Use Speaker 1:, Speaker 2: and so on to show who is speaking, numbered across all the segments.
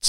Speaker 1: It's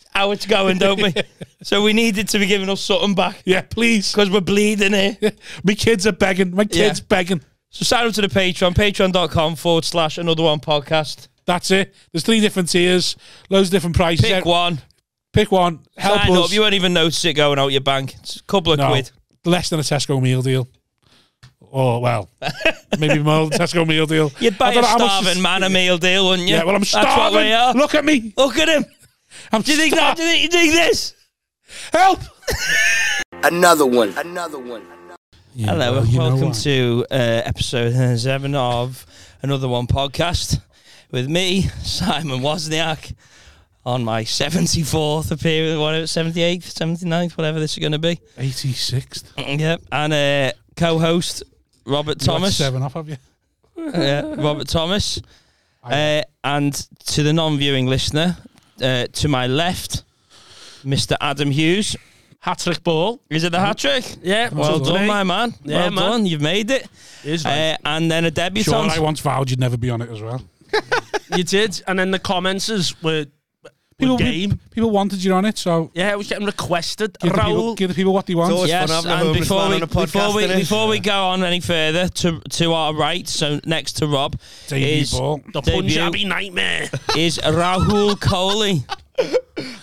Speaker 2: how it's going, don't we? so we needed to be giving us something back
Speaker 1: yeah, please.
Speaker 2: because we're bleeding here.
Speaker 1: My kids are begging. My kids
Speaker 2: Yeah.
Speaker 1: begging.
Speaker 2: So sign up to the Patreon, patreon.com forward slash another one podcast.
Speaker 1: That's it. There's three different tiers, loads of different prices.
Speaker 2: Pick one.
Speaker 1: Pick one. Help
Speaker 2: Sign
Speaker 1: us.
Speaker 2: up. You won't even notice it going out your bank. It's a couple of
Speaker 1: No,
Speaker 2: quid.
Speaker 1: less than a Tesco meal deal. Or well, maybe more than Tesco meal deal.
Speaker 2: You'd
Speaker 1: I
Speaker 2: buy
Speaker 1: don't
Speaker 2: a
Speaker 1: know how much
Speaker 2: starving
Speaker 1: this-
Speaker 2: man a meal deal, wouldn't you?
Speaker 1: Yeah, well, I'm
Speaker 2: That's what we are.
Speaker 1: starving. Look at me.
Speaker 2: Look at him.
Speaker 1: I'm
Speaker 2: Do you think that? Do
Speaker 1: starving.
Speaker 2: you think, you think this?
Speaker 1: Help.
Speaker 3: Another one. Another one.
Speaker 2: Hello,
Speaker 1: well,
Speaker 2: and
Speaker 1: you know
Speaker 2: welcome
Speaker 1: why.
Speaker 2: to uh, episode seven of Another One podcast with me, Simon Wozniak, on my 74th appearance, whatever, 78th, 79th, whatever this is going to be.
Speaker 1: 86th.
Speaker 2: Yep. And uh, co host, Robert Thomas.
Speaker 1: Seven off, have you?
Speaker 2: Yeah, Uh, Robert Thomas.
Speaker 1: I-
Speaker 2: Uh, and to the non viewing listener, uh, to my left, Mr. Adam Hughes.
Speaker 4: Hat trick ball.
Speaker 2: Is it the hat trick?
Speaker 4: Yeah,
Speaker 2: Well done,
Speaker 4: mate.
Speaker 2: my man.
Speaker 4: Yeah,
Speaker 2: well
Speaker 4: man.
Speaker 2: done, you've made it.
Speaker 4: Is right.
Speaker 2: Uh, and then a
Speaker 1: Sure,
Speaker 2: debutant.
Speaker 1: I once vowed you'd never be on it as well.
Speaker 4: you did, and then the commenters were, were
Speaker 1: People,
Speaker 4: game.
Speaker 1: people wanted you on it, so
Speaker 4: Yeah, it was getting requested.
Speaker 1: give, the people,
Speaker 4: Raul,
Speaker 1: give the people what they want.
Speaker 5: It's always fun
Speaker 2: Yes,
Speaker 5: having a
Speaker 2: and
Speaker 5: homeless
Speaker 2: before
Speaker 5: man
Speaker 2: we,
Speaker 5: on a podcast,
Speaker 2: before we
Speaker 5: innit?
Speaker 2: before we go on any further to to our right, so next to Rob
Speaker 1: Davey
Speaker 2: is
Speaker 1: Ball.
Speaker 4: the
Speaker 2: debut.
Speaker 4: Punjabi nightmare.
Speaker 2: is Rahul Kohli.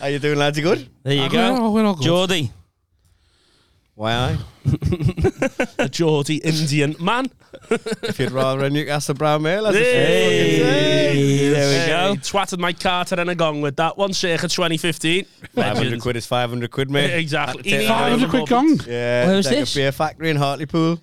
Speaker 5: How you doing, lads? You good?
Speaker 2: There you
Speaker 1: We're
Speaker 2: go,
Speaker 1: all- we're all good.
Speaker 2: Geordie.
Speaker 5: Why aye?
Speaker 4: the Geordie Indian man.
Speaker 5: If you'd rather a Newcastle brown mare, lads.
Speaker 2: Hey, there we go.
Speaker 4: Uh, Twatted my Carter in a gong with that one circa 2015.
Speaker 5: 500 quid is 500 quid, mate.
Speaker 4: Exactly.
Speaker 5: Take that.
Speaker 1: 500 quid Oh, gong.
Speaker 5: Yeah,
Speaker 2: Where was
Speaker 5: like
Speaker 2: this?
Speaker 5: a beer factory in Hartlepool.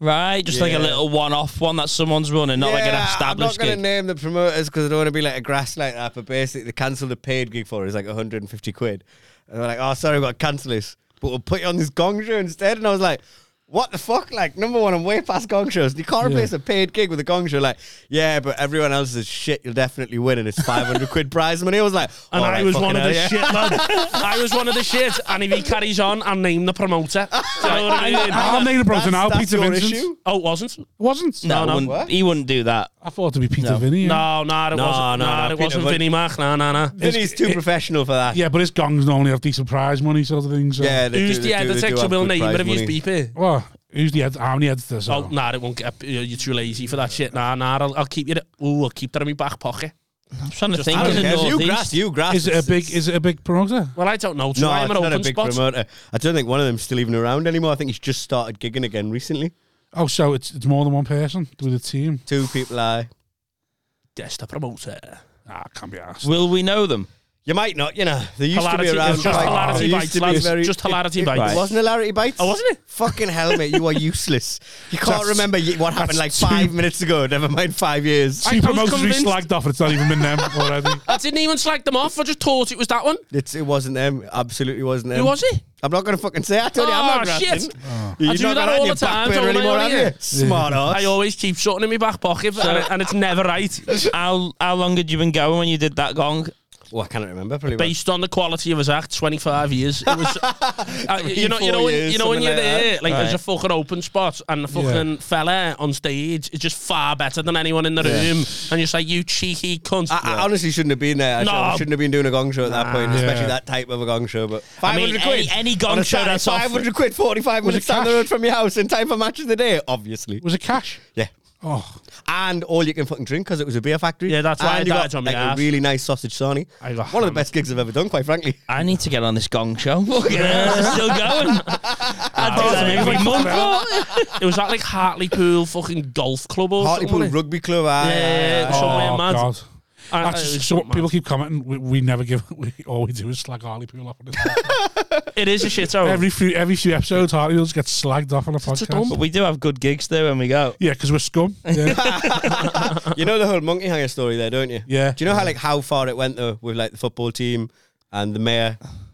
Speaker 2: Right, just like a
Speaker 5: Yeah.
Speaker 2: little one-off one that someone's running, not like an
Speaker 5: Yeah,
Speaker 2: established gig.
Speaker 5: I'm not going to name the promoters because I don't want to be like a grass like that, but basically they cancelled the paid gig for us, like 150 quid. And they're like, oh, sorry, we've got to cancel this, but we'll put you on this gong show instead. And I was like, what the fuck? Like, number one, I'm way past gong shows. You can't replace a paid gig with a gong show. Like, yeah, but everyone else is shit. You'll definitely win, and it's 500 quid prize money. I was like,
Speaker 4: And
Speaker 5: all
Speaker 4: I
Speaker 5: right,
Speaker 4: was
Speaker 5: fucking
Speaker 4: one of
Speaker 5: hell,
Speaker 4: the
Speaker 5: Oh, yeah.
Speaker 4: shit, lad. I was one of the shit. And if he carries on, I'll name the promoter. Do you know what I mean?
Speaker 1: I'll name the brother now,
Speaker 5: That's
Speaker 1: Peter
Speaker 5: your
Speaker 1: Vincent.
Speaker 5: issue?
Speaker 4: Oh, it wasn't?
Speaker 1: wasn't.
Speaker 2: no,
Speaker 4: no.
Speaker 2: wouldn't-
Speaker 5: What?
Speaker 2: he wouldn't do that.
Speaker 1: I thought it'd be Peter Vinny. yeah.
Speaker 4: No, no, it
Speaker 2: No,
Speaker 4: wasn't.
Speaker 2: no,
Speaker 4: No,
Speaker 2: no,
Speaker 4: it
Speaker 2: Peter
Speaker 4: wasn't
Speaker 2: Wood-
Speaker 4: Vinny Mac. No, no, no.
Speaker 5: Vinny's too professional for that.
Speaker 1: Yeah, but his gongs normally have decent prize money sort of thing. So.
Speaker 5: Yeah, they
Speaker 4: Who's
Speaker 5: do,
Speaker 4: the
Speaker 5: they do- they
Speaker 4: editor?
Speaker 5: do
Speaker 4: Texture
Speaker 5: have
Speaker 4: will
Speaker 5: good
Speaker 4: name,
Speaker 5: prize
Speaker 4: but if he's
Speaker 5: money.
Speaker 4: BP.
Speaker 1: Well, who's the ed- how many editors?
Speaker 4: Oh, nah, it won't get. You're you're too lazy for that shit. Nah, nah, I'll, I'll keep you. Ooh, I'll keep that in my back pocket.
Speaker 2: I'm trying to
Speaker 4: Just-
Speaker 2: think.
Speaker 5: I
Speaker 2: in
Speaker 5: don't
Speaker 2: the
Speaker 5: care. It's You
Speaker 2: northeast.
Speaker 5: grass, you grass.
Speaker 1: Is it a
Speaker 5: It's-
Speaker 1: big? Is it a big promoter?
Speaker 4: Well, I don't know.
Speaker 5: No,
Speaker 4: Try him
Speaker 5: it's
Speaker 4: an
Speaker 5: not a
Speaker 4: open
Speaker 5: big
Speaker 4: spot.
Speaker 5: promoter. I don't think one of them's still even around anymore. I think he's just started gigging again recently.
Speaker 1: Oh, so it's it's more than one person with a team.
Speaker 5: Two people I.
Speaker 4: Yes, the promoter.
Speaker 1: Ah, can't be asked.
Speaker 2: Will we know them?
Speaker 5: You might not, you know. They used to
Speaker 4: Hilarity,
Speaker 5: be around.
Speaker 4: it's just
Speaker 5: quite-
Speaker 4: hilarity
Speaker 5: they used
Speaker 4: bites,
Speaker 5: to be
Speaker 4: lads.
Speaker 5: very-
Speaker 4: Just hilarity
Speaker 5: it,
Speaker 4: bites.
Speaker 5: It wasn't hilarity bites.
Speaker 4: Oh, wasn't it?
Speaker 5: Fucking hell, mate. You are useless. You can't
Speaker 1: That's-
Speaker 5: remember ye- what happened like
Speaker 1: that's
Speaker 5: five
Speaker 1: two-
Speaker 5: minutes ago. Never mind five years.
Speaker 1: Two
Speaker 4: I was
Speaker 1: promoters we
Speaker 4: convinced-
Speaker 1: slagged off, and it's not even been them already.
Speaker 4: I didn't even slag them off. I just thought it was that one.
Speaker 5: It's, it wasn't them. Absolutely wasn't them.
Speaker 4: Who was it?
Speaker 5: I'm not going to fucking say. I told you, I'm
Speaker 4: Oh,
Speaker 5: not grassing.
Speaker 4: shit.
Speaker 5: You're
Speaker 4: I do that
Speaker 5: not gonna
Speaker 4: all
Speaker 5: have your
Speaker 4: the time,
Speaker 5: back burner
Speaker 4: don't I,
Speaker 5: anymore,
Speaker 4: only?
Speaker 5: have you? Smart
Speaker 4: I
Speaker 5: ass.
Speaker 4: always keep something in my back pocket, and, it- and it's never right.
Speaker 2: How how long had you been going when you did that gong?
Speaker 5: Well, I cannot remember. Probably about
Speaker 4: Based on the quality of his act, 25 years. It was, uh, you know, you
Speaker 5: four
Speaker 4: know, when,
Speaker 5: years,
Speaker 4: you know when
Speaker 5: something
Speaker 4: you're
Speaker 5: like that.
Speaker 4: there, like there's a fucking open spot, and the fucking fella on stage is just far better than anyone in the room, and you're just like, you cheeky cunt.
Speaker 5: I, I honestly shouldn't have been there. I
Speaker 4: No.
Speaker 5: should- I shouldn't have been doing a gong show at that point,
Speaker 1: Yeah.
Speaker 5: especially that type of a gong show. But
Speaker 2: I
Speaker 5: 500
Speaker 2: mean,
Speaker 5: quid.
Speaker 2: any, any gong
Speaker 5: on a
Speaker 2: show
Speaker 5: Saturday,
Speaker 2: that's off.
Speaker 5: 500 quid, 45 minutes down the
Speaker 1: cash?
Speaker 5: road from your house in time for match of the day, obviously.
Speaker 1: Was it cash?
Speaker 5: Yeah.
Speaker 1: Oh,
Speaker 5: And all you can fucking drink because it was a beer factory.
Speaker 4: Yeah, that's why I
Speaker 5: and you
Speaker 4: died
Speaker 5: got
Speaker 4: on my
Speaker 5: like
Speaker 4: ass.
Speaker 5: a really nice sausage sarnie.
Speaker 4: I got
Speaker 5: One of
Speaker 4: hammered.
Speaker 5: the best gigs I've ever done, quite frankly.
Speaker 2: I need to get on this gong show. Fucking hell, it's still going. I do that every month.
Speaker 4: it was at like Hartlepool fucking golf club or
Speaker 5: Hartlepool
Speaker 4: something.
Speaker 5: Rugby Club. ah,
Speaker 4: Yeah, yeah, yeah.
Speaker 5: ah, ah.
Speaker 4: Somewhere mad.
Speaker 1: Oh, God.
Speaker 4: And
Speaker 1: That's
Speaker 4: it
Speaker 1: just
Speaker 4: was
Speaker 1: so,
Speaker 4: fucking mad.
Speaker 1: people keep commenting. We, we never give. We, all we do is slag Hartlepool off. On this podcast.
Speaker 4: It is a shit hole.
Speaker 1: every few every few episodes, Hartlepool just gets slagged off on a
Speaker 4: a
Speaker 1: podcast.
Speaker 2: But we do have good gigs there when we go.
Speaker 1: Yeah, because we're scum. Yeah,
Speaker 5: You know the whole monkey hanger story there, don't you?
Speaker 1: yeah.
Speaker 5: Do you know how like how far it went though with like the football team and the mayor?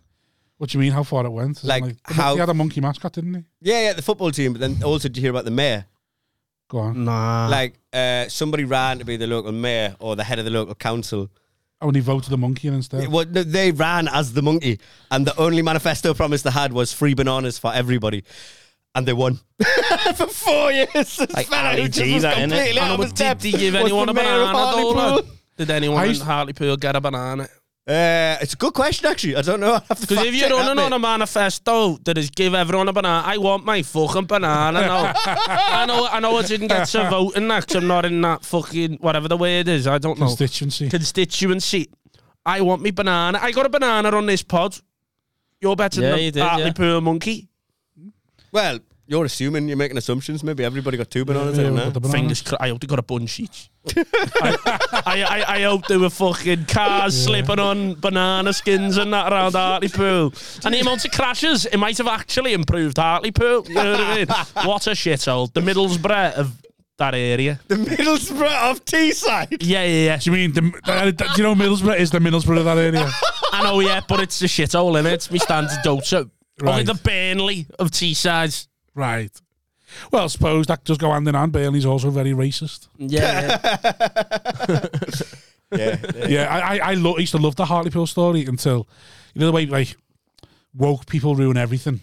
Speaker 1: What do you mean? How far it went? Is it
Speaker 5: Like,
Speaker 1: the-
Speaker 5: how-
Speaker 1: he had a monkey mascot, didn't he?
Speaker 5: Yeah, yeah, the football team. But then also, did you hear about the mayor?
Speaker 1: Go on.
Speaker 4: nah.
Speaker 5: Like uh, somebody ran to be the local mayor or the head of the local council.
Speaker 1: Oh, and he voted the monkey in
Speaker 5: It
Speaker 1: instead.
Speaker 5: wa- no, they ran as the monkey, and the only manifesto promise they had was free bananas for everybody. And they won for four years. This fella who
Speaker 4: E
Speaker 2: Ali
Speaker 5: just
Speaker 2: G,
Speaker 5: was
Speaker 2: that, innit?
Speaker 5: completely out of his
Speaker 4: did
Speaker 5: depth
Speaker 4: he give
Speaker 5: was
Speaker 4: anyone
Speaker 5: the
Speaker 4: a
Speaker 5: mayor of
Speaker 4: banana though, lad?
Speaker 5: Hartlepool.
Speaker 4: Did anyone
Speaker 1: I
Speaker 4: in
Speaker 1: used-
Speaker 4: Hartlepool get a banana?
Speaker 5: Uh, it's a good question, actually. I don't know. I have to
Speaker 4: Because if you're running on a manifesto that is give everyone a banana, I want my fucking banana now. I know, I know, I didn't get to vote in that 'cause I'm not in that fucking whatever the word is. I don't know
Speaker 1: Constituency.
Speaker 4: constituency. I want me banana. I got a banana on this pod. You're better
Speaker 2: Yeah,
Speaker 4: than
Speaker 2: you
Speaker 4: a
Speaker 2: did, yeah.
Speaker 4: Hartlepool monkey.
Speaker 5: Well, you're assuming, you're making assumptions. Maybe everybody got two bananas. I
Speaker 1: Yeah,
Speaker 5: don't
Speaker 1: with
Speaker 5: know.
Speaker 1: the banana.
Speaker 4: Fingers crossed. I hope they got a bunch each. I, I, I, I hope there were fucking cars slipping on banana skins and that around Hartlepool. And the amount of crashes, it might have actually improved Hartlepool. You know what I mean? What a shithole. The Middlesbrough of that area.
Speaker 5: The Middlesbrough of Teesside.
Speaker 4: Yeah, yeah, yeah.
Speaker 1: Do you mean the, the, do you know Middlesbrough is the Middlesbrough of that area?
Speaker 4: I know, yeah, but it's a shithole, innit? It's me standard doter. Only
Speaker 1: Right.
Speaker 4: the Burnley of Teesside.
Speaker 1: right. Well, I suppose that does go hand in hand. Burnley's also very racist.
Speaker 4: Yeah, yeah.
Speaker 5: Yeah.
Speaker 1: yeah, I I, I lo- used to love the Hartlepool story until you know the way like woke people ruin everything.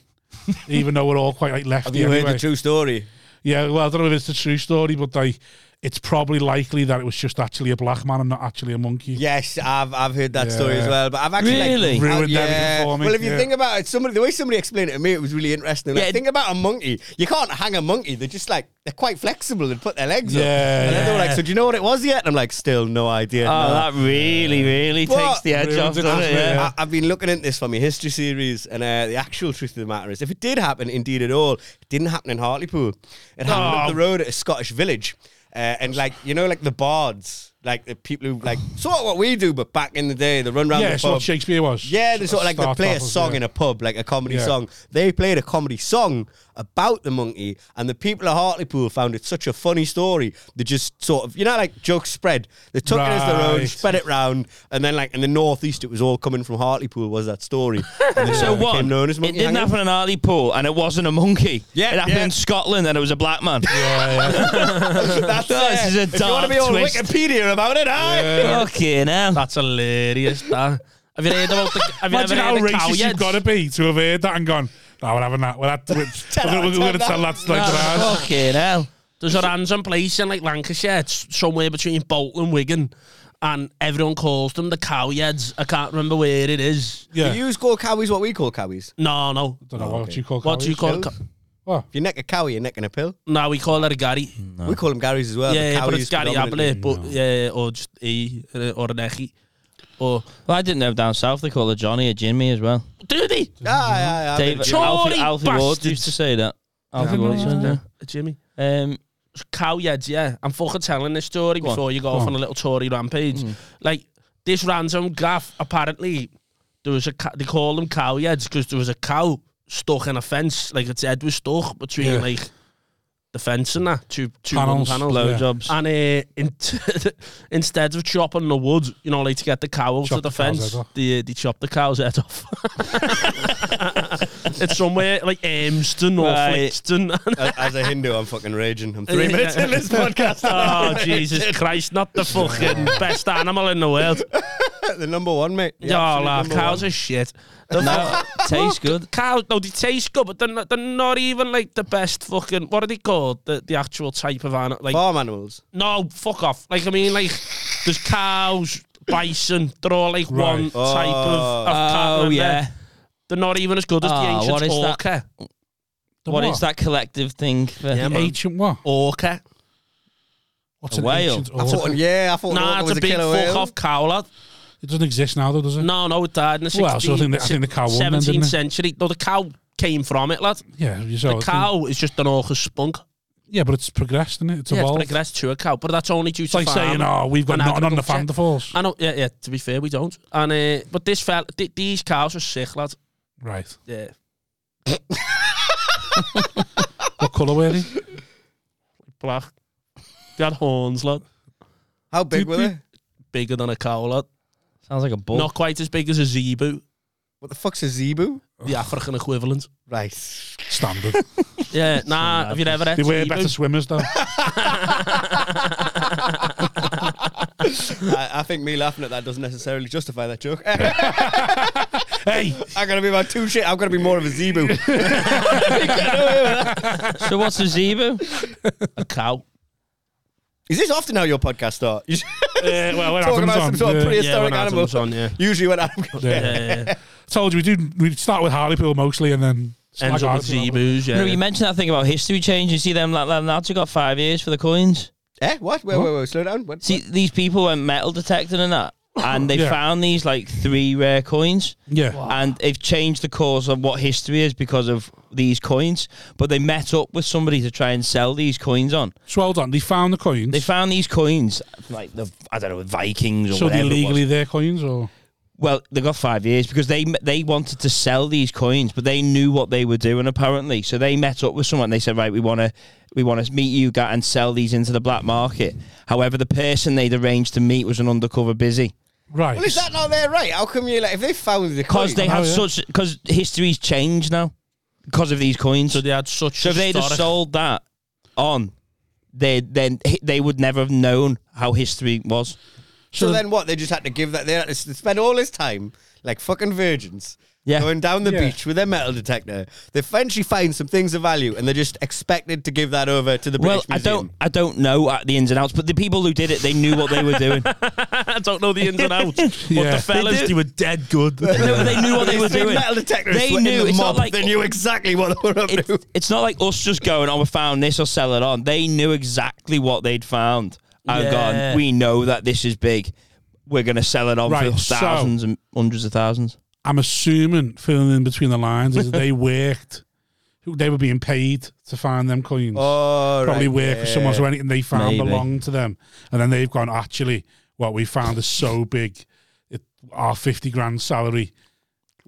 Speaker 1: Even though we're all quite like
Speaker 5: Have
Speaker 1: lefty
Speaker 5: you heard
Speaker 1: anyway.
Speaker 5: the true story?
Speaker 1: yeah, well, I don't know if it's the true story, but like it's probably likely that it was just actually a black man and not actually a monkey.
Speaker 5: Yes, I've I've heard that story as
Speaker 1: Yeah.
Speaker 5: well. But I've actually like,
Speaker 2: Really?
Speaker 5: I-
Speaker 1: Ruined everything for me,
Speaker 5: Well, if you
Speaker 1: yeah.
Speaker 5: think about it, somebody the way somebody explained it to me, it was really interesting. Like,
Speaker 2: Yeah.
Speaker 5: think about a monkey. You can't hang a monkey. They're just like they're quite flexible and put their legs up.
Speaker 1: Yeah,
Speaker 5: And then they were
Speaker 2: yeah.
Speaker 5: like, "So do you know what it was yet?" And I'm like, "Still no idea."
Speaker 2: Oh,
Speaker 5: no.
Speaker 2: that really, really
Speaker 5: What?
Speaker 2: takes the edge
Speaker 1: Ruins
Speaker 2: off,
Speaker 1: it
Speaker 2: doesn't it?
Speaker 1: completely,
Speaker 2: Yeah.
Speaker 1: yeah.
Speaker 5: I, I've been looking at this for my history series, and uh, the actual truth of the matter is, if it did happen, indeed at all, it didn't happen in Hartlepool. It happened
Speaker 1: Oh.
Speaker 5: up the road at a Scottish village, uh, and like you know, like the bards, like the people who like sort of what we do, but back in the day, the run round
Speaker 1: yeah,
Speaker 5: the
Speaker 1: it's what
Speaker 5: pub.
Speaker 1: Shakespeare was.
Speaker 5: Yeah, they sort of like they
Speaker 1: Start
Speaker 5: play a
Speaker 1: off as,
Speaker 5: song
Speaker 1: yeah.
Speaker 5: in a pub, like a comedy
Speaker 1: Yeah.
Speaker 5: song. They played a comedy song about the monkey, and the people of Hartlepool found it such a funny story. They just sort of, you know, like jokes spread. They took it as their own,
Speaker 1: Right.
Speaker 5: spread it round, and then like in the northeast, it was all coming from Hartlepool. Was that story? And they
Speaker 2: So
Speaker 5: sort of
Speaker 2: one,
Speaker 5: became known as
Speaker 2: it
Speaker 5: monkey.
Speaker 2: didn't
Speaker 5: Hanger.
Speaker 2: happen in Hartlepool, and it wasn't a monkey.
Speaker 5: Yeah,
Speaker 2: it happened
Speaker 5: yeah.
Speaker 2: in Scotland, and it was a black man.
Speaker 5: That's
Speaker 2: This
Speaker 5: it.
Speaker 2: is a
Speaker 5: if you
Speaker 2: dark
Speaker 5: want to be on
Speaker 2: twist.
Speaker 5: Wikipedia about it, aye?
Speaker 2: Fucking hell.
Speaker 4: That's hilarious. That. Have you heard about the? Have you
Speaker 1: Imagine
Speaker 4: ever
Speaker 1: how
Speaker 4: heard of cow
Speaker 1: racist you've
Speaker 4: yeds?
Speaker 1: got to be to have heard that and gone, no, we're having that. We're, at, we're,
Speaker 5: Tell
Speaker 1: we're,
Speaker 5: her,
Speaker 1: going to
Speaker 5: tell
Speaker 1: tell
Speaker 5: her.
Speaker 1: that to like
Speaker 2: That's
Speaker 1: that.
Speaker 2: fucking hell.
Speaker 4: There's a random place in like Lancashire, it's somewhere between Bolton and Wigan, and everyone calls them the cow yeds. I can't remember where it is.
Speaker 1: Yeah.
Speaker 5: Do you call cowies what we call cowies?
Speaker 4: No, no.
Speaker 1: don't know what you call
Speaker 4: What do you
Speaker 1: cowies.
Speaker 4: call? it?
Speaker 5: Cows?
Speaker 1: What?
Speaker 5: If you neck a cowie, you're necking a pill.
Speaker 4: No, we call it a Gary.
Speaker 5: We call them Garys as well.
Speaker 4: yeah, yeah,
Speaker 5: cowies
Speaker 4: but it's Gary
Speaker 5: predominantly.
Speaker 4: Ablett, but yeah, or just E uh, or an Ecchi. Or
Speaker 2: Well, I didn't know down south they call her Johnny or Jimmy as well.
Speaker 4: do they?
Speaker 5: Ah, yeah, yeah. I've been
Speaker 2: Dave,
Speaker 5: to
Speaker 2: Alfie,
Speaker 4: Tory
Speaker 2: Alfie Ward
Speaker 4: bastards.
Speaker 2: used to say that. Alfie
Speaker 1: Yeah.
Speaker 2: Ward used to
Speaker 4: Jimmy.
Speaker 2: say that. Um,
Speaker 4: cow heads, yeah. I'm fucking telling this story
Speaker 2: on.
Speaker 4: before you go off on. a little Tory rampage. Like this random gaff, apparently there was a ca- they call them cow heads because there was a cow stuck in a fence, like its head was stuck between
Speaker 1: Yeah.
Speaker 4: like the fence and that two two
Speaker 1: Panels,
Speaker 4: wooden panels.
Speaker 1: yeah.
Speaker 2: blowjobs.
Speaker 4: And uh, in instead of chopping the wood, you know, like to get the cow out
Speaker 1: Chop
Speaker 4: of the
Speaker 1: the cow's
Speaker 4: fence,
Speaker 1: head off.
Speaker 4: they, they chop the cow's head off. it's somewhere like Amston or
Speaker 2: Right.
Speaker 4: Flixton.
Speaker 5: As, as a Hindu, I'm fucking raging. I'm three minutes in this podcast.
Speaker 4: Oh Jesus Christ! Not the fucking best animal in the world.
Speaker 5: the number one, mate. The
Speaker 4: Yeah, oh,
Speaker 5: absolute
Speaker 4: lad,
Speaker 5: number
Speaker 4: cows
Speaker 5: one.
Speaker 4: are shit. The
Speaker 2: no, tastes good.
Speaker 4: cows, no, they taste good, but they're not, they're not even like the best fucking. What are they called? The the actual type of animal. Like
Speaker 5: farm animals.
Speaker 4: no, fuck off. Like I mean, like there's cows, bison. They're all like one
Speaker 1: Right.
Speaker 4: type of, of cattle.
Speaker 2: Oh,
Speaker 4: and they're-
Speaker 2: yeah.
Speaker 4: they're not even as good as the
Speaker 2: Ah,
Speaker 4: ancient
Speaker 2: what is that?
Speaker 4: orca.
Speaker 1: The
Speaker 2: what is that collective thing? For
Speaker 4: Yeah, man.
Speaker 1: Ancient what?
Speaker 4: Orca.
Speaker 1: What's
Speaker 2: A
Speaker 1: an
Speaker 2: whale.
Speaker 1: ancient oh,
Speaker 5: I
Speaker 1: orca?
Speaker 5: thought, yeah, I thought
Speaker 4: Nah,
Speaker 5: it
Speaker 4: it's
Speaker 5: was
Speaker 4: a big
Speaker 5: killer
Speaker 4: fuck
Speaker 5: whale.
Speaker 4: off cow, lad.
Speaker 1: It doesn't exist now, though, does it?
Speaker 4: No, no, it died in the 16th,
Speaker 1: Well, so I think the- I think the cow won then, didn't
Speaker 4: 17th
Speaker 1: it?
Speaker 4: century. No, the cow came from it, lad.
Speaker 1: Yeah, you saw
Speaker 4: the
Speaker 1: it.
Speaker 4: cow is just an orchid spunk.
Speaker 1: Yeah, but it's progressed, isn't it? It's
Speaker 4: Yeah, it's
Speaker 1: evolved.
Speaker 4: progressed to a cow, but that's only due
Speaker 1: It's
Speaker 4: to
Speaker 1: like
Speaker 4: farming.
Speaker 1: saying, oh, we've got
Speaker 4: and
Speaker 1: nothing on the
Speaker 4: agriculture.
Speaker 1: Vanderfalls.
Speaker 4: I know, yeah, yeah. To be fair, we don't. And uh, but this fell, th- these cows are sick, lad.
Speaker 1: Right.
Speaker 4: Yeah,
Speaker 1: What colour were they?
Speaker 4: black. They had horns, lad,
Speaker 5: How big were they?
Speaker 4: bigger than a cow, lad.
Speaker 2: Sounds like a
Speaker 1: Oh.
Speaker 2: bull.
Speaker 4: Not quite as big as a zebu,
Speaker 5: What the fuck's a zebu?
Speaker 1: Oh.
Speaker 4: the African equivalent.
Speaker 5: Right.
Speaker 1: Standard.
Speaker 4: Yeah, nah. Have you ever had
Speaker 1: they were
Speaker 4: zebu?
Speaker 1: better swimmers, though.
Speaker 5: I, I think me laughing at that doesn't necessarily justify that joke.
Speaker 1: hey,
Speaker 5: I'm gonna be about two shit. I'm gonna be more of a zebu.
Speaker 2: so what's a zebu?
Speaker 4: A cow.
Speaker 5: Is this often how your podcast starts? You should
Speaker 1: uh, well, when
Speaker 5: talk
Speaker 1: Adam's
Speaker 5: about some
Speaker 1: on,
Speaker 5: sort of
Speaker 1: yeah.
Speaker 4: Yeah,
Speaker 5: prehistoric
Speaker 4: when
Speaker 5: animal.
Speaker 4: Adam's on, yeah.
Speaker 5: Usually when Adam.
Speaker 1: Yeah.
Speaker 4: Uh,
Speaker 1: Told you we do. We start with Hartlepool mostly, and then
Speaker 4: ends up with
Speaker 1: Hartlepool.
Speaker 4: zebus. Yeah.
Speaker 2: No, you mentioned that thing about history change. You see them la- la- lads who got five years for the coins.
Speaker 5: Eh? What? Wait, wait, wait. Slow down. What?
Speaker 2: See, these people went metal detecting and that, and they
Speaker 1: Yeah.
Speaker 2: found these like three rare coins,
Speaker 1: Yeah,
Speaker 2: and they've changed the course of what history is because of these coins. But they met up with somebody to try and sell these coins on.
Speaker 1: so hold on. They found the coins.
Speaker 2: They found these coins, like the I don't know, Vikings or
Speaker 1: so they
Speaker 2: whatever. it was.
Speaker 1: legally their coins, or
Speaker 2: Well, they got five years because they they wanted to sell these coins, but they knew what they were doing apparently. So they met up with someone. They said, "Right, we want to we want to meet you guy and sell these into the black market." However, the person they'd arranged to meet was an undercover busy
Speaker 1: right?
Speaker 5: Well, is that not their right? How come you like if they found the
Speaker 2: because
Speaker 5: coin-
Speaker 2: they have
Speaker 1: yeah.
Speaker 2: such because history's changed now because of these coins.
Speaker 4: So
Speaker 2: So,
Speaker 4: they had such.
Speaker 2: if they'd have
Speaker 4: historic-
Speaker 2: sold that on, they then they would never have known how history was.
Speaker 5: So
Speaker 1: the-
Speaker 5: then what? They just had to give that. They had to s- spend all this time like fucking virgins.
Speaker 2: Yeah.
Speaker 5: Going down the
Speaker 1: Yeah.
Speaker 5: beach with their metal detector. They eventually find some things of value and they're just expected to give that over to the
Speaker 2: Well,
Speaker 5: British
Speaker 2: I
Speaker 5: Museum.
Speaker 2: don't I don't know uh, the ins and outs, but the people who did it, they knew what they were doing.
Speaker 4: I don't know the ins and outs, but
Speaker 1: Yeah.
Speaker 4: the fellas,
Speaker 2: They
Speaker 4: they,
Speaker 2: do.
Speaker 4: were dead good.
Speaker 2: No, they knew what they were
Speaker 5: These three
Speaker 2: doing.
Speaker 5: metal detectors
Speaker 2: They
Speaker 5: were in
Speaker 2: knew.
Speaker 5: the
Speaker 2: It's not
Speaker 5: mob.
Speaker 2: like-
Speaker 5: they knew exactly what they were up to.
Speaker 2: It's, it's not like us just going, "Oh, we found this, I'll sell it on." They knew exactly what they'd found and
Speaker 4: Yeah.
Speaker 2: gone. We know that this is big. We're going to sell it on
Speaker 1: Right,
Speaker 2: for
Speaker 1: so-
Speaker 2: thousands and hundreds of thousands.
Speaker 1: I'm assuming filling in between the lines is that they worked. who They were being paid to find them coins.
Speaker 5: Oh,
Speaker 1: Probably
Speaker 5: right,
Speaker 1: work for someone,
Speaker 5: yeah.
Speaker 1: so anything they found
Speaker 2: Maybe.
Speaker 1: belonged to them, and then they've gone. Actually, what we found is so big, it, our fifty grand salary.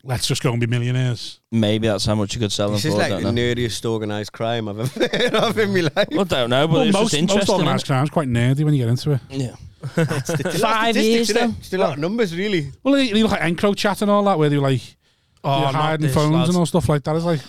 Speaker 1: Let's just go and be millionaires.
Speaker 2: Maybe that's how much you could sell them
Speaker 5: This
Speaker 2: for.
Speaker 5: is
Speaker 2: I
Speaker 5: like
Speaker 2: don't
Speaker 5: the
Speaker 2: know.
Speaker 5: nerdiest organised crime I've ever heard of in my life.
Speaker 2: I don't know, but
Speaker 1: Well,
Speaker 2: it's just
Speaker 1: most most
Speaker 2: interesting.
Speaker 1: organised crime's quite nerdy when you get into it.
Speaker 2: isn't it?
Speaker 5: It's a lot of
Speaker 2: Five
Speaker 5: statistics,
Speaker 2: years
Speaker 5: isn't it?
Speaker 2: though.
Speaker 5: It's a lot of numbers, really.
Speaker 1: Well, they, they look like Encro chat and all that, where they were like
Speaker 4: Oh,
Speaker 1: you're
Speaker 4: not
Speaker 1: hiding
Speaker 4: this,
Speaker 1: phones
Speaker 4: lads.
Speaker 1: and all stuff like that. It's like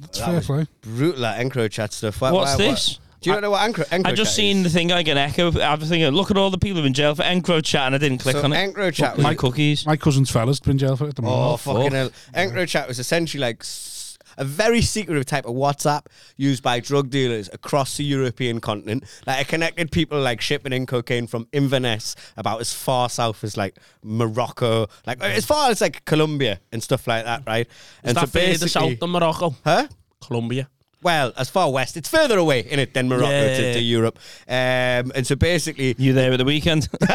Speaker 1: that's
Speaker 5: That
Speaker 1: fair
Speaker 5: was-
Speaker 1: play.
Speaker 5: Brutal, that encro chat stuff. Why-
Speaker 2: What's
Speaker 5: why- why-
Speaker 2: this?
Speaker 5: Do you not know what encro, encro
Speaker 2: I just
Speaker 5: chat
Speaker 2: seen
Speaker 5: is?
Speaker 2: the thing like an echo. I was thinking, look at all the people who've been jailed for encro chat, and I didn't click
Speaker 5: So
Speaker 2: on it.
Speaker 5: encro chat
Speaker 2: my
Speaker 5: was-
Speaker 2: cookies.
Speaker 1: My cousin's fella's been in jail for it at the
Speaker 5: Oh,
Speaker 1: moment.
Speaker 5: fucking hell. Encro chat was essentially like s- a very secretive type of WhatsApp used by drug dealers across the European continent. Like it connected people like shipping in cocaine from Inverness about as far south as like Morocco, like as far as like Colombia and stuff like that, right?
Speaker 4: Is
Speaker 5: And
Speaker 4: that further south than Morocco?
Speaker 5: huh?
Speaker 4: Colombia.
Speaker 5: Well, as far west, it's further away in it than Morocco
Speaker 2: Yeah,
Speaker 5: to,
Speaker 2: yeah,
Speaker 5: to
Speaker 2: yeah.
Speaker 5: Europe. Um, and so basically,
Speaker 2: You there at the weekend?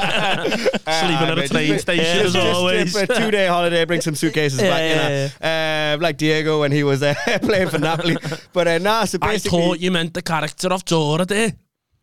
Speaker 4: Sleeping at a train station as
Speaker 5: Ah, just- just
Speaker 4: always.
Speaker 5: for a two day holiday, bring some suitcases
Speaker 2: Yeah,
Speaker 5: back.
Speaker 2: yeah,
Speaker 5: you know. Um, like Diego when he was uh, playing for Napoli. But uh, nah, so
Speaker 4: I
Speaker 5: basically,
Speaker 4: thought you meant the character of Dora there.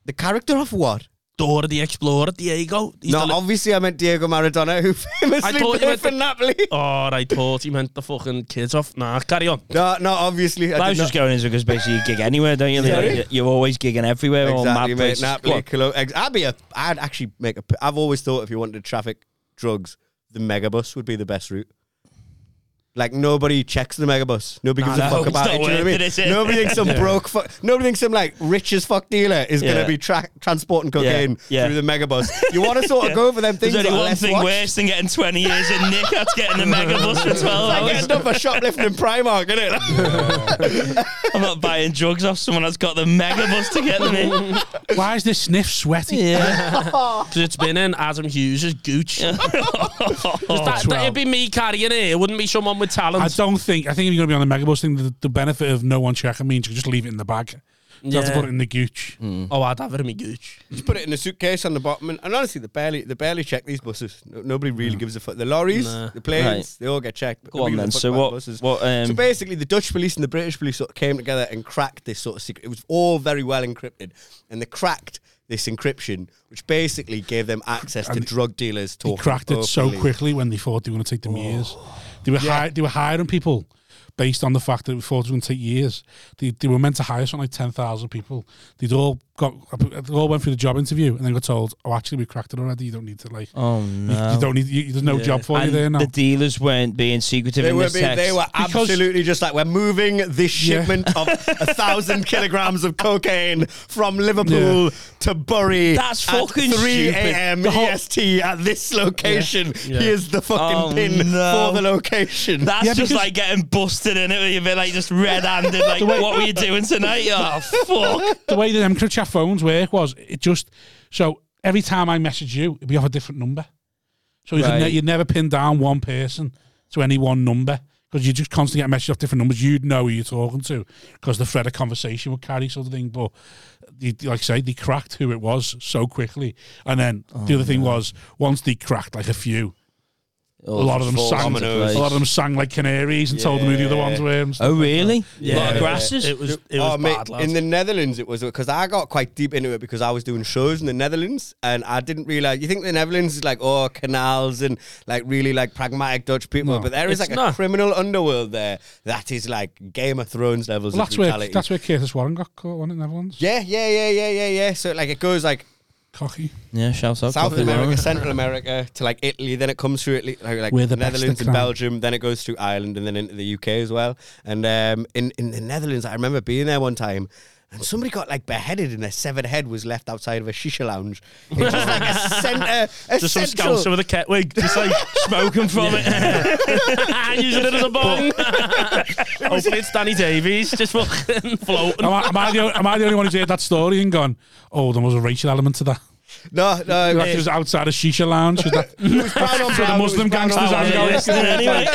Speaker 5: the character of what?
Speaker 4: Dora the Explorer, Diego. He's
Speaker 5: No,
Speaker 4: the li-
Speaker 5: obviously I meant Diego Maradona, who famously
Speaker 4: I thought you
Speaker 5: played
Speaker 4: meant
Speaker 5: for
Speaker 4: the-
Speaker 5: Napoli.
Speaker 4: Oh, I thought he meant the fucking kids off. Nah, carry on.
Speaker 5: No, no, obviously.
Speaker 2: I
Speaker 5: I
Speaker 2: was
Speaker 5: did not.
Speaker 2: just going into because basically you gig anywhere, don't you?
Speaker 5: Sorry?
Speaker 2: Like, you're always gigging everywhere. or mad
Speaker 5: Exactly, mate.
Speaker 2: places. Go
Speaker 5: Napoli,
Speaker 2: on.
Speaker 5: Cologne. Ex- I'd be a. I'd actually make a. p- I've always thought if you wanted to traffic drugs, the megabus would be the best route. Like nobody checks the megabus. Nobody gives
Speaker 2: no,
Speaker 5: a fuck
Speaker 2: it's
Speaker 5: about
Speaker 2: not
Speaker 5: it. Do you know what I
Speaker 2: worth
Speaker 5: mean?
Speaker 2: it, is it?
Speaker 5: Nobody thinks some broke. Fu- nobody thinks some like rich as fuck dealer is
Speaker 2: Yeah.
Speaker 5: gonna be tra- transporting cocaine
Speaker 2: yeah.
Speaker 5: through the megabus. You want to sort of go for them things.
Speaker 2: There's
Speaker 5: that
Speaker 2: only
Speaker 5: are
Speaker 2: one
Speaker 5: less
Speaker 2: thing
Speaker 5: watched.
Speaker 2: worse than getting 20 years in Nick. That's getting a mega bus for 12
Speaker 5: Like
Speaker 2: hours.
Speaker 5: getting done for shoplifting in Primark, innit?
Speaker 2: I'm not buying drugs off someone that's got the mega bus to get them in.
Speaker 1: Why is this sniff sweaty?
Speaker 2: Yeah.
Speaker 4: 'Cause it's been in Adam Hughes' gooch. That,
Speaker 1: Twelve.
Speaker 4: would be me carrying it. It wouldn't be someone with with talent.
Speaker 1: I don't think. I think if you're going to be on the megabus thing, the, the benefit of no one checking means you can just leave it in the bag. You have to
Speaker 4: Yeah.
Speaker 1: put it in the gooch.
Speaker 4: oh, I'd have it in my gooch.
Speaker 5: Just put it in a suitcase on the bottom, and, and honestly, they barely they barely check these buses. No, nobody really gives a fuck. The lorries,
Speaker 4: Nah.
Speaker 5: the planes,
Speaker 2: Mm. Right.
Speaker 5: they all get checked. But
Speaker 2: Go
Speaker 5: nobody
Speaker 2: on
Speaker 5: gives
Speaker 2: then.
Speaker 5: a
Speaker 2: So
Speaker 5: fuck about
Speaker 2: what?
Speaker 5: Buses.
Speaker 2: What? Um,
Speaker 5: so basically, the Dutch police and the British police sort of came together and cracked this sort of secret. It was all very well encrypted, and they cracked this encryption, which basically gave them access to drug dealers
Speaker 1: They
Speaker 5: talking.
Speaker 1: cracked it so
Speaker 5: openly.
Speaker 1: quickly when they thought they were going to take
Speaker 2: Oh.
Speaker 1: them years. They were hi- they were hiring people based on the fact that we thought it was going to take years. They, they were meant to hire something like ten thousand people. They'd all got they all went through the job interview and then got told, "Oh, actually, we cracked it already. You don't need to like."
Speaker 2: oh
Speaker 1: You,
Speaker 2: no.
Speaker 1: you don't need. You, there's no job for
Speaker 2: and
Speaker 1: you there now.
Speaker 2: The dealers weren't being secretive
Speaker 5: They
Speaker 2: in
Speaker 5: were,
Speaker 2: this
Speaker 5: being,
Speaker 2: text.
Speaker 5: they were
Speaker 1: Because-
Speaker 5: absolutely just like, we're moving this
Speaker 1: Yeah.
Speaker 5: shipment of a thousand kilograms of cocaine from Liverpool to Bury.
Speaker 2: That's
Speaker 5: at
Speaker 2: fucking
Speaker 5: 3
Speaker 2: stupid.
Speaker 5: a.m.
Speaker 2: The whole-
Speaker 5: EST E at this location.
Speaker 4: Yeah.
Speaker 5: Here's the fucking
Speaker 2: Oh,
Speaker 5: pin
Speaker 2: no.
Speaker 5: for the location.
Speaker 2: That's
Speaker 1: Yeah,
Speaker 2: just
Speaker 1: because-
Speaker 2: like getting busted in it. You've been like just red-handed. Like, what were you doing tonight? Oh fuck!
Speaker 1: the way the MChat phones work was it just so every time I message you, it'd be off a different number. So you could ne-
Speaker 2: Right.
Speaker 1: you'd never pin down one person to any one number because you just constantly get messages off different numbers. You'd know who you're talking to because the thread of conversation would carry sort of thing. But you, like I say, they cracked who it was so quickly. And then the other thing was once they cracked like a few, a lot of them sang. A lot of them sang like canaries and told them who the other ones were. and stuff.
Speaker 2: Oh really? A
Speaker 4: Yeah.
Speaker 2: lot of grasses.
Speaker 4: It was it
Speaker 5: Oh,
Speaker 4: was
Speaker 5: mate,
Speaker 4: bad,
Speaker 5: in
Speaker 4: lads.
Speaker 5: the Netherlands, it was because I got quite deep into it because I was doing shows in the Netherlands and I didn't realize. You think the Netherlands is like oh canals and like really like pragmatic Dutch people, but there is
Speaker 4: It's
Speaker 5: like a
Speaker 4: not.
Speaker 5: criminal underworld there that is like Game of Thrones levels
Speaker 1: Well,
Speaker 5: of
Speaker 1: that's where
Speaker 5: brutality.
Speaker 1: that's where Curtis Warren got caught on it. Netherlands
Speaker 5: Yeah, yeah, yeah, yeah, yeah, yeah. So like it goes like
Speaker 1: cocky.
Speaker 2: yeah, shout out.
Speaker 5: South
Speaker 2: Coffee
Speaker 5: America,
Speaker 2: Warren.
Speaker 5: Central America to like Italy, then it comes through Italy, like, like
Speaker 1: We're the best
Speaker 5: Netherlands
Speaker 1: of
Speaker 5: and
Speaker 1: clan.
Speaker 5: Belgium, then it goes through Ireland and then into the UK as well. And um, in in the Netherlands, I remember being there one time. And somebody got like beheaded, and their severed head was left outside of a shisha lounge. It was like a centre, a
Speaker 4: Just some
Speaker 5: central-
Speaker 4: scouser with a ketwig, just like smoking from it, using it as a bong. Hopefully it's Danny Davies, just fucking floating.
Speaker 1: am, I, am, I the, o- am I the only one who's heard that story and gone, oh, there was a racial element to that?
Speaker 5: No, no,
Speaker 1: Like
Speaker 5: it
Speaker 1: it was outside a shisha lounge. Was that,
Speaker 5: it was brown on
Speaker 1: the
Speaker 5: brown, it was
Speaker 1: Muslim
Speaker 5: brown on
Speaker 1: gangsters
Speaker 5: brown.
Speaker 1: having a
Speaker 4: oh, Yeah, anyway,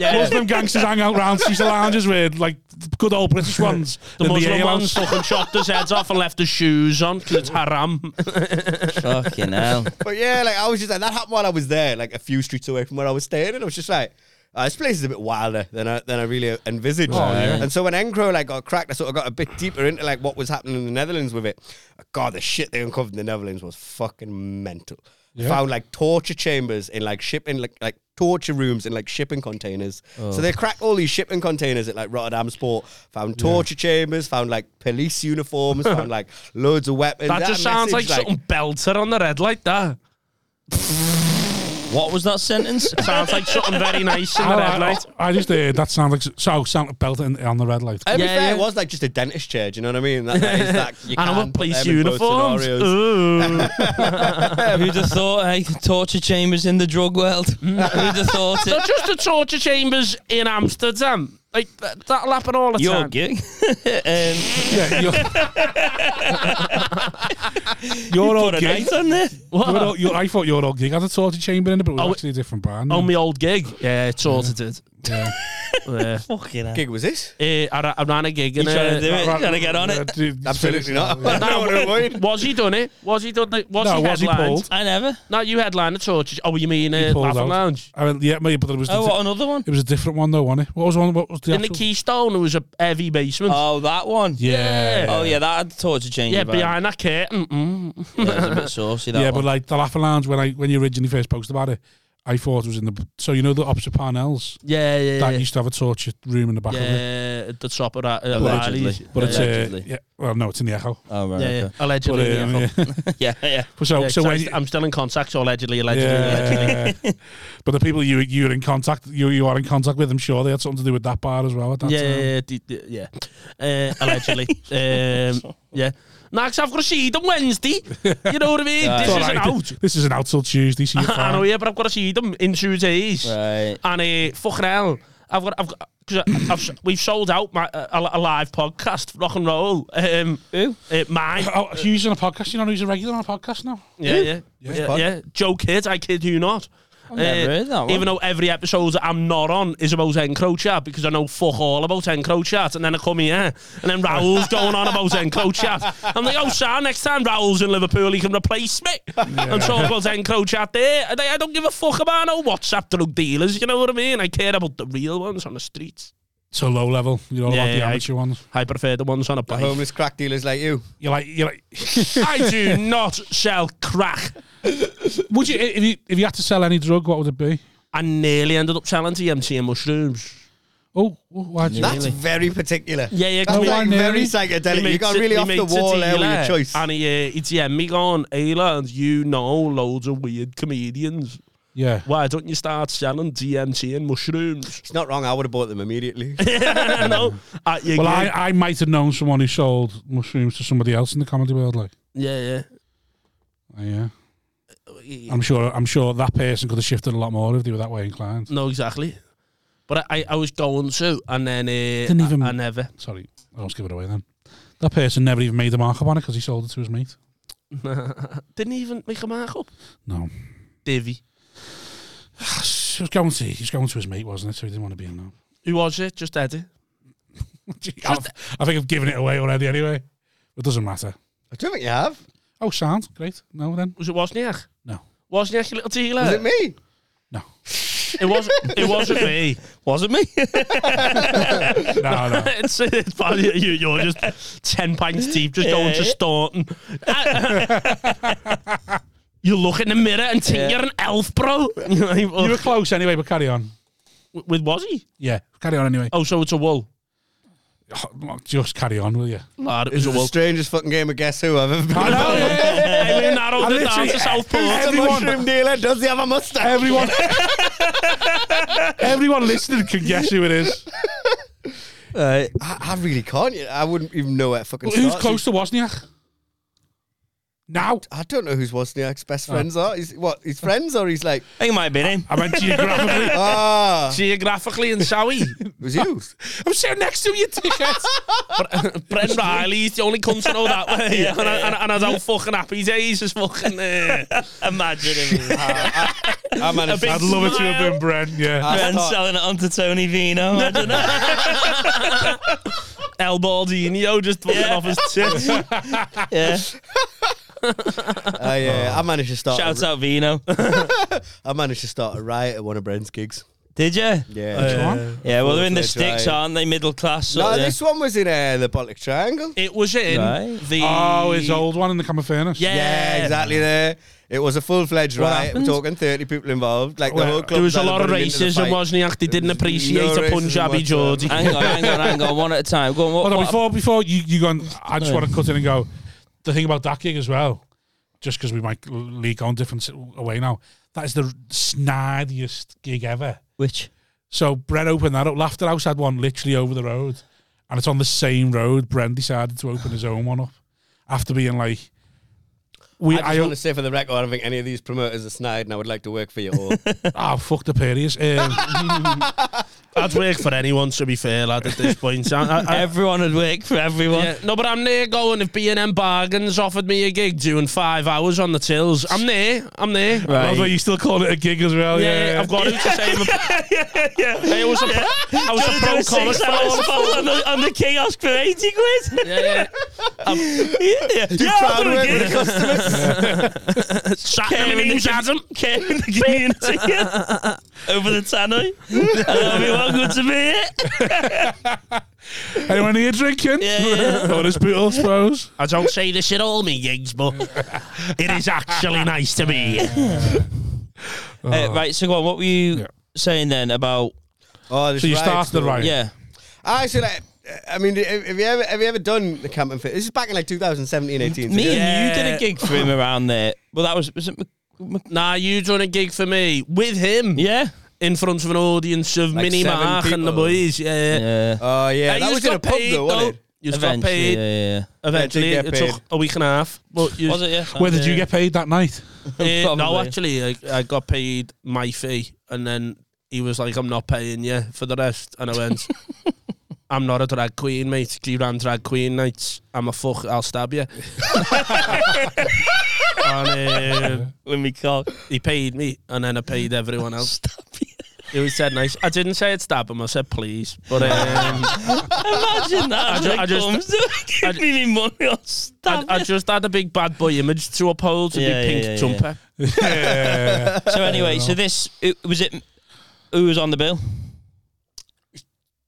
Speaker 4: yeah.
Speaker 1: Muslim gangsters hang out round shisha lounges with like good old British ones.
Speaker 4: The
Speaker 1: in
Speaker 4: Muslim
Speaker 1: ale
Speaker 4: ones
Speaker 1: house.
Speaker 4: fucking chopped his heads off and left his shoes on because it's haram.
Speaker 2: Fucking hell.
Speaker 5: But yeah, like I was just like that happened while I was there, like a few streets away from where I was staying, and I was just like, uh, this place is a bit wilder than I than I really envisaged.
Speaker 4: Oh,
Speaker 1: yeah.
Speaker 5: And so when Engro like got cracked, I sort of got a bit deeper into like what was happening in the Netherlands with it. God, the shit they uncovered in the Netherlands was fucking mental. Found like torture chambers in like shipping like like torture rooms in like shipping containers.
Speaker 4: Oh.
Speaker 5: So they cracked all these shipping containers at like Rotterdam Sport. Found torture chambers. Found like police uniforms. found like loads of weapons.
Speaker 4: That
Speaker 5: They had
Speaker 4: just
Speaker 5: a
Speaker 4: sounds like,
Speaker 5: message,
Speaker 4: something belter on the red like that.
Speaker 2: What was that sentence?
Speaker 4: Sounds like something very nice in the
Speaker 1: I,
Speaker 4: red
Speaker 1: I,
Speaker 4: light.
Speaker 1: I just heard that sound like so sound like belt in, on the red light.
Speaker 5: And to be
Speaker 2: Yeah,
Speaker 5: fair, it
Speaker 2: yeah.
Speaker 5: was like just a dentist chair. Do you know what I mean? That, that is that you
Speaker 4: And I
Speaker 5: can
Speaker 4: want
Speaker 5: put
Speaker 4: police
Speaker 5: them in both
Speaker 4: uniforms.
Speaker 5: scenarios.
Speaker 4: Ooh.
Speaker 2: Who'd have thought? Hey, torture chambers in the drug world. Who'd have thought it?
Speaker 4: Not just the torture chambers in Amsterdam. Like that, that'll happen all the
Speaker 2: Your
Speaker 4: time.
Speaker 2: gig. um,
Speaker 1: Yeah, you're, your old
Speaker 2: put a
Speaker 1: gig.
Speaker 2: date on there.
Speaker 1: Your
Speaker 4: What?
Speaker 1: old, your, I thought your old gig had a torture chamber in it, but it was
Speaker 4: Oh,
Speaker 1: actually a different band.
Speaker 4: On my old gig, Hmm. yeah, it sorted it.
Speaker 1: yeah.
Speaker 4: Yeah.
Speaker 2: Fucking hell.
Speaker 5: Gig was this?
Speaker 4: Eh, I, ra- I ran a gig
Speaker 2: You
Speaker 4: in
Speaker 2: trying to
Speaker 4: uh,
Speaker 2: do it?
Speaker 1: Right,
Speaker 2: Trying to get on
Speaker 1: yeah,
Speaker 2: it?
Speaker 1: dude,
Speaker 5: Absolutely not.
Speaker 4: No,
Speaker 5: I don't want to avoid.
Speaker 4: Was he done it? Was he done it? Was
Speaker 1: No,
Speaker 4: he
Speaker 1: was he
Speaker 4: headlined?
Speaker 1: pulled?
Speaker 2: I never.
Speaker 4: No, you headlined the torture. Oh, you mean uh,
Speaker 1: pulled
Speaker 4: Laughing
Speaker 1: out.
Speaker 4: Lounge?
Speaker 1: I mean, yeah, maybe, but it was
Speaker 2: Oh,
Speaker 1: the-
Speaker 2: what another one?
Speaker 1: It was a different one though, wasn't it? What was the one? What was the
Speaker 4: In the
Speaker 1: actual?
Speaker 4: Keystone, there was a heavy basement.
Speaker 2: Oh, that one.
Speaker 1: yeah,
Speaker 2: Oh yeah, that had torture chamber.
Speaker 4: yeah,
Speaker 2: vibe.
Speaker 4: behind that curtain. Mm.
Speaker 2: Yeah, it was a bit saucy. That
Speaker 1: yeah.
Speaker 2: one.
Speaker 1: But like the Laughing Lounge, when I when you originally first posted about it, I thought it was in the. So you know the opposite Parnells
Speaker 4: Yeah, yeah,
Speaker 1: that
Speaker 4: yeah.
Speaker 1: used to have a torture room in the back of it,
Speaker 4: yeah, at the top of that. Uh,
Speaker 2: Allegedly.
Speaker 4: Riley's.
Speaker 1: but it's uh,
Speaker 2: Allegedly.
Speaker 1: yeah. Well, no, it's in the Echo.
Speaker 2: oh right.
Speaker 4: Yeah, yeah.
Speaker 2: okay.
Speaker 1: But,
Speaker 4: allegedly.
Speaker 1: um,
Speaker 4: yeah.
Speaker 1: yeah.
Speaker 2: yeah, yeah.
Speaker 1: But so
Speaker 4: Yeah,
Speaker 1: so
Speaker 4: so
Speaker 1: when
Speaker 4: I- I'm still in contact, so allegedly, allegedly. allegedly.
Speaker 1: yeah, but the people you you're in contact you you are in contact with, I'm sure they had something to do with that bar as well at that
Speaker 4: yeah,
Speaker 1: time.
Speaker 4: yeah, d- d- yeah. Uh, allegedly, um, yeah. Now, i I've got to see them Wednesday. You know what I mean?
Speaker 2: Yeah.
Speaker 4: this
Speaker 1: It's all
Speaker 4: isn't
Speaker 1: right.
Speaker 4: out.
Speaker 1: This is an out till Tuesday. So you're
Speaker 4: I know,
Speaker 1: fine.
Speaker 4: yeah, but I've got to see them in two days.
Speaker 2: Right.
Speaker 4: And uh, fucking hell, I've got, I've got, cause I- I've, s- we've sold out my uh, a, a live podcast, rock and roll. Um,
Speaker 2: Who?
Speaker 4: uh, mine,
Speaker 1: Oh, Hugh's on a podcast. You know who's a regular on a podcast now?
Speaker 4: yeah, yeah, yeah,
Speaker 5: pod?
Speaker 4: yeah. Joe Kid, I kid you not. Eh,
Speaker 2: never heard that one.
Speaker 4: Even though every episode that I'm not on is about Encrochat because I know fuck all about Encrochat, and then I come here and then Raoul's going on about Encrochat. I'm like, oh, Sam, next time Raoul's in Liverpool, he can replace me and talk about Encrochat there. And I, I don't give a fuck about no WhatsApp drug dealers. You know what I mean? I care about the real ones on the streets.
Speaker 1: So low level, you know, about
Speaker 4: Yeah,
Speaker 1: the
Speaker 4: yeah, I-
Speaker 1: amateur ones.
Speaker 4: I prefer the ones on a bike.
Speaker 5: Homeless crack dealers like you.
Speaker 1: You're like, you're like,
Speaker 4: I do not sell crack.
Speaker 1: would you if you if you had to sell any drug, what would it be?
Speaker 4: I nearly ended up selling DMT and mushrooms.
Speaker 1: Oh, why'd you?
Speaker 5: That's very particular.
Speaker 4: Yeah, yeah, 'cause
Speaker 5: That's
Speaker 4: we-
Speaker 5: like
Speaker 1: we-
Speaker 5: very
Speaker 1: we
Speaker 4: He
Speaker 5: psychedelic. You
Speaker 4: makes
Speaker 5: got
Speaker 4: it-
Speaker 5: really
Speaker 4: he
Speaker 5: off the
Speaker 4: makes it
Speaker 5: wall
Speaker 4: to
Speaker 5: there with your
Speaker 4: Eli,
Speaker 5: choice.
Speaker 4: And he, uh, it's yeah, me gone, Ayla, and you know loads of weird comedians.
Speaker 1: yeah,
Speaker 4: Why don't you start selling DMT and mushrooms?
Speaker 5: It's not wrong. I would have bought them immediately.
Speaker 4: no, at your
Speaker 1: Well,
Speaker 4: gig.
Speaker 1: I, I might have known someone who sold mushrooms to somebody else in the comedy world. Like,
Speaker 4: yeah,
Speaker 1: Oh, yeah,
Speaker 4: yeah,
Speaker 1: I'm sure. I'm sure that person could have shifted a lot more if they were that way inclined.
Speaker 4: no, exactly. But I, I, I was going to, and then uh,
Speaker 1: Didn't even-
Speaker 4: I, I never.
Speaker 1: Sorry, I almost give it away then. That person never even made a markup on it because he sold it to his mate.
Speaker 4: Didn't even make a markup.
Speaker 1: No,
Speaker 4: Divvy.
Speaker 1: he was going to. He was going to his mate, wasn't it? So he didn't want to be in that.
Speaker 4: Who was it? Just Eddie.
Speaker 1: I've- I think I've given it away already. Anyway, it doesn't matter.
Speaker 5: I don't think you have.
Speaker 1: Oh, sound great. No, then
Speaker 4: Was it Wozniak?
Speaker 1: No.
Speaker 4: Wozniak, your little dealer.
Speaker 5: Is it me?
Speaker 4: It was. It wasn't me.
Speaker 2: Was it me?
Speaker 1: no, no.
Speaker 4: it's, it's probably you, you're just 10 pints deep, just going to
Speaker 2: Yeah.
Speaker 4: Staunton. you look in the mirror and think
Speaker 2: Yeah.
Speaker 4: you're an elf, bro. You're like,
Speaker 1: You were
Speaker 4: "Ugh."
Speaker 1: close anyway, but carry on.
Speaker 4: With was he?
Speaker 1: Yeah, carry on anyway. Oh,
Speaker 4: Oh, so it's a wool.
Speaker 1: Just carry on, will you?
Speaker 4: Lad, it
Speaker 5: It's
Speaker 4: was a
Speaker 5: the
Speaker 4: wool.
Speaker 5: strangest fucking game of Guess Who I've ever been.
Speaker 1: know,
Speaker 5: on.
Speaker 1: yeah.
Speaker 4: Hey, we narrowed it down
Speaker 1: literally-
Speaker 4: to South Pole.
Speaker 5: It's a
Speaker 1: Everyone-
Speaker 5: mushroom dealer. Does he have a mustache?
Speaker 1: Everyone, everyone listening can guess who it is.
Speaker 2: Right.
Speaker 5: I, I really can't. you know, I wouldn't even know where it fucking.
Speaker 1: Who's
Speaker 5: starts.
Speaker 1: close to Wozniak? Now,
Speaker 5: I don't know who's Wozniak's best friends are. Is what his friends or he's like
Speaker 2: I think it might have been him.
Speaker 1: I meant geographically.
Speaker 5: ah,
Speaker 4: Geographically in Sowie.
Speaker 5: it was you.
Speaker 1: I'm sitting next to you, dickhead.
Speaker 4: Brent Riley's the only cunt to know that way. And, I, and, I- and I don't fucking happy days is fucking. Uh,
Speaker 2: Imagine him.
Speaker 5: I managed.
Speaker 4: big
Speaker 1: I'd love it to have been Brent. Yeah,
Speaker 5: I
Speaker 2: Ben
Speaker 5: thought-
Speaker 2: selling it on to Tony Vino. Imagine that.
Speaker 4: El Baldino just fucking off his tits.
Speaker 2: Yeah.
Speaker 5: I, uh, I managed to start.
Speaker 2: Shout
Speaker 5: A,
Speaker 2: out Vino.
Speaker 5: I managed to start a riot at one of Brent's gigs.
Speaker 2: Did you?
Speaker 5: Yeah.
Speaker 1: Which one?
Speaker 2: Yeah, well, they're in the
Speaker 5: That's right.
Speaker 2: sticks, aren't they? Middle class.
Speaker 5: no,
Speaker 2: sort of.
Speaker 5: this one was in uh, the Baltic Triangle.
Speaker 4: It was in
Speaker 2: Right.
Speaker 4: the.
Speaker 1: Oh, his old one in the Camerfairness.
Speaker 4: Yeah.
Speaker 5: Yeah, exactly. There, it was a full-fledged riot.
Speaker 2: happened?
Speaker 5: We're talking thirty people involved. Like the
Speaker 1: Well,
Speaker 5: whole club.
Speaker 4: There was a lot of racism,
Speaker 5: racism,
Speaker 4: wasn't there? They didn't
Speaker 5: was
Speaker 4: appreciate
Speaker 5: no
Speaker 4: a
Speaker 5: racism
Speaker 4: Punjabi
Speaker 5: whatsoever.
Speaker 4: Geordie.
Speaker 2: Hang on, hang on, hang on. One at a time. Go on. What,
Speaker 1: Hold on,
Speaker 2: what-
Speaker 1: before before you you go, on, I just want to cut in and go. The thing about that gig as well, just because we might leak on different s- away now. That is the snidest gig ever.
Speaker 2: Which?
Speaker 1: So Brent opened that up. Laughter House had one literally over the road, and it's on the same road. Brent decided to open his own one up after being like, "We,
Speaker 5: I just
Speaker 1: I,
Speaker 5: want to say for the record, I don't think any of these promoters are snide, and I would like to work for you all.
Speaker 1: oh fuck the periods." Um,
Speaker 4: I'd work for anyone, to be fair, lad, at this point. I, I- I-
Speaker 2: Everyone would work for everyone.
Speaker 4: yeah, no, but I'm there going. If B&M Bargains offered me a gig doing five hours on the tills, I'm there. I'm there.
Speaker 1: I love how you still call it a gig as well. Yeah,
Speaker 4: Yeah, I've got it to say. I'm a- Hey, I was a, I was a pro college.
Speaker 2: on, the, on the kiosk for 80 quid.
Speaker 4: Yeah, yeah. Um,
Speaker 2: yeah, yeah. yeah I'll
Speaker 5: Proud
Speaker 2: do
Speaker 5: work
Speaker 2: it
Speaker 5: with the
Speaker 2: again.
Speaker 5: customers.
Speaker 4: Sat in the
Speaker 2: Care in
Speaker 4: meetings, Adam.
Speaker 2: the, care in the community. Over the tannoy. Hello, everyone. Good to be here.
Speaker 1: Anyone here drinking?
Speaker 2: Yeah, yeah.
Speaker 1: or this poodle, I suppose.
Speaker 4: I don't say this at all, me gigs, but it is actually nice to be here.
Speaker 2: Uh, right, so go on. What were you
Speaker 1: Yeah.
Speaker 2: saying then about.
Speaker 5: Oh, this
Speaker 1: So you
Speaker 5: riot
Speaker 1: started the
Speaker 5: story.
Speaker 1: riot.
Speaker 2: Yeah.
Speaker 5: I so like, I mean, have you ever have you ever done the camping fit? This is back in like 2017, 18. so
Speaker 2: Me
Speaker 5: yeah.
Speaker 2: and you did
Speaker 4: Yeah.
Speaker 2: a gig for him around there. Well, that was. Was it. Mc- Mc-
Speaker 4: Nah, you done a gig for me with him
Speaker 2: Yeah.
Speaker 4: in front of an audience of
Speaker 5: Like
Speaker 4: Mini
Speaker 5: seven
Speaker 4: Mark and the
Speaker 5: people.
Speaker 4: boys. Yeah,
Speaker 2: Yeah.
Speaker 5: Oh yeah,
Speaker 4: Hey,
Speaker 5: that
Speaker 4: yous
Speaker 5: was in a
Speaker 4: got
Speaker 5: pub
Speaker 4: paid,
Speaker 5: though, wasn't it?
Speaker 4: You just got
Speaker 2: Eventually.
Speaker 4: paid.
Speaker 2: Yeah,
Speaker 4: Eventually,
Speaker 5: Yeah, did
Speaker 4: it
Speaker 5: get
Speaker 4: took
Speaker 5: paid.
Speaker 4: a week and a half. But
Speaker 2: yeah.
Speaker 4: you,
Speaker 2: Was it? Yeah.
Speaker 1: Where did you
Speaker 2: Oh, Yeah.
Speaker 1: get paid that night?
Speaker 4: Uh, no,
Speaker 2: Probably.
Speaker 4: actually, I, I got paid my fee, and then he was like, "I'm not paying you for the rest," and I went. I'm not a drag queen, mate. You ran drag queen nights. I'm a fuck. I'll stab you. and uh,
Speaker 2: With me cock.
Speaker 4: he paid me, and then I paid everyone else.
Speaker 2: Stop it.
Speaker 4: It was said nice. I didn't say it stab him. I said please, but um,
Speaker 2: Imagine that.
Speaker 4: ju-
Speaker 2: when
Speaker 4: I
Speaker 2: it
Speaker 4: just-
Speaker 2: comes to
Speaker 4: I-
Speaker 2: give me money. I'll
Speaker 4: I,
Speaker 2: stab
Speaker 4: I
Speaker 2: you.
Speaker 4: just had a big bad boy image to uphold with
Speaker 2: Yeah,
Speaker 4: the
Speaker 2: yeah,
Speaker 4: pink
Speaker 2: yeah, yeah.
Speaker 4: jumper.
Speaker 2: So anyway, so this it, was it. Who was on the bill?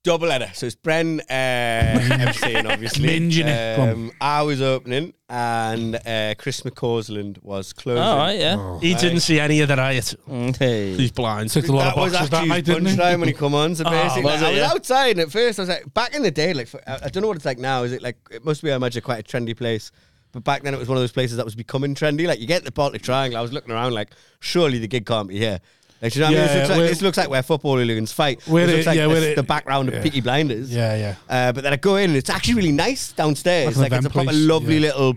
Speaker 5: Double header. So it's Bren uh, emceeing, obviously. Um,
Speaker 1: Minging it. Go on.
Speaker 5: I was opening, and uh, Chris McCausland was closing.
Speaker 2: All right, yeah.
Speaker 4: He didn't see any of the riot.
Speaker 2: Hey.
Speaker 4: He's blind.
Speaker 1: Ticked a lot
Speaker 5: that
Speaker 1: of
Speaker 5: was
Speaker 1: boxes that
Speaker 5: actually
Speaker 1: night,
Speaker 5: his
Speaker 1: didn't Ah, he?
Speaker 5: punchline when he come on. So basically,
Speaker 2: was it,
Speaker 5: I was
Speaker 2: yeah?
Speaker 5: outside, and at first I was like, back in the day, like for, I, I don't know what it's like now. Is it like it must be, I imagine, quite a trendy place. But back then, it was one of those places that was becoming trendy. Like you get the Baltic Triangle. I was looking around, like surely the gig can't be here. Like, do you know what I
Speaker 1: Yeah,
Speaker 5: mean? This looks,
Speaker 1: we're-
Speaker 5: like, this looks like where football hooligans fight.
Speaker 1: We're
Speaker 5: This
Speaker 1: the-
Speaker 5: looks like
Speaker 1: yeah, we're
Speaker 5: the,
Speaker 1: the-
Speaker 5: the background
Speaker 1: yeah.
Speaker 5: of Peaky Blinders.
Speaker 1: Yeah, yeah.
Speaker 5: Uh, but then I go in and it's actually really nice downstairs.
Speaker 1: Like an
Speaker 5: Like, it's a
Speaker 1: event
Speaker 5: proper
Speaker 1: place,
Speaker 5: lovely
Speaker 1: yeah.
Speaker 5: little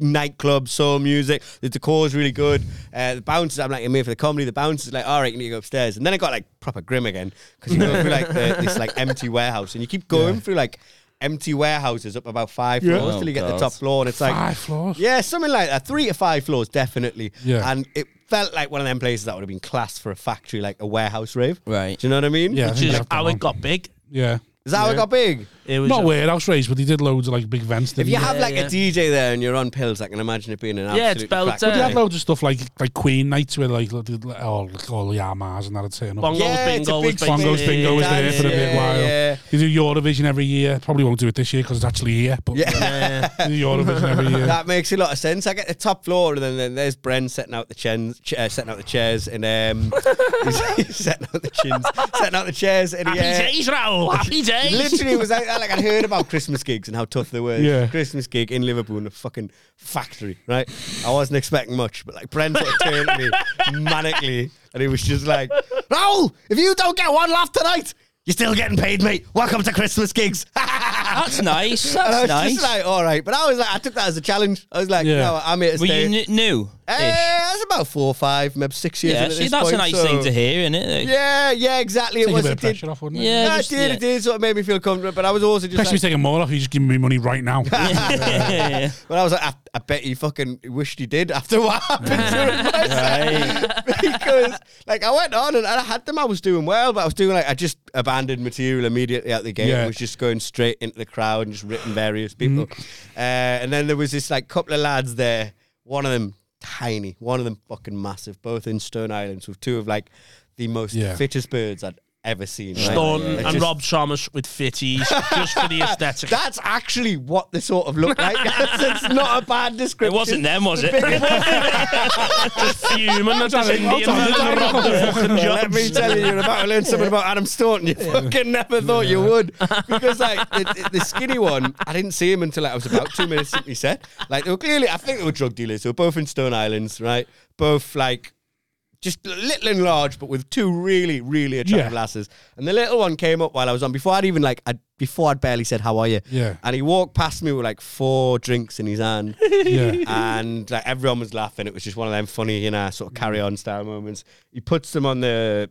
Speaker 5: nightclub, soul music. The decor's really good. Uh, the bouncers, I'm like, I'm here for the comedy. The bouncers like, all right, you need to go upstairs. And then it got like proper grim again because you go through like the, this like empty warehouse and you keep going through like empty warehouses up about five
Speaker 1: Yeah.
Speaker 5: floors
Speaker 2: Oh,
Speaker 5: till you get
Speaker 2: God.
Speaker 5: the top floor and it's like
Speaker 1: Five floors.
Speaker 5: yeah, something like that. Three to five floors, definitely.
Speaker 1: Yeah.
Speaker 5: And it felt like one of them places that would have been classed for a factory, like a warehouse rave.
Speaker 2: Right.
Speaker 5: Do you know what I mean?
Speaker 1: Yeah, I
Speaker 4: Which
Speaker 1: think
Speaker 4: is
Speaker 1: that's the
Speaker 4: how
Speaker 1: one.
Speaker 4: it got big.
Speaker 1: Yeah.
Speaker 5: Is that how it
Speaker 1: Yeah.
Speaker 5: got big?
Speaker 4: It was
Speaker 1: Not warehouse race, but he did loads of like big events.
Speaker 5: If
Speaker 1: Didn't
Speaker 5: you
Speaker 1: he?
Speaker 5: have like
Speaker 4: yeah.
Speaker 5: a DJ there and you're on pills, I can imagine it being an absolute
Speaker 4: Yeah, it's belter.
Speaker 1: But he had
Speaker 4: Right.
Speaker 1: loads of stuff like like Queen nights where like all all the Yamas and that'd turn up.
Speaker 4: Bongo-
Speaker 5: yeah, it's a
Speaker 4: Bingo
Speaker 5: big
Speaker 4: was basically-
Speaker 1: Bongos Bingo was there for a bit
Speaker 5: Yeah,
Speaker 1: while.
Speaker 5: yeah.
Speaker 1: They do Eurovision every year. Probably won't do it this year because it's actually here. But
Speaker 5: Yeah.
Speaker 1: they do Eurovision every year.
Speaker 5: That makes a lot of sense. I get the top floor, and then, then there's Bren setting out the chins, ch- uh, setting out the chairs, and um, he's setting out the chins, setting out the chairs, and
Speaker 4: Happy
Speaker 5: he, uh,
Speaker 4: days, Raul. Happy days.
Speaker 5: Literally, it was like that. Like I'd heard about Christmas gigs and how tough they were.
Speaker 1: Yeah.
Speaker 5: Christmas gig in Liverpool in a fucking factory, right? I wasn't expecting much, but like Brent sort of turned to me manically, and he was just like, "Raoul, if you don't get one laugh tonight, you're still getting paid, mate. Welcome to Christmas gigs."
Speaker 2: That's nice.
Speaker 5: And I
Speaker 2: That's
Speaker 5: was
Speaker 2: nice.
Speaker 5: just like, all right. But I was like, I took that as a challenge. I was like,
Speaker 1: Yeah.
Speaker 5: no, I'm here to
Speaker 2: Were
Speaker 5: stay.
Speaker 2: you n- new?
Speaker 5: Eh, that's about four or five, maybe six years. in
Speaker 2: Yeah,
Speaker 5: at
Speaker 2: see,
Speaker 5: this
Speaker 2: that's a
Speaker 5: point,
Speaker 2: nice
Speaker 5: so-
Speaker 2: thing to hear, isn't it?
Speaker 5: Yeah, yeah, exactly.
Speaker 1: Take
Speaker 5: it
Speaker 1: a
Speaker 5: was.
Speaker 1: bit
Speaker 5: It
Speaker 1: of
Speaker 5: did,
Speaker 1: pressure off, wouldn't it?
Speaker 2: Yeah,
Speaker 5: yeah,
Speaker 2: just-
Speaker 5: it did. It did. Sort of made me feel comfortable. But I was also just.
Speaker 1: Especially
Speaker 5: Like,
Speaker 1: if he's taking more off, he's just giving me money right now.
Speaker 2: yeah.
Speaker 5: But I was like, I, I bet he fucking wished he did after what happened to him. I said, because, like, I went on and I had them. I was doing well, but I was doing like I just abandoned material immediately at the gate.
Speaker 1: Yeah. Mm.
Speaker 5: I was just going straight into the crowd and just ripping various people. Uh, and then there was this like couple of lads there. One of them tiny, one of them fucking massive, both in Stone Island. So two of like the most
Speaker 1: Yeah.
Speaker 5: fittest birds I'd ever seen. right?
Speaker 4: Stone
Speaker 5: They're
Speaker 4: and
Speaker 5: just-
Speaker 4: Rob Thomas with fitties just for the aesthetic.
Speaker 5: That's actually what they sort of look like. it's not a bad
Speaker 2: It
Speaker 5: description.
Speaker 2: wasn't them, was it?
Speaker 4: just fuming
Speaker 1: Well
Speaker 4: at this Indian man
Speaker 1: done.
Speaker 4: that robbed the fucking
Speaker 5: Well, let
Speaker 4: job.
Speaker 5: me tell you, you're about to learn something about Adam Stoughton. You fucking never thought you would. Because, like, the, the skinny one, I didn't see him until like, I was about two minutes into the set. Like, they were clearly, I think they were drug dealers. They were both in Stone Islands, right? Both, like, just little and large, but with two really, really attractive
Speaker 1: Yeah.
Speaker 5: lasses. And the little one came up while I was on before I'd even like, I'd, before I'd barely said, "How are you?"
Speaker 1: Yeah.
Speaker 5: And he walked past me with like four drinks in his hand,
Speaker 1: yeah.
Speaker 5: and like everyone was laughing. It was just one of them funny, you know, sort of carry on style moments. He puts them on the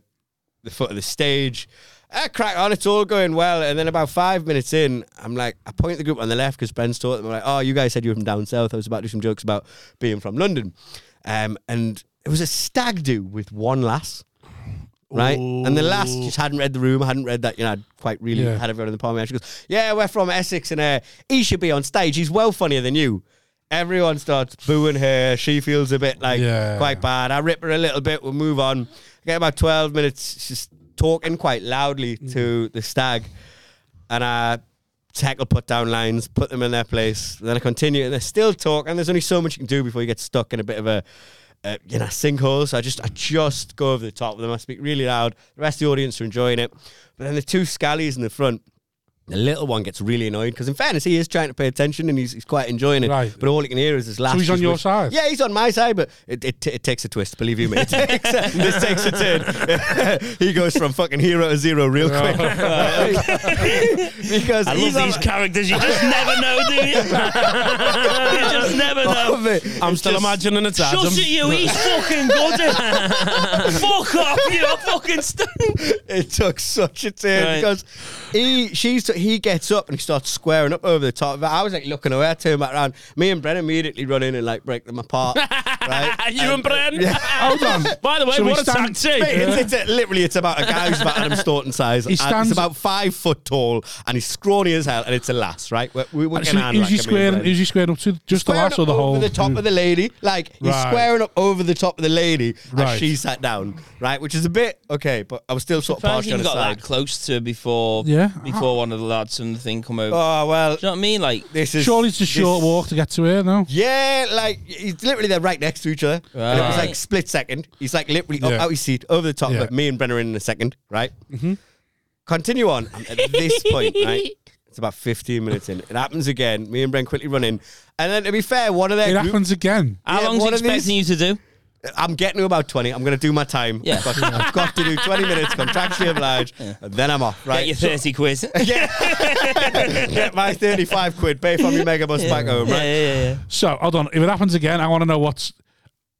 Speaker 5: the foot of the stage. Ah, crack on, it's all going well. And then about five minutes in, I'm like, I point at the group on the left because Ben's taught them. I'm like, oh, you guys said you were from down south. I was about to do some jokes about being from London. Um, and it was a stag do with one lass. Right? And the lass just hadn't read the room, hadn't read that, you know, I'd quite really
Speaker 1: Yeah.
Speaker 5: had everyone in the palm. of my hand. She goes, Yeah, we're from Essex and uh, he should be on stage. He's well funnier than you. Everyone starts booing her. She feels a bit like
Speaker 1: Yeah.
Speaker 5: quite bad. I rip her a little bit. We'll move on. I get about 12 minutes. She's talking quite loudly
Speaker 1: Mm.
Speaker 5: to the stag. And I tackle put down lines, put them in their place. Then I continue. And they're still talking. There's only so much you can do before you get stuck in a bit of a. Uh, you know, sinkhole. So I just, I just go over the top with them. I speak really loud. The rest of the audience are enjoying it. But then the two scallies in the front, the little one gets really annoyed because, in fairness, he is trying to pay attention and he's, he's quite enjoying it.
Speaker 1: Right.
Speaker 5: But all he can hear is his laugh.
Speaker 1: he's on your side?
Speaker 5: Yeah, he's on my side, but it, it, it takes a twist. Believe you me, it takes a, this takes a turn. he goes from fucking hero to zero real quick. because
Speaker 2: I
Speaker 5: he's
Speaker 2: love
Speaker 5: on
Speaker 2: these
Speaker 5: my-
Speaker 2: characters. You just never know, do you? you just never know.
Speaker 5: Love it.
Speaker 4: I'm
Speaker 5: It's
Speaker 4: still
Speaker 5: just-
Speaker 4: imagining it's
Speaker 2: Shut
Speaker 4: Adam.
Speaker 2: it, you. He's fucking good. Fuck off, you fucking stunk.
Speaker 5: it took such a turn
Speaker 2: Right.
Speaker 5: because he she's he gets up and he starts squaring up over the top of it. I was like looking away, I turn back around. Me and Bren immediately run in and like break them apart. right?
Speaker 4: you and Bren.
Speaker 1: Hold on.
Speaker 4: By the way,
Speaker 1: So we
Speaker 4: what a
Speaker 1: stand-
Speaker 4: tag team.
Speaker 5: Mate, it's, it's a- literally it's about a guy who's about Adam Staunton size. and
Speaker 1: stands-
Speaker 5: he's about five foot tall and he's scrawny as hell, and it's a lass, right? We're, we're, we're
Speaker 1: So
Speaker 5: getting hand
Speaker 1: who's he
Speaker 5: like a million
Speaker 1: squaring?
Speaker 5: Bren.
Speaker 1: Who's he squaring up to? Just the
Speaker 5: Squaring
Speaker 1: last or
Speaker 5: up
Speaker 1: the
Speaker 5: over
Speaker 1: whole?
Speaker 5: the top of the lady, like he's
Speaker 1: Right.
Speaker 5: squaring up over the top of the lady
Speaker 1: Right.
Speaker 5: as she sat down, right? Which is a bit okay, but I was still sort of
Speaker 2: Surprised
Speaker 5: partially
Speaker 2: you
Speaker 5: on his
Speaker 2: got
Speaker 5: side.
Speaker 2: that close to before
Speaker 1: Yeah.
Speaker 2: before one of the lads from the thing come over.
Speaker 5: Oh well,
Speaker 2: Do you know what I mean? Like
Speaker 5: this is
Speaker 1: Surely it's a short
Speaker 5: this-
Speaker 1: walk to get to her, no?
Speaker 5: Yeah, like it's literally they're right next to each other. And it was
Speaker 2: Right.
Speaker 5: like split second. He's like literally up
Speaker 1: Yeah.
Speaker 5: out his seat, over the top.
Speaker 1: Yeah.
Speaker 5: Like me and Brenner in in a second, right? Mm-hmm. Continue on. I'm at this point, right? It's about 15 minutes in. It happens again. Me and Bren quickly run in, and then to be fair, one of their
Speaker 1: It
Speaker 5: group-
Speaker 1: happens again.
Speaker 2: how
Speaker 5: yeah,
Speaker 2: long's he
Speaker 5: one of these-
Speaker 2: expecting you to do?
Speaker 5: I'm getting to about 20. I'm going to do my time.
Speaker 2: Yeah.
Speaker 5: I've, got to, I've got to do 20 minutes, contractually obliged, and then I'm off,
Speaker 2: Get
Speaker 5: right?
Speaker 2: your thirty quid. yeah,
Speaker 5: Get- Get my 35 quid, pay for me megabus back home,
Speaker 2: yeah,
Speaker 5: right?
Speaker 2: yeah, yeah.
Speaker 1: So hold on. If it happens again, I want to know what's.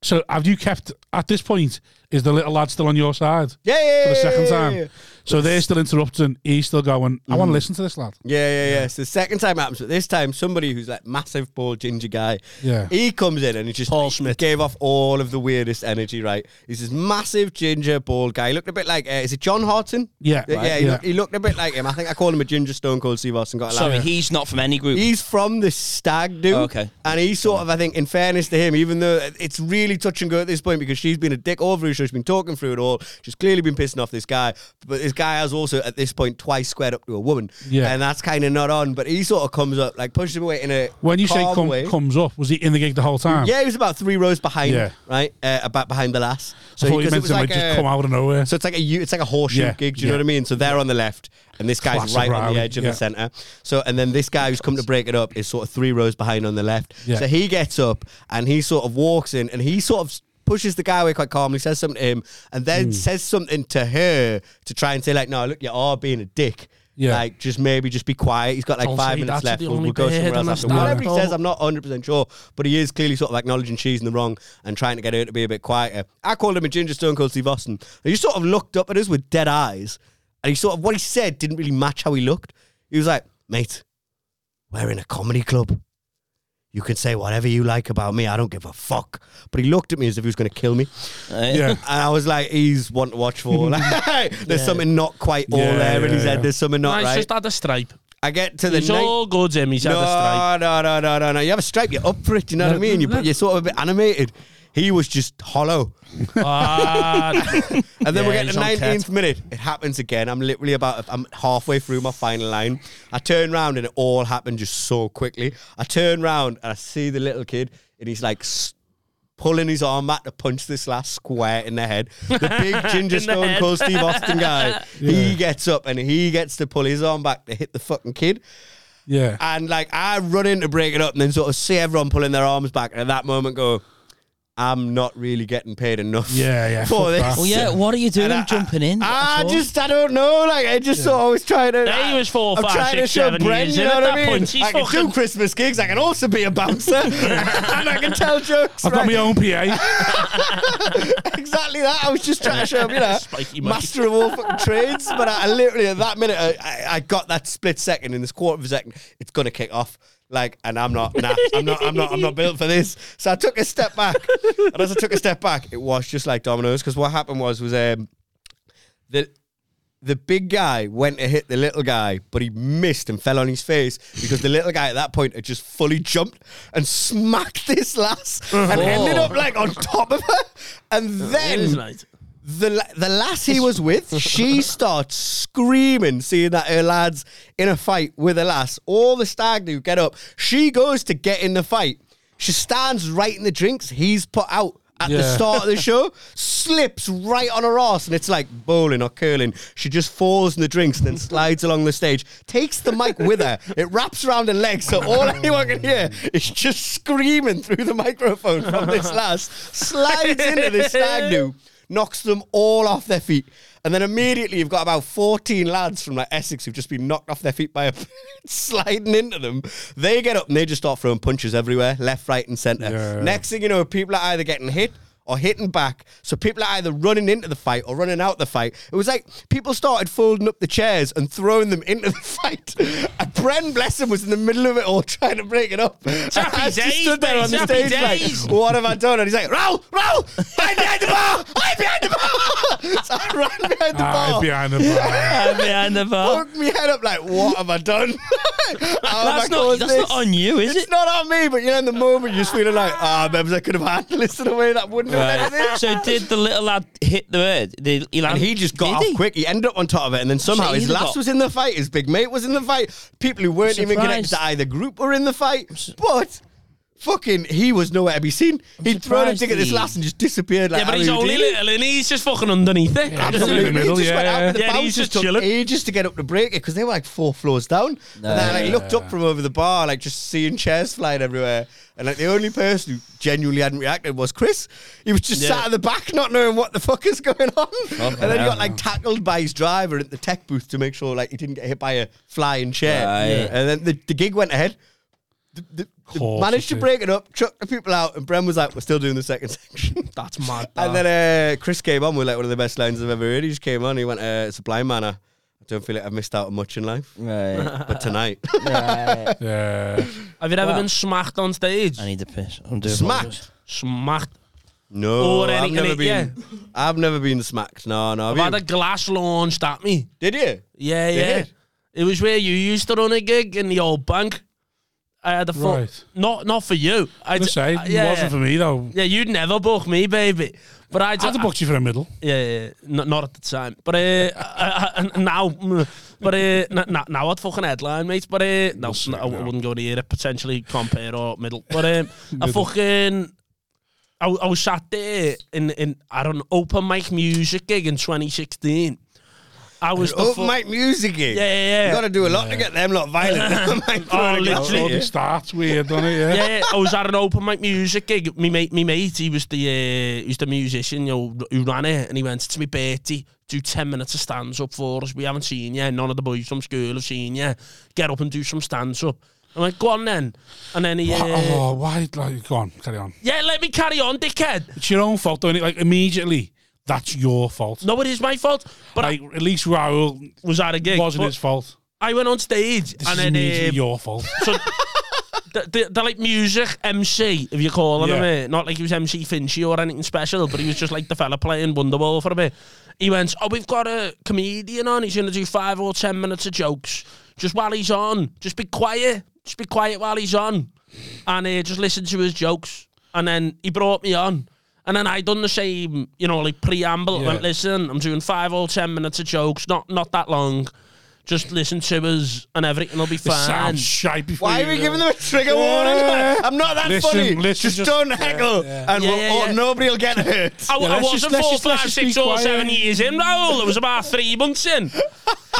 Speaker 1: So have you kept at this point? Is the little lad still on your side
Speaker 5: Yeah, yeah,
Speaker 1: for the
Speaker 5: yeah,
Speaker 1: second
Speaker 5: yeah,
Speaker 1: time?
Speaker 5: yeah.
Speaker 1: So they're still interrupting. He's still going. I want to listen to this lad.
Speaker 5: Yeah, yeah, yeah. So the second time happens, but this time somebody who's like massive, bald, ginger guy.
Speaker 1: Yeah.
Speaker 5: He comes in and he just
Speaker 4: Paul Smith.
Speaker 5: gave off all of the weirdest energy. Right, he's this massive ginger, bald guy. He looked a bit like uh, is it John Harton?
Speaker 1: Yeah,
Speaker 5: yeah.
Speaker 1: right,
Speaker 5: he,
Speaker 1: yeah.
Speaker 5: Looked, he looked a bit like him. I think I called him a ginger Stone Cold Steve Austin. Got a
Speaker 2: Sorry,
Speaker 5: laugh.
Speaker 2: he's not from any group.
Speaker 5: He's from the stag
Speaker 1: Oh,
Speaker 5: do.
Speaker 2: Okay.
Speaker 5: And he sort of, I think, in fairness to him, even though it's really touch and go at this point because she's been a dick all through, so she's been talking through it all. She's clearly been pissing off this guy. But this guy has also, at this point, twice squared up to a woman.
Speaker 1: Yeah.
Speaker 5: And that's kind of not on. But he sort of comes up, like pushes him away in a.
Speaker 1: When you say
Speaker 5: calm
Speaker 1: come,
Speaker 5: way.
Speaker 1: comes up, was he in the gig the whole time?
Speaker 5: Yeah, he was about three rows behind,
Speaker 1: Yeah.
Speaker 5: right? Uh, about behind the lass.
Speaker 1: So I thought you
Speaker 5: because it
Speaker 1: meant
Speaker 5: was
Speaker 1: to like, just
Speaker 5: a-
Speaker 1: come out of nowhere.
Speaker 5: so it's like a u- it's like a horseshoe
Speaker 1: Yeah,
Speaker 5: gig. Do you
Speaker 1: yeah.
Speaker 5: know what I mean? So they're on the left, and this guy's
Speaker 1: Classic
Speaker 5: right on
Speaker 1: Riley,
Speaker 5: the edge of
Speaker 1: yeah.
Speaker 5: the center. So and then this guy who's come to break it up is sort of three rows behind on the left.
Speaker 1: Yeah.
Speaker 5: So he gets up and he sort of walks in and he sort of s- pushes the guy away quite calmly, says something to him,
Speaker 1: Hmm.
Speaker 5: and then says something to her to try and say like, "No, look, you are being a dick."
Speaker 1: Yeah.
Speaker 5: Like, just maybe just be quiet. He's got like
Speaker 4: Don't
Speaker 5: five
Speaker 4: say
Speaker 5: minutes
Speaker 4: that's
Speaker 5: left.
Speaker 4: the
Speaker 5: We'll,
Speaker 4: only
Speaker 5: we'll go
Speaker 4: bird
Speaker 5: somewhere
Speaker 4: on
Speaker 5: else
Speaker 4: the
Speaker 5: after. Whatever he
Speaker 4: snap.
Speaker 5: says, I'm not 100% sure, but he is clearly sort of acknowledging she's in the wrong and trying to get her to be a bit quieter. I called him a ginger stone called Steve Austin. And he sort of looked up at us with dead eyes. And he sort of, what he said didn't really match how he looked. He was like, mate, we're in a comedy club. You can say whatever you like about me. I don't give a fuck. But he looked at me as if he was going to kill me.
Speaker 2: Right?
Speaker 1: yeah.
Speaker 5: And I was like, he's one to watch for. Like, there's something not quite all
Speaker 1: Yeah,
Speaker 5: there in
Speaker 1: yeah,
Speaker 5: his
Speaker 1: yeah.
Speaker 5: head. There's something
Speaker 4: No,
Speaker 5: not
Speaker 4: he's
Speaker 5: right.
Speaker 4: just had a stripe.
Speaker 5: I get to the
Speaker 4: He's
Speaker 5: night.
Speaker 4: all good, Jim. He's had a stripe.
Speaker 5: No, no, no, no, no, no. You have a stripe, you're up for it, you know what I mean? You, but you're sort of a bit animated. He was just hollow.
Speaker 4: Ah,
Speaker 5: And then
Speaker 4: Yeah,
Speaker 5: we get
Speaker 4: he's
Speaker 5: the
Speaker 4: on
Speaker 5: 19th
Speaker 4: tet.
Speaker 5: minute. It happens again. I'm literally about, I'm halfway through my final line. I turn round and it all happened just so quickly. I turn round and I see the little kid and he's like s- pulling his arm back to punch this last square in the head. The big ginger
Speaker 4: In the
Speaker 5: stone
Speaker 4: head.
Speaker 5: cold Steve Austin guy. He gets up and he gets to pull his arm back to hit the fucking kid.
Speaker 1: Yeah.
Speaker 5: And like I run in to break it up and then sort of see everyone pulling their arms back and at that moment go, I'm not really getting paid enough.
Speaker 1: Yeah, yeah,
Speaker 5: For
Speaker 1: fuck
Speaker 5: this.
Speaker 1: that.
Speaker 2: Well, yeah. What are you doing?
Speaker 5: And I-
Speaker 2: jumping in?
Speaker 5: I
Speaker 2: That's all.
Speaker 5: just I don't know. Like I just sort of always try to
Speaker 4: Yeah, he was four,
Speaker 5: I'm
Speaker 4: five,
Speaker 5: trying
Speaker 4: six,
Speaker 5: to show
Speaker 4: seven
Speaker 5: Brent,
Speaker 4: years
Speaker 5: you
Speaker 4: in
Speaker 5: know
Speaker 4: at
Speaker 5: what I
Speaker 4: that
Speaker 5: mean?
Speaker 4: point. He's
Speaker 5: I can
Speaker 4: fucking-
Speaker 5: do Christmas gigs, I can also be a bouncer. and I can tell jokes.
Speaker 1: I've got
Speaker 5: right?
Speaker 1: my own PA.
Speaker 5: exactly that. I was just trying to show him, you know,
Speaker 4: Spiky monkey.
Speaker 5: master of all fucking trades. But I, I literally at that minute, I, I, I got that split second in this quarter of a second. It's gonna kick off. Like, and I'm not, nah, I'm not, I'm not, I'm not built for this. So I took a step back, and as I took a step back, it was just like dominoes. Because what happened was, was um, the the big guy went to hit the little guy, but he missed and fell on his face because the little guy at that point had just fully jumped and smacked this lass and ended up like on top of her. And
Speaker 4: It Oh. is
Speaker 5: then
Speaker 4: nice.
Speaker 5: the la- the lass he was with, she starts screaming, seeing that her lad's in a fight with a lass. All the stag do get up. She goes to get in the fight. She stands right in the drinks he's put out. At the
Speaker 1: Yeah.
Speaker 5: start of the show, slips right on her ass, and it's like bowling or curling. She just falls in the drinks, and then slides along the stage, takes the mic with her. It wraps around her legs, so all anyone can hear is just screaming through the microphone from this lass. Slides into this stag do knocks them all off their feet. And then immediately you've got about 14 lads from like Essex who've just been knocked off their feet by a sliding into them. They get up and they just start throwing punches everywhere, left, right, and centre.
Speaker 1: Yeah.
Speaker 5: Next thing you know, people are either getting hit or hitting back. So people are either running into the fight or running out the fight. It was like people started folding up the chairs and throwing them into the fight. And Bren Blessing was in the middle of it all trying to break it up.
Speaker 4: Happy
Speaker 5: I just
Speaker 4: days,
Speaker 5: stood there
Speaker 4: mate,
Speaker 5: on the
Speaker 4: happy
Speaker 5: stage like,
Speaker 4: days.
Speaker 5: what have I done? And he's like, Raul, Raul, I'm behind the bar, I'm behind the bar. So I ran behind the
Speaker 1: Ah,
Speaker 5: bar.
Speaker 1: behind the bar.
Speaker 2: I'm behind the bar.
Speaker 5: Hooked me head up like, what have I done? How have I
Speaker 2: That's not
Speaker 5: caused
Speaker 2: that's
Speaker 5: this?
Speaker 2: not on you, is
Speaker 5: It's
Speaker 2: it?
Speaker 5: not on me, but you know, in the moment, you're just feeling like, ah, maybe I could have handled this in a way that wouldn't have done
Speaker 2: Right.
Speaker 5: anything.
Speaker 2: So did the little lad hit the bird? Did he land?
Speaker 5: And he just got
Speaker 2: did
Speaker 5: off
Speaker 2: he?
Speaker 5: quick. He ended up on top of it, and then somehow
Speaker 2: So
Speaker 5: his
Speaker 2: he'd have
Speaker 5: last
Speaker 2: got-
Speaker 5: was in the fight. His big mate was in the fight. People who weren't even connected to
Speaker 2: surprised.
Speaker 5: either group were in the fight. But fucking, he was nowhere to be seen. He'd thrown a
Speaker 2: surprised
Speaker 5: dig at this
Speaker 2: he-
Speaker 5: last and just disappeared. Like
Speaker 4: Yeah, but he's
Speaker 5: Harry
Speaker 4: only
Speaker 5: Houdini.
Speaker 4: little and he's just fucking underneath it.
Speaker 5: Absolutely.
Speaker 1: in the middle,
Speaker 5: He just went
Speaker 1: yeah,
Speaker 5: out
Speaker 1: yeah.
Speaker 5: with the
Speaker 4: Yeah,
Speaker 5: bounce,
Speaker 4: he's just
Speaker 5: just took
Speaker 4: chilling.
Speaker 5: ages to get up to break it because they were like four floors down. and then I like, looked up from over the bar, like just seeing chairs flying everywhere. And like the only person who genuinely hadn't reacted was Chris. He was just sat at the back, not knowing what the fuck is going on. and then he got like tackled by his driver at the tech booth to make sure like he didn't get hit by a flying chair.
Speaker 2: Right.
Speaker 5: And then the, the gig went ahead. The, the, the
Speaker 1: course
Speaker 5: managed
Speaker 1: it
Speaker 5: to
Speaker 1: did.
Speaker 5: break it up, chucked the people out, and Bren was like, "We're still doing the second section."
Speaker 4: That's mad.
Speaker 5: And then uh, Chris came on with like one of the best lines I've ever heard. He just came on. He went, uh, "It's a blind manner. I don't feel like I've missed out on much in life,
Speaker 2: Right.
Speaker 5: but tonight,
Speaker 2: right.
Speaker 1: Yeah.
Speaker 4: Have you ever been smacked on stage?
Speaker 2: I need to piss. I'm doing
Speaker 5: smacked.
Speaker 4: Smacked.
Speaker 5: No,
Speaker 4: Or Oh, any-
Speaker 5: I've never
Speaker 4: any-
Speaker 5: been. I've never been smacked. No, no.
Speaker 4: I've had
Speaker 5: have you?
Speaker 4: a glass launched at me.
Speaker 5: Did you?
Speaker 4: Yeah, yeah.
Speaker 5: did?
Speaker 4: It was where you used to run a gig in the old bank. I had a fuck.
Speaker 1: Right.
Speaker 4: Not not for you. I uh,
Speaker 1: I'm saying, it wasn't for me though.
Speaker 4: Yeah, you'd never book me, baby. But I
Speaker 1: I'd have booked you for a middle.
Speaker 4: Yeah, yeah, yeah. N- not at the time. But uh, uh, uh, uh, now, mm, but uh, n- n- now I'd fucking headline, mate. But uh, no,
Speaker 1: see
Speaker 4: no, I w-
Speaker 1: now.
Speaker 4: wouldn't go near it. Potentially compare or middle. But um, I fucking, I, w- I was sat there in in at an open mic music gig in 2016. I was the fu-
Speaker 5: Open mic music. Yeah,
Speaker 4: Yeah, yeah, yeah.
Speaker 5: You got to do a lot to get them lot violent.
Speaker 4: Oh,
Speaker 1: Oh,
Speaker 4: literally.
Speaker 1: it starts weird, doesn't it? Yeah.
Speaker 4: yeah, yeah, I was at an open mic music gig. Me mate, me mate, he was the uh, he was the musician, you know, who ran it, and he went to me Bertie, do ten minutes of stands up for us. We haven't seen you. None of the boys from school have seen you. Get up and do some stands up. I went, go on then. And then he, uh,
Speaker 1: Oh, why? Like, go on, carry on.
Speaker 4: yeah, let me carry on, dickhead.
Speaker 1: It's your own fault, don't it? Like immediately, that's your fault.
Speaker 4: No, it is my fault. But
Speaker 1: like at least Raoul
Speaker 4: I was at a gig.
Speaker 1: wasn't
Speaker 4: but
Speaker 1: his fault.
Speaker 4: I went on stage,
Speaker 1: This is
Speaker 4: and then
Speaker 1: immediately
Speaker 4: um,
Speaker 1: your fault.
Speaker 4: So th- th- they're like music MC, if you call him
Speaker 1: Yeah.
Speaker 4: a bit. Not like he was MC Finchy or anything special, but he was just like the fella playing Wonderwall for a bit. He went, "Oh, we've got a comedian on. He's going to do five or ten minutes of jokes. Just while he's on, just be quiet. Just be quiet while he's on, and uh, just listen to his jokes." And then he brought me on. And then I done the same, you know, like preamble. I
Speaker 1: Yeah.
Speaker 4: went, listen, I'm doing five or ten minutes of jokes, not not that long. Just listen to us, and everything will be
Speaker 1: It
Speaker 4: fine.
Speaker 1: sounds shy before
Speaker 5: Why
Speaker 1: you
Speaker 5: are we
Speaker 1: go.
Speaker 5: giving them a trigger warning?
Speaker 1: Yeah.
Speaker 5: I'm not that
Speaker 1: Listen,
Speaker 5: funny.
Speaker 1: listen,
Speaker 5: just,
Speaker 1: just-
Speaker 5: don't heckle, and
Speaker 4: Yeah,
Speaker 5: we'll,
Speaker 4: yeah,
Speaker 5: or
Speaker 4: yeah.
Speaker 5: nobody will get hurt.
Speaker 4: I,
Speaker 1: Yeah,
Speaker 4: I
Speaker 1: let's
Speaker 4: wasn't
Speaker 1: just- let's
Speaker 4: four,
Speaker 1: just-
Speaker 4: five,
Speaker 1: let's just
Speaker 4: six,
Speaker 1: be
Speaker 4: or
Speaker 1: quiet.
Speaker 4: seven years in, Raoul. It was about three months in.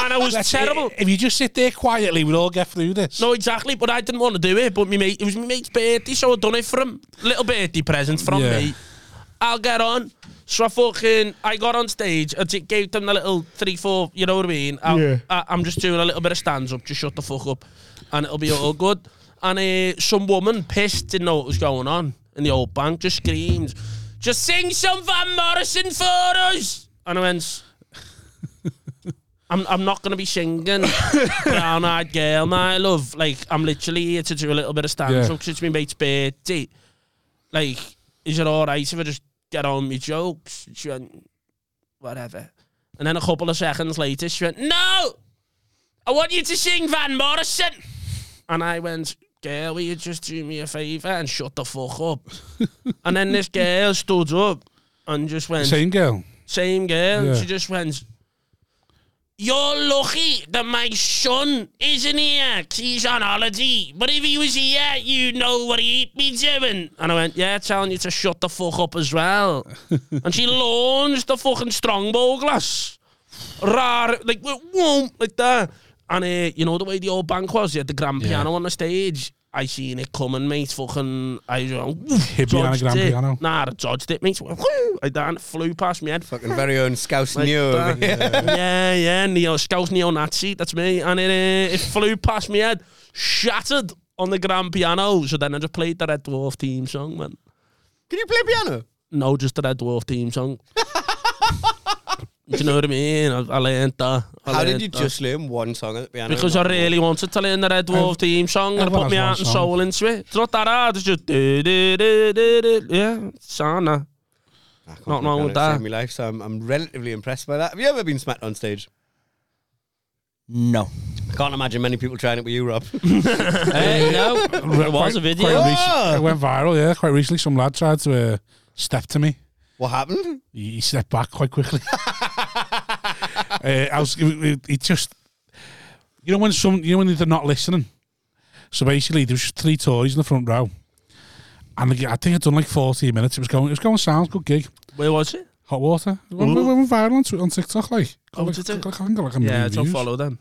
Speaker 4: And I was
Speaker 1: That's it.
Speaker 4: terrible.
Speaker 1: If you just sit there quietly, we'll all get through this.
Speaker 4: No, exactly, but I didn't want to do it. But me mate, it was my mate's birthday, so I done it for him. Little birthday present from
Speaker 1: Yeah.
Speaker 4: me. I'll get on. So I fucking, I got on stage. I did- gave them the little three, four, you know what I mean? I,
Speaker 1: Yeah.
Speaker 4: I, I'm just doing a little bit of stands up, just shut the fuck up, and it'll be all good. And uh, some woman, pissed, didn't know what was going on in the old bank, just screamed, just sing some Van Morrison for us. And I went, I'm, I'm not going to be singing Brown Eyed Girl, my love. Like, I'm literally here to do a little bit of stand
Speaker 1: Yeah.
Speaker 4: up 'cause it's my mate's birthday. Like, is it all right if I just get on my jokes? She went, whatever. And then a couple of seconds later, she went, no, I want you to sing Van Morrison. And I went, girl, will you just do me a favour and shut the fuck up? and then this girl stood up and just went,
Speaker 1: Same girl.
Speaker 4: same girl.
Speaker 1: Yeah.
Speaker 4: She just went, You're lucky that my son isn't here 'cause he's on holiday. But if he was here, you'd know what he'd be doing. And I went, Yeah, telling you to shut the fuck up as well. and she launched the fucking strongbow glass. Rar, like, whoom, like that. And uh, you know the way the old bank was? You had the grand
Speaker 1: Yeah.
Speaker 4: piano on the stage. I seen it coming, mate. Fucking, I you know,
Speaker 1: Hit behind a
Speaker 4: dodged
Speaker 1: grand
Speaker 4: it.
Speaker 1: piano.
Speaker 4: Nah, I dodged it, mate. Whoo, like that, and it flew past me head
Speaker 5: Fucking very own Scouse Neo.
Speaker 4: that. yeah, yeah, neo scout neo-Nazi, that's me. And it, uh, it flew past me head, shattered on the grand piano. So then I just played the Red Dwarf theme song, man.
Speaker 5: Can you play piano?
Speaker 4: No, just the Red Dwarf theme song. Do you know what I mean? I, I learned that. I
Speaker 5: How did
Speaker 4: learned
Speaker 5: you
Speaker 4: that.
Speaker 5: just learn one song at the piano?
Speaker 4: Because I really wanted to learn the Red Dwarf theme song and I
Speaker 1: everyone
Speaker 4: put my
Speaker 1: has
Speaker 4: heart
Speaker 1: one
Speaker 4: and
Speaker 1: song.
Speaker 4: soul into it. It's not that hard. It's just do do do do do. Yeah, Sana. Not wrong with that.
Speaker 5: Saved my life, so I'm, I'm relatively impressed by that. Have you ever been smacked on stage?
Speaker 2: No.
Speaker 5: I can't imagine many people trying it with you, Rob.
Speaker 2: Eh, no, it was a video.
Speaker 1: It went viral, yeah, quite recently. Some lad tried to uh, step to me.
Speaker 5: what happened?
Speaker 1: He he stepped back quite quickly. uh, I was, it, it- it just, you know, when some, you know, when they're not listening. So basically, there was just three Tories in the front row, and the, g- I think I'd done like 14 minutes. It was going, it was going sound, good gig.
Speaker 4: Where was it?
Speaker 1: Hot water. It went, it went viral on, Twi- on TikTok, like.
Speaker 4: Oh,
Speaker 1: like,
Speaker 4: did it?
Speaker 1: like, I think like a
Speaker 4: Yeah,
Speaker 1: million
Speaker 4: don't
Speaker 1: views.
Speaker 4: follow them.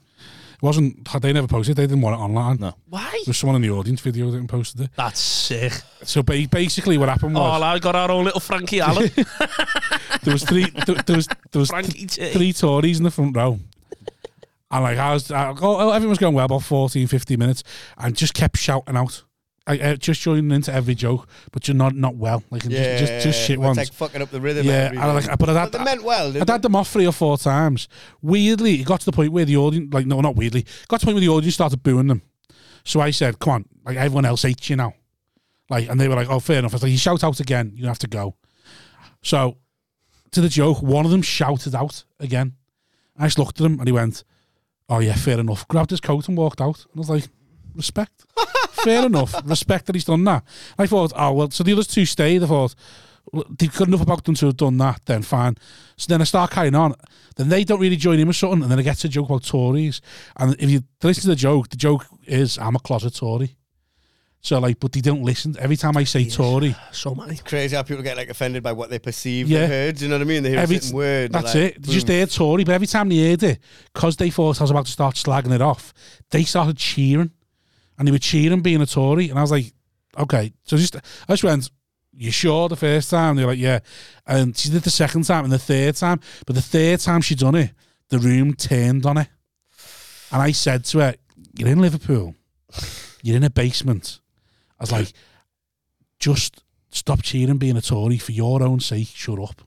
Speaker 1: It wasn't. They never posted. it, They didn't want it online.
Speaker 2: No.
Speaker 4: Why?
Speaker 1: There was someone in the audience video that posted it.
Speaker 4: That's sick.
Speaker 1: So ba- basically, what happened was
Speaker 4: Oh, I got our own little Frankie Allen.
Speaker 1: there was three. There, there was there was
Speaker 4: Frankie T.
Speaker 1: three Tories in the front row. And like I was, I, oh, everything was going well about 14, 15 minutes, and just kept shouting out. I, I just joining into every joke, but you're not not well. Like
Speaker 5: Yeah,
Speaker 1: just, just just shit
Speaker 5: it's
Speaker 1: ones.
Speaker 5: like fucking up the rhythm.
Speaker 1: yeah,
Speaker 5: and
Speaker 1: and I,
Speaker 5: everything.
Speaker 1: like, but I
Speaker 5: but they meant well.
Speaker 1: I'd
Speaker 5: Didn't
Speaker 1: had them off three or four times. Weirdly, it got to the point where the audience, like, no, not weirdly, it got to the point where the audience started booing them. So I said, come on, like, everyone else hates you now. Like, and they were like, oh, fair enough. I was like, you shout out again, you have to go. So, to the joke, one of them shouted out again. I just looked at him and he went, oh, yeah, fair enough. Grabbed his coat and walked out. And I was like, respect. fair enough. Respect that he's done that. I thought, oh, well, so the others two stayed. I thought, well, they've got enough about them to have done that, then fine. So then I start carrying on. Then they don't really join in with something, and then I get to a joke about Tories. And if you listen to the joke, the joke is I'm a closet Tory. So like, but they don't listen. Every time I say Tory,
Speaker 4: so many.
Speaker 5: It's crazy how people get like offended by what they perceive
Speaker 1: Yeah.
Speaker 5: they heard. Do you know what I mean? They hear
Speaker 1: Every-
Speaker 5: a certain word. they're
Speaker 1: that's
Speaker 5: like, "Hmm,
Speaker 1: it. They just
Speaker 5: "Boom."
Speaker 1: heard Tory, but every time they heard it, because they thought I was about to start slagging it off, they started cheering, and they were cheering being a Tory, and I was like, okay. So just I just went, you sure the first time? They were like, yeah. And she did the second time and the third time, but the third time she done it, the room turned on her, and I said to her, you're in Liverpool, you're in a basement. I was like, just stop cheering being a Tory for your own sake. Shut up.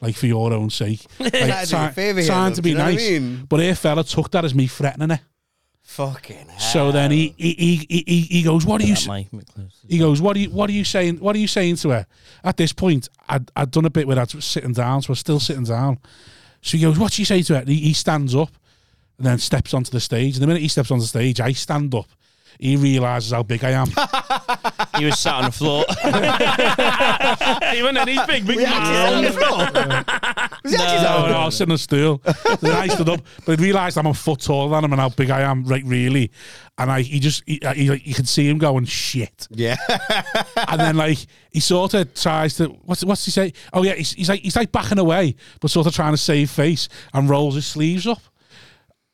Speaker 1: Like for your own sake, like,
Speaker 5: Trying to do you a
Speaker 1: ti-
Speaker 5: favour here,
Speaker 1: trying
Speaker 5: love,
Speaker 1: to
Speaker 5: do
Speaker 1: be
Speaker 5: you know what I
Speaker 1: nice.
Speaker 5: mean?
Speaker 1: But her fella took that as me threatening her.
Speaker 5: Fucking hell.
Speaker 1: So then he he, he, he- he he goes, "What are you?"
Speaker 2: That
Speaker 1: s-
Speaker 2: might be close.
Speaker 1: He goes, "What are you? What are you saying? What are you saying to her?" At this point, I'd, I'd done a bit where I was sitting down, so I was still sitting down. So he goes, "What she say to her?" And He, he stands up and then steps onto the stage. And the minute he steps onto the stage, I stand up. He realizes how big I am.
Speaker 2: He was sat on the floor.
Speaker 4: Even then, he's big, big
Speaker 5: on
Speaker 4: man.
Speaker 5: the floor. Was he
Speaker 1: No,
Speaker 5: actually down?
Speaker 1: no, I was sitting on a stool. then I stood up, but I realised I'm a foot taller than him and how big I am, right, really. And I, he just, he, he, like, you could see him going, shit.
Speaker 5: Yeah.
Speaker 1: And then, like, he sort of tries to, what's, what's he say? Oh, yeah, he's, he's like, he's like backing away, but sort of trying to save face and rolls his sleeves up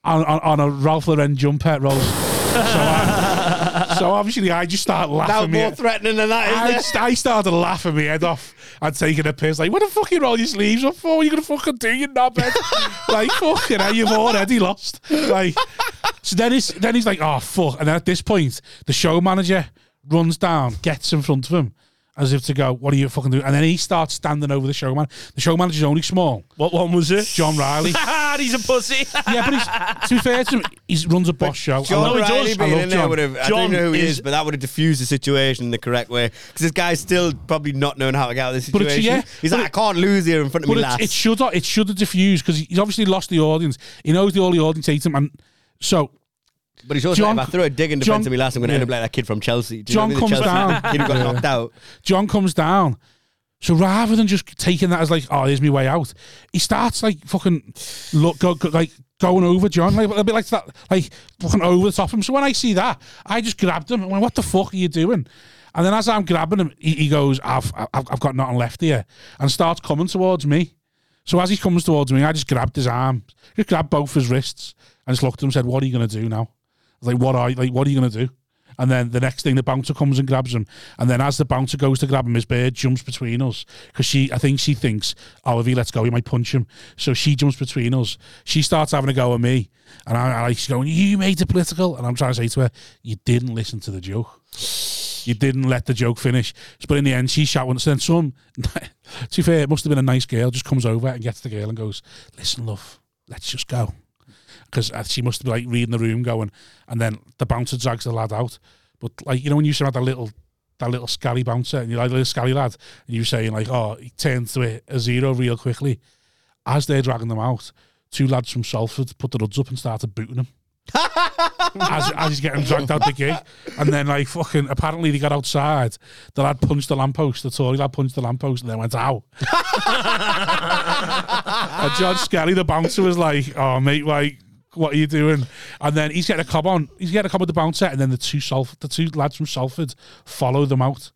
Speaker 1: on, on, on a Ralph Lauren jumper. Rolls. so, I- so obviously, I just start
Speaker 5: Now
Speaker 1: laughing. me-
Speaker 5: more threatening than that,
Speaker 1: I,
Speaker 5: isn't it?
Speaker 1: just- I started laughing my head off and taking a piss. Like, what the fuck are you roll your sleeves up for? What are you going to fucking do, you knobhead? like, fucking hell, you've already lost. Like, so then he's, then he's like, oh, fuck. And then at this point, the show manager runs down, gets in front of him as if to go, what are you fucking doing? And then he starts standing over the showman. The show manager's only small.
Speaker 4: What one was it?
Speaker 1: John Riley.
Speaker 4: Ah, he's a pussy.
Speaker 1: yeah, but he's, to be fair to him, he runs a boss show. I
Speaker 5: John
Speaker 1: love-
Speaker 4: he
Speaker 5: Riley
Speaker 4: does.
Speaker 5: being
Speaker 1: I love
Speaker 5: in there
Speaker 1: John.
Speaker 5: would have, I
Speaker 4: John
Speaker 5: don't know who he
Speaker 4: is-
Speaker 5: is, but that would have diffused the situation the correct way. Because this guy's still probably not knowing how to get out of this
Speaker 1: But it's-
Speaker 5: situation.
Speaker 1: yeah,
Speaker 5: He's
Speaker 1: but
Speaker 5: like, I can't lose here in front of me,
Speaker 1: But
Speaker 5: lass.
Speaker 1: it, it should it should have diffused because he's obviously lost the audience. He knows the all the audience hates him, and so
Speaker 5: But he's also
Speaker 1: John-
Speaker 5: like, if I throw a dig in defence
Speaker 1: John-
Speaker 5: of me last, I'm going to end up
Speaker 1: yeah.
Speaker 5: like that kid from Chelsea. Do you
Speaker 1: John
Speaker 5: know what I mean?
Speaker 1: comes
Speaker 5: The Chelsea
Speaker 1: down.
Speaker 5: Kid who got
Speaker 1: Yeah.
Speaker 5: knocked out.
Speaker 1: John comes down. So rather than just taking that as like, oh, here's my way out, he starts like fucking look go, go- like going over John like a bit like that, like fucking over the top of him. So when I see that, I just grabbed him and went, "What the fuck are you doing?" And then as I'm grabbing him, he, he goes, "I've I've I've got nothing left here," and starts coming towards me. So as he comes towards me, I just grabbed his arm, just grabbed both his wrists, and just looked at him and said, "What are you gonna do now?" I was like, "What are you, like? What are you gonna do?" And then the next thing, the bouncer comes and grabs him. And then as the bouncer goes to grab him, his bird jumps between us because she, I think she thinks, "Oh, if he lets go, he might punch him." So she jumps between us. She starts having a go at me, and I, I like she's going, "You made it political," and I'm trying to say to her, "You didn't listen to the joke." You didn't let the joke finish. But in the end, she shouted, and then some To be fair, it must have been a nice girl. Just comes over and gets the girl and goes, "Listen, love, let's just go." Because uh, she must be like reading the room, going, and then the bouncer drags the lad out. But like you know, when you used to have that little that little scally bouncer and you're like little scally lad, and you're saying like, "Oh, he turns to a, a zero real quickly." As they're dragging them out, two lads from Salford put the duds up and started booting him. as, as he's getting dragged out the gig. And then, like, fucking, apparently they got outside. The lad punched the lamppost, the Tory lad punched the lamppost, and then went, ow. and John Skelly, the bouncer, was like, oh, mate, like, what are you doing? And then he's getting a cob on. He's getting a cob with the bouncer, and then the two Salf- the two lads from Salford follow them out.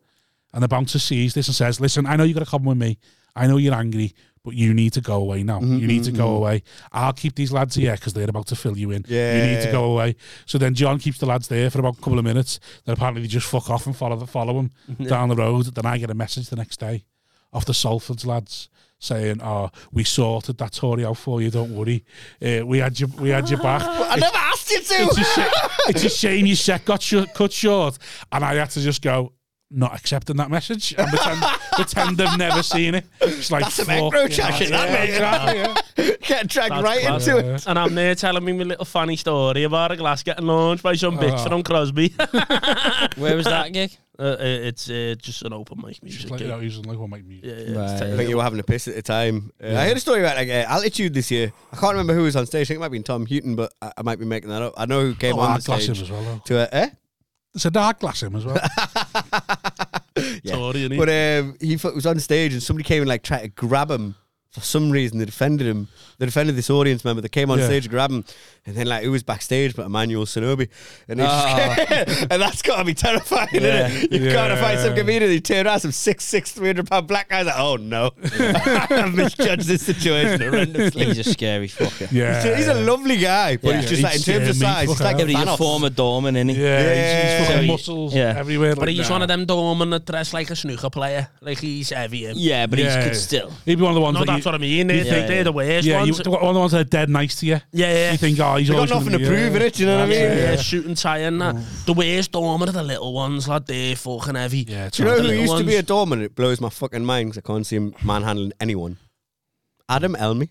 Speaker 1: And the bouncer sees this and says, Listen, I know you got a problem with me. I know you're angry, but you need to go away now.
Speaker 5: Mm-hmm,
Speaker 1: you need to go away. I'll keep these lads here because they're about to fill you in. You need to
Speaker 5: Yeah.
Speaker 1: go away. So then John keeps the lads there for about a couple of minutes. Then apparently they just fuck off and follow the, follow him down the road. Then I get a message the next day off the Salford's lads saying, "Oh, we sorted that Tory out for you. Don't worry. Uh, we had you. We had you back."
Speaker 5: I never asked you
Speaker 1: it's, a
Speaker 5: to.
Speaker 1: shame, it's a shame your set got short, cut short, and I had to just go. Not accepting that message and pretend, pretend they've never seen it. It's like
Speaker 5: That's some
Speaker 1: fuck,
Speaker 5: aggro chat,
Speaker 1: yeah,
Speaker 5: that, mate.
Speaker 1: exactly, yeah.
Speaker 5: Get dragged
Speaker 4: That's
Speaker 5: right
Speaker 4: class.
Speaker 5: into it.
Speaker 4: And I'm there telling me my little funny story about a glass getting launched by some bitch
Speaker 1: Ah.
Speaker 4: from Crosby. uh,
Speaker 2: Where was that gig?
Speaker 4: uh, it's uh, just an open mic music.
Speaker 1: Just like, you
Speaker 4: gig.
Speaker 1: know, he's like, "Well, make music."
Speaker 4: Yeah, yeah, it's
Speaker 5: I
Speaker 4: te-
Speaker 5: think you were having a piss at the time. Uh, I heard a story about like uh, altitude this year. I can't remember who was on stage. I think it might have been Tom Houghton, but I, I might be making that up. I know who came
Speaker 1: Oh,
Speaker 5: on
Speaker 1: I'd
Speaker 5: the
Speaker 1: glass him
Speaker 5: stage
Speaker 1: as well, though.
Speaker 5: to uh, eh?
Speaker 1: It's a dark glass him as well.
Speaker 5: Yeah.
Speaker 4: Tory, innit?
Speaker 5: But um, he fu- was on stage and somebody came and like tried to grab him. For some reason, they defended him. They defended this audience member. They came on
Speaker 1: Yeah.
Speaker 5: stage to grab him, and then like who was backstage but Emmanuel Sonobi, and he
Speaker 2: Ah.
Speaker 5: just and that's gotta be terrifying,
Speaker 2: Yeah.
Speaker 5: isn't it? You gotta
Speaker 1: Yeah.
Speaker 5: find some comedian. He turned around some six six three hundred pound black guy. Like, oh no, I've misjudged this situation horrendously.
Speaker 2: He's a scary fucker.
Speaker 1: Yeah,
Speaker 5: He's a lovely guy, but
Speaker 2: Yeah.
Speaker 5: he's just
Speaker 1: Yeah,
Speaker 5: like in
Speaker 1: he's
Speaker 5: terms of
Speaker 1: scary,
Speaker 5: size, he's
Speaker 1: fuck
Speaker 5: like
Speaker 2: Yeah,
Speaker 5: a
Speaker 2: but he's a
Speaker 5: Thanos.
Speaker 2: former dormant, isn't he?
Speaker 1: Yeah, he's- he's
Speaker 5: Yeah.
Speaker 1: fucking
Speaker 2: So he-
Speaker 1: muscles
Speaker 2: yeah.
Speaker 1: everywhere.
Speaker 4: But
Speaker 1: like
Speaker 4: he's
Speaker 1: that.
Speaker 4: one of them dormant that dress like a snooker player. Like he's heavy. him.
Speaker 2: Yeah, but
Speaker 1: Yeah.
Speaker 2: he's good still.
Speaker 1: He'd be one of the ones
Speaker 4: No,
Speaker 1: that
Speaker 4: that's
Speaker 1: you,
Speaker 4: what I mean. They,
Speaker 2: Yeah,
Speaker 4: they, they're the worst
Speaker 1: yeah, you,
Speaker 4: ones.
Speaker 1: one of the ones that are dead nice to you.
Speaker 4: yeah, yeah.
Speaker 1: You think, oh, he's
Speaker 5: They got
Speaker 1: always gonna
Speaker 5: nothing to
Speaker 1: be-
Speaker 5: prove in it. You know what I mean?
Speaker 4: yeah,
Speaker 1: Yeah.
Speaker 4: shoot and tie and that. The worst dormant are the little ones, lad. They're fucking heavy.
Speaker 1: Yeah, it's
Speaker 5: Do you know
Speaker 1: right.
Speaker 5: who
Speaker 4: Little
Speaker 5: used to be
Speaker 4: ones.
Speaker 5: a doorman? It blows my fucking mind because I can't see him manhandling anyone. Adam Elmy.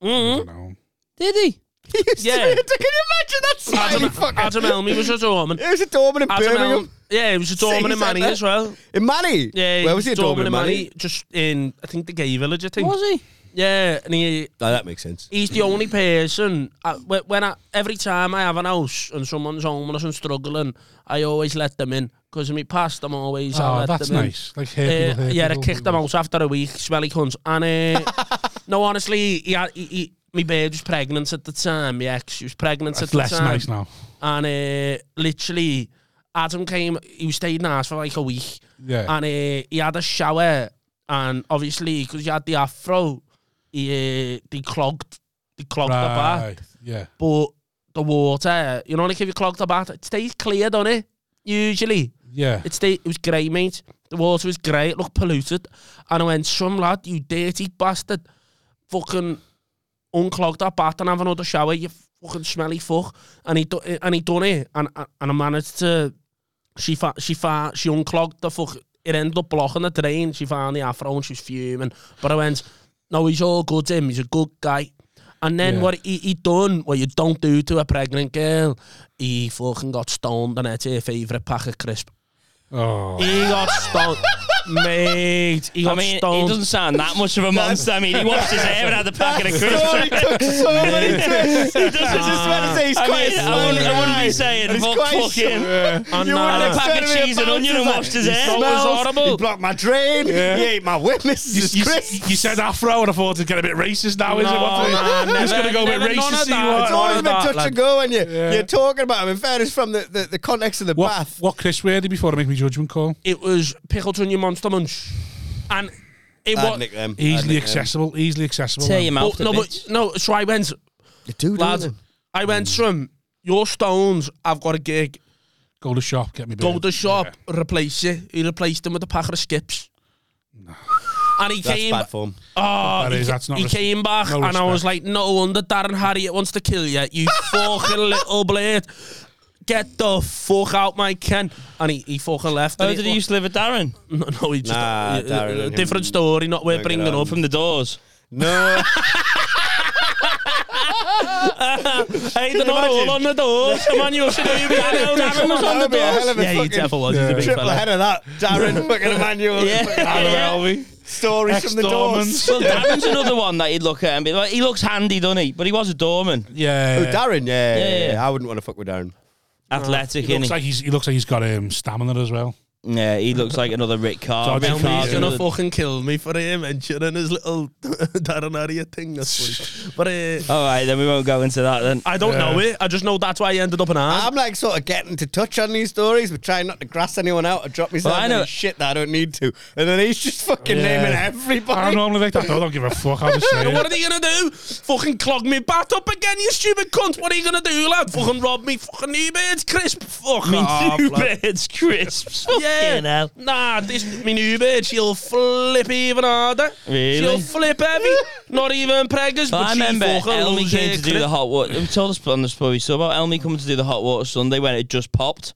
Speaker 1: I
Speaker 4: Mm-hmm.
Speaker 1: don't know.
Speaker 2: Did he?
Speaker 5: He used
Speaker 4: Yeah.
Speaker 5: to be a, can you imagine that
Speaker 4: Adam,
Speaker 5: slimy fucking?
Speaker 4: Adam Elmy was a dormant.
Speaker 5: It was a doorman in
Speaker 4: Adam
Speaker 5: Birmingham.
Speaker 4: Elm, yeah, he was a dormant in
Speaker 5: Sings at
Speaker 4: Manny
Speaker 5: that.
Speaker 4: as well.
Speaker 5: in Manny.
Speaker 4: Yeah,
Speaker 5: Where was he a doorman
Speaker 4: dormant
Speaker 5: in Manny?
Speaker 4: Just in, I think the gay village. I think.
Speaker 2: Was he?
Speaker 4: Yeah, and he
Speaker 5: Oh, that makes sense.
Speaker 4: he's the only person. I, wh- when I, every time I have an house and someone's homeless and struggling, I always let them in because in my past I'm always. I
Speaker 1: Oh,
Speaker 4: let
Speaker 1: that's
Speaker 4: them in.
Speaker 1: nice. Like, here,
Speaker 4: Uh,
Speaker 1: people, here,
Speaker 4: yeah, I
Speaker 1: people,
Speaker 4: kicked
Speaker 1: people.
Speaker 4: him out after a week, smelly cunt. And uh, no, honestly, he had, he, he, my babe was pregnant at the time. My ex, she was pregnant
Speaker 1: That's
Speaker 4: at the
Speaker 1: less
Speaker 4: time.
Speaker 1: nice now.
Speaker 4: And uh, literally, Adam came. He was staying in the house for like a week,
Speaker 1: Yeah.
Speaker 4: and uh, he had a shower. And obviously, because he had the afro, he uh, they clogged, they clogged the bath.
Speaker 1: Right. Yeah.
Speaker 4: But the water, you know, like if you clog the bath, it stays clear, do not it? Usually.
Speaker 1: Yeah.
Speaker 4: It's the, it was grey, mate. The water was grey. It looked polluted. And I went, some lad, you dirty bastard, fucking unclogged that bath and have another shower, you fucking smelly fuck. And he do, and he done it. And and I managed to. She fa- she fa- she unclogged the fuck. It ended up blocking the drain. She found the afro and she was fuming. But I went, no, he's all good. Him, he's a good guy. And then
Speaker 1: Yeah.
Speaker 4: what he, he done, what you don't do to a pregnant girl, he fucking got stoned and ate her favourite pack of crisp.
Speaker 1: Oh.
Speaker 4: He got stoned. Mate, he
Speaker 2: I
Speaker 4: got
Speaker 2: mean,
Speaker 4: stoned.
Speaker 2: he doesn't sound that much of a monster. I mean, he washed his hair and had a packet of
Speaker 5: Oh, he
Speaker 2: crisps.
Speaker 5: took so many twists. He does. I was just about to say he's
Speaker 2: I
Speaker 5: quite
Speaker 2: mean, I wouldn't,
Speaker 5: a slow
Speaker 2: I wouldn't
Speaker 5: guy.
Speaker 2: be saying
Speaker 5: He's
Speaker 2: fuck,
Speaker 5: quite
Speaker 2: fuck
Speaker 5: slow.
Speaker 2: him.
Speaker 4: And
Speaker 5: You
Speaker 4: nah,
Speaker 5: wouldn't
Speaker 2: Had a
Speaker 5: expect
Speaker 2: packet of
Speaker 5: him to be a
Speaker 2: cheese and onion and
Speaker 5: bouncer.
Speaker 2: washed his hair.
Speaker 5: He
Speaker 4: That was
Speaker 5: smells,
Speaker 4: horrible.
Speaker 5: He blocked my drain. He ate my whip. Mrs.
Speaker 1: You,
Speaker 5: Chris.
Speaker 1: you said afro, and I thought it'd get a bit racist now, is it?
Speaker 4: No,
Speaker 1: What the-
Speaker 4: nah,
Speaker 1: it's going to
Speaker 4: never-
Speaker 1: go a bit
Speaker 4: never none
Speaker 1: racist.
Speaker 4: of
Speaker 1: see
Speaker 4: that.
Speaker 1: what-
Speaker 5: It's
Speaker 4: None
Speaker 5: always
Speaker 4: of
Speaker 5: been
Speaker 4: that,
Speaker 5: touch
Speaker 4: lad.
Speaker 5: and go when you,
Speaker 1: Yeah.
Speaker 5: you're talking about him. In fairness, from the, the, the context of the
Speaker 1: What,
Speaker 5: bath.
Speaker 1: what Chris were they before I make my judgment call?
Speaker 4: it was pickled onion monster munch, and it
Speaker 5: I'd
Speaker 4: was
Speaker 5: lick them. I'd
Speaker 1: Easily
Speaker 5: lick them.
Speaker 1: accessible. Easily accessible.
Speaker 2: Tear
Speaker 1: then.
Speaker 2: your
Speaker 4: oh,
Speaker 2: mouth
Speaker 4: no,
Speaker 2: a
Speaker 4: but
Speaker 2: bit.
Speaker 4: no. So I went,
Speaker 5: You do, don't
Speaker 4: lad.
Speaker 2: Mm.
Speaker 5: you?
Speaker 4: I went from your stones. I've got a gig.
Speaker 1: Go to shop. Get me.
Speaker 4: Go
Speaker 1: beer.
Speaker 4: to the shop, replace it. He replaced them with a packet of skips. And he
Speaker 5: That's
Speaker 4: came.
Speaker 5: bad form.
Speaker 4: Oh,
Speaker 1: That
Speaker 4: he,
Speaker 1: is,
Speaker 4: ca-
Speaker 1: that's not
Speaker 4: he
Speaker 1: res-
Speaker 4: came back,
Speaker 1: no
Speaker 4: and I
Speaker 1: respect.
Speaker 4: was like, "No wonder Darren Harriet wants to kill you, you fucking little blade." get the fuck out my Ken. And he, he fucking left.
Speaker 2: How
Speaker 4: and
Speaker 2: Oh, did he used to live with Darren?
Speaker 4: No, no, he just.
Speaker 5: Nah,
Speaker 4: uh, uh,
Speaker 5: Darren and
Speaker 4: different
Speaker 5: him.
Speaker 4: story, not worth
Speaker 5: Look it
Speaker 4: bringing
Speaker 5: up.
Speaker 4: up.
Speaker 2: From the doors.
Speaker 5: No.
Speaker 4: Hey, they're not all on the doors. Emmanuel Shinobi and Darren was on the
Speaker 5: That'd be a
Speaker 4: doors.
Speaker 5: hell of a
Speaker 4: Yeah, he
Speaker 5: fucking-
Speaker 4: definitely was. He's a big
Speaker 5: Triple
Speaker 4: fella.
Speaker 5: head of that. Darren fucking Emmanuel.
Speaker 2: Yeah.
Speaker 5: fucking
Speaker 2: Yeah.
Speaker 5: Alvin. Stories from the
Speaker 1: Ex-Dormans.
Speaker 5: doors.
Speaker 2: Well, Darren's another one that he'd look at and be like, he looks handy, doesn't he? But he was a doorman.
Speaker 1: Yeah.
Speaker 5: Oh, Darren, yeah,
Speaker 2: Yeah,
Speaker 5: yeah,
Speaker 2: yeah.
Speaker 5: yeah. I wouldn't want to fuck with Darren.
Speaker 2: Athletic,
Speaker 1: He
Speaker 2: innit?
Speaker 1: looks like he's he looks like he's got um, stamina as well.
Speaker 2: yeah, he looks like another Rick Carr.
Speaker 1: Dodgy
Speaker 2: Rick
Speaker 1: feet,
Speaker 2: Carr's
Speaker 1: yeah.
Speaker 4: He's gonna
Speaker 2: another-
Speaker 4: fucking kill me for him mentioning his little Darren Aria thing this week. But uh,
Speaker 2: All right, then we won't go into that then.
Speaker 4: I don't
Speaker 1: Yeah.
Speaker 4: know it. I just know that's why he ended up in arms.
Speaker 5: I'm like sort of getting to touch on these stories, but trying not to grass anyone out or drop myself
Speaker 2: Well, I
Speaker 5: in
Speaker 2: know-
Speaker 5: any shit that I don't need to. And then he's just fucking
Speaker 1: Yeah.
Speaker 5: naming
Speaker 1: I'm
Speaker 5: everybody.
Speaker 1: normally like that. though, I don't give a fuck. I'll just say
Speaker 4: What
Speaker 1: it.
Speaker 4: are you gonna do? Fucking clog me bat up again, you stupid cunt. What are you gonna do, lad? Fucking rob me fucking Uber's crisp. Fuck
Speaker 2: Me
Speaker 4: off,
Speaker 2: two
Speaker 4: lad.
Speaker 2: birds crisps. Fucking
Speaker 4: Yeah.
Speaker 2: hell.
Speaker 4: Nah, this me Uber, she'll flip even harder.
Speaker 2: Really?
Speaker 4: She'll flip heavy. Not even preggers, but
Speaker 2: I remember
Speaker 4: she "Oh, fucking
Speaker 2: Elmi
Speaker 4: loves
Speaker 2: came
Speaker 4: her
Speaker 2: to do
Speaker 4: crisp.
Speaker 2: the hot water. We told us on the story so about Elmi coming to do the hot water Sunday when it just popped,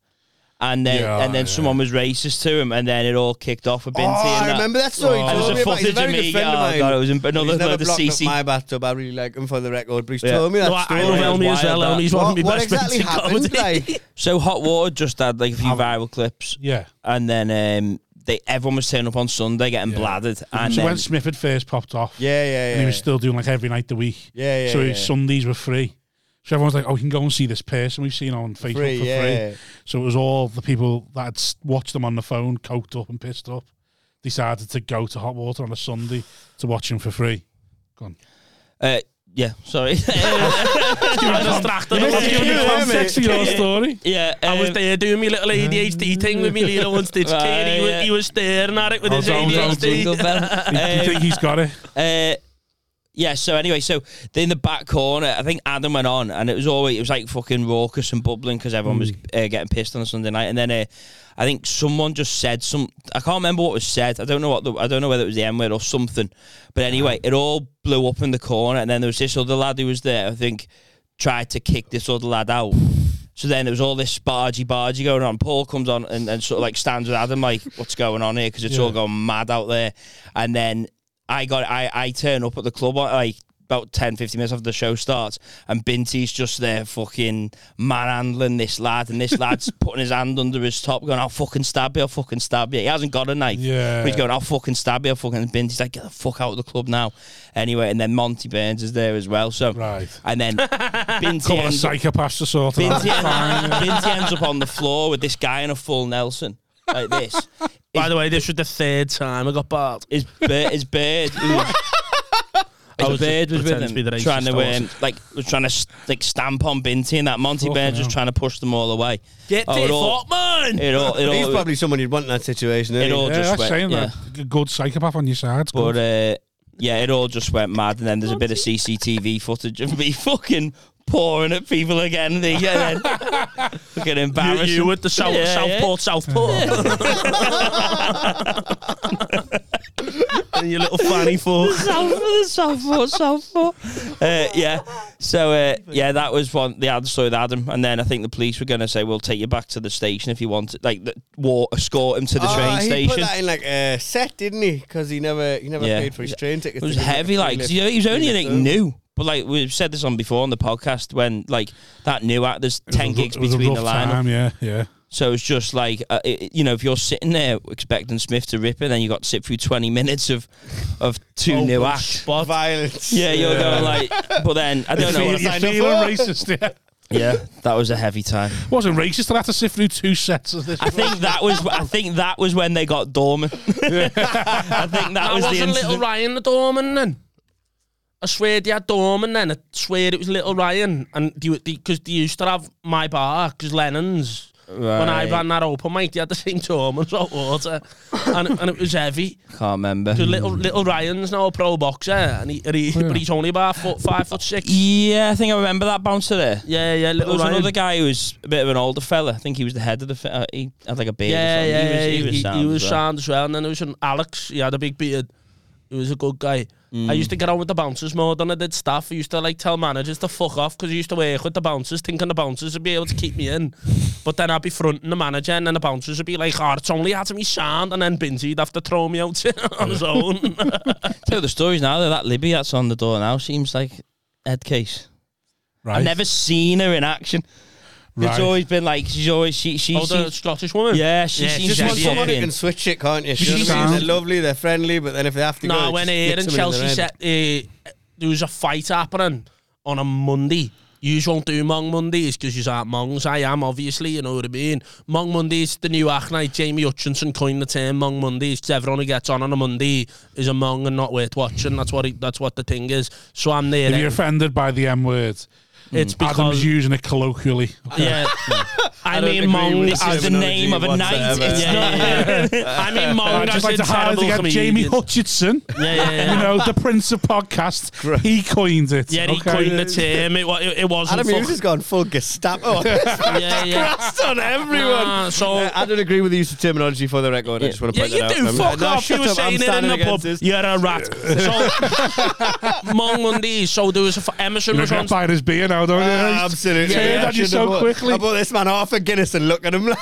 Speaker 2: and then
Speaker 1: Yeah,
Speaker 2: and then
Speaker 1: yeah.
Speaker 2: someone was racist to him, and then it all kicked off with Binti.
Speaker 5: Oh,
Speaker 2: and
Speaker 5: I
Speaker 2: that.
Speaker 5: remember that story. he
Speaker 2: And
Speaker 5: told
Speaker 2: there's
Speaker 5: me
Speaker 2: a
Speaker 5: about. He's
Speaker 2: footage
Speaker 5: a
Speaker 2: of
Speaker 5: very
Speaker 2: me.
Speaker 5: good
Speaker 2: Oh
Speaker 5: friend of mine.
Speaker 2: god, it was in, another
Speaker 5: He's never
Speaker 2: another
Speaker 5: blocked
Speaker 2: CC.
Speaker 5: up my bathtub. I really like him for the record. But he's
Speaker 2: Yeah.
Speaker 5: told me that
Speaker 4: No, I, I
Speaker 5: story.
Speaker 4: love Elmi as well.
Speaker 2: Wild,
Speaker 4: Elmi's
Speaker 5: What,
Speaker 4: one of my
Speaker 5: what
Speaker 4: best
Speaker 5: exactly
Speaker 4: mates in comedy.
Speaker 5: happened? Like,
Speaker 2: So hot water just had like a few viral clips,
Speaker 1: Yeah.
Speaker 2: and then um, they everyone was turning up on Sunday getting bladdered, and
Speaker 1: so
Speaker 2: then,
Speaker 1: when Smith had first popped off,
Speaker 5: yeah, yeah, yeah.
Speaker 1: and he was still doing like every night the week.
Speaker 5: Yeah, yeah,
Speaker 1: So
Speaker 5: yeah.
Speaker 1: his Sundays were free. So everyone's like, "Oh, we can go and see this person we've seen on Facebook
Speaker 5: Free,
Speaker 1: for
Speaker 5: yeah.
Speaker 1: free." So it was all the people that had s- watched them on the phone, coked up and pissed up, decided to go to hot water on a Sunday to watch him for free. Go on.
Speaker 2: uh, yeah, sorry,
Speaker 4: I distracted him.
Speaker 5: Yeah,
Speaker 1: Give me
Speaker 5: yeah,
Speaker 1: context to your story.
Speaker 2: yeah,
Speaker 4: I was
Speaker 2: um,
Speaker 4: there doing my little ADHD thing with me little one stitch
Speaker 2: Right,
Speaker 4: kid. He, was-
Speaker 2: yeah.
Speaker 4: he was staring at it with
Speaker 1: Oh,
Speaker 4: his
Speaker 1: don't, don't,
Speaker 4: ADHD.
Speaker 2: Jingle bell.
Speaker 1: Do you
Speaker 2: Um,
Speaker 1: think he's got it?
Speaker 2: Uh, yeah. So anyway, so in the back corner, I think Adam went on, and it was always it was like fucking raucous and bubbling because everyone was uh, getting pissed on a Sunday night, and then uh, I think someone just said some. I can't remember what was said. I don't know what the, I don't know whether it was the M word or something, but anyway, it all blew up in the corner, and then there was this other lad who was there. I think tried to kick this other lad out. So then there was all this bargy bargy going on. Paul comes on and, and sort of like stands with Adam, like, what's going on here? Because it's all going mad out there. And then I got, I, I turn up at the club like about 10, 15 minutes after the show starts, and Binty's just there fucking manhandling this lad, and this lad's putting his hand under his top, going, I'll fucking stab you, I'll fucking stab you. He hasn't got a knife.
Speaker 1: Yeah.
Speaker 2: But he's going, I'll fucking stab you, I'll fucking. And Binty's like, get the fuck out of the club now. Anyway, and then Monty Burns is there as well. So,
Speaker 1: Right.
Speaker 2: and then Binty
Speaker 1: Couple of
Speaker 2: ends up
Speaker 1: psychopaths to sort of.
Speaker 2: Binti, Binti ends up on the floor with this guy in a full Nelson, like this.
Speaker 4: By the way, this was the third time I got barred.
Speaker 2: His bird, his bird, was, his
Speaker 4: was
Speaker 2: bird was
Speaker 4: just
Speaker 2: with
Speaker 4: pretending to be
Speaker 2: him,
Speaker 4: the racist
Speaker 2: trying to
Speaker 4: I
Speaker 2: um, like was trying to s- like stamp on Binti, and that Monty
Speaker 1: Fucking
Speaker 2: Burns was
Speaker 1: hell.
Speaker 2: trying to push them all away.
Speaker 4: Get
Speaker 2: Oh,
Speaker 4: the
Speaker 2: it all,
Speaker 4: fuck, man!
Speaker 2: it all, it all,
Speaker 5: He's probably someone you'd want in that situation.
Speaker 2: it
Speaker 5: isn't he?
Speaker 2: all
Speaker 1: Yeah,
Speaker 2: just
Speaker 1: that's
Speaker 2: went,
Speaker 1: saying
Speaker 2: yeah.
Speaker 1: that. A good psychopath on your side. it's
Speaker 2: But
Speaker 1: good.
Speaker 2: uh, yeah, it all just went mad, and then there's a bit of CCTV footage of me fucking pouring at people again. The, yeah, then fucking
Speaker 4: You,
Speaker 2: embarrassing.
Speaker 4: you with the South,
Speaker 2: Yeah, yeah.
Speaker 4: Southport, Southport. and your little fanny fuck.
Speaker 2: Southport, Southport, Southport. Uh, yeah. So uh, yeah, that was one. The other story with Adam, and then I think the police were going to say, "We'll take you back to the station if you want." It. Like, the, war, escort him to the
Speaker 5: Oh,
Speaker 1: Ah,
Speaker 2: train
Speaker 5: he
Speaker 2: station.
Speaker 5: put that in like a set, didn't he? Because he never he never
Speaker 2: Yeah.
Speaker 5: paid for his train ticket.
Speaker 2: It was heavy, like 'cause, you know, he was only like new. But like we've said this on before on the podcast, when like that new act, there's
Speaker 1: It was a
Speaker 2: ten
Speaker 1: ru-
Speaker 2: gigs
Speaker 1: it was a
Speaker 2: between the
Speaker 1: rough
Speaker 2: lineup.
Speaker 1: time, Yeah, yeah.
Speaker 2: So it's just like uh, it, it- you know, if you're sitting there expecting Smith to rip it, then you got to sit through twenty minutes of of two
Speaker 1: Oh,
Speaker 2: new acts.
Speaker 5: violence.
Speaker 2: Yeah, you're going like, but then I don't know.
Speaker 1: You're
Speaker 5: what I
Speaker 1: feeling
Speaker 5: signed up for.
Speaker 1: racist, yeah.
Speaker 2: Yeah, that was a heavy time.
Speaker 1: wasn't racist. I had to sift through two sets of this.
Speaker 2: I think that was. I think that was when they got dormant. I think that,
Speaker 4: That
Speaker 2: was
Speaker 4: was
Speaker 2: the
Speaker 4: not little
Speaker 2: incident.
Speaker 4: Ryan the doorman then. I swear they had doorman then. I swear it was little Ryan, and because they, 'cause they used to have my bar because Lennon's. When I
Speaker 2: Right.
Speaker 4: ran that open mic, they had the same doorman hot water, and and it was heavy.
Speaker 2: Can't remember.
Speaker 4: 'Cause little little Ryan's now a pro boxer, and he, and he but he's only about foot, five foot six.
Speaker 2: Yeah, I think I remember that bouncer there.
Speaker 4: Yeah, yeah,
Speaker 2: There
Speaker 4: little
Speaker 2: was
Speaker 4: Ryan.
Speaker 2: another guy who was a bit of an older fella. I think he was the head of the. F- uh, he had like a beard. or
Speaker 4: Yeah,
Speaker 2: something.
Speaker 4: yeah,
Speaker 2: he was. He was sound. as well.
Speaker 4: sound as well. And then there was an Alex. He had a big beard. He was a good guy.
Speaker 2: Mm.
Speaker 4: I used to get on with the bouncers more than I did staff. I used to like tell managers to fuck off because I used to work with the bouncers, thinking the bouncers would be able to keep me in. But then I'd be fronting the manager, and then the bouncers would be like, "Oh, it's only had to be sound," and then Binzy'd have to throw me out on his own.
Speaker 2: Tell the stories now. That, that Libby that's on the door now seems like head case.
Speaker 1: Right.
Speaker 2: I've never seen her in action.
Speaker 1: Right.
Speaker 2: It's always been like she's always she she
Speaker 4: oh, the
Speaker 2: she's,
Speaker 4: Scottish woman.
Speaker 2: yeah she
Speaker 4: Yeah,
Speaker 2: seems
Speaker 5: Just
Speaker 2: to
Speaker 5: want
Speaker 2: be
Speaker 5: someone who
Speaker 2: fucking-
Speaker 5: can switch it, can't you? Do
Speaker 1: She's
Speaker 5: you know what I mean?
Speaker 1: sound.
Speaker 5: They're lovely, they're friendly, but then if they have to
Speaker 4: No,
Speaker 5: go,
Speaker 4: when
Speaker 5: just
Speaker 4: here
Speaker 5: nip
Speaker 4: in
Speaker 5: someone
Speaker 4: Chelsea
Speaker 5: the
Speaker 4: set, uh,
Speaker 5: head.
Speaker 4: there was a fight happening on a Monday. You won't do Mong Mondays because you aren't Mongs. I am, obviously, you know what I mean. Mong Mondays, the new act night. Jamie Hutchinson coined the term Mong Mondays 'cause everyone who gets on on a Monday is a Mong and not worth watching. That's what he, that's what the thing is. So I'm there.
Speaker 1: If you're
Speaker 4: then.
Speaker 1: offended by the M word,
Speaker 4: It's
Speaker 1: Adam's
Speaker 4: because. Oh,
Speaker 1: using it colloquially.
Speaker 4: Yeah, I,
Speaker 5: don't
Speaker 4: mean
Speaker 5: agree
Speaker 4: Mong.
Speaker 5: with
Speaker 2: this
Speaker 5: I
Speaker 2: is the
Speaker 5: don't know
Speaker 2: name of a
Speaker 5: whatsoever.
Speaker 2: night. It's
Speaker 5: Yeah,
Speaker 2: not.
Speaker 4: I mean Mong.
Speaker 1: I'd just
Speaker 4: as
Speaker 1: like
Speaker 4: in
Speaker 1: to highlight
Speaker 4: terrible
Speaker 1: again, Jamie
Speaker 4: comedian.
Speaker 1: Hutchinson.
Speaker 4: Yeah, yeah, yeah.
Speaker 1: You know, the prince of podcasts. He coined it.
Speaker 4: Yeah, he
Speaker 1: okay?
Speaker 4: coined the term. It, wa- it, it wasn't.
Speaker 5: Adam Hughes
Speaker 4: fucking-
Speaker 5: has gone full Gestapo.
Speaker 4: yeah, yeah.
Speaker 5: That's on everyone.
Speaker 4: Nah, so
Speaker 5: Uh, I don't agree with the use of terminology for the record. I just want to
Speaker 4: Yeah,
Speaker 5: point
Speaker 4: you
Speaker 5: that
Speaker 4: do.
Speaker 5: out.
Speaker 4: Fuck
Speaker 5: No,
Speaker 4: off.
Speaker 5: shut
Speaker 4: You were
Speaker 5: up, I'm
Speaker 4: saying it in
Speaker 5: standing
Speaker 4: the pub.
Speaker 5: against this.
Speaker 4: You're a rat. So, among Mondays, so there was a, f- Emerson
Speaker 1: You
Speaker 4: was on.
Speaker 1: regret buying his beer now, don't you?
Speaker 5: Ah,
Speaker 4: Um,
Speaker 5: Absolutely.
Speaker 1: Say
Speaker 5: Yeah,
Speaker 1: that you
Speaker 5: I shouldn't
Speaker 1: so
Speaker 5: have bought-
Speaker 1: quickly.
Speaker 5: I bought this man half a Guinness and look at him.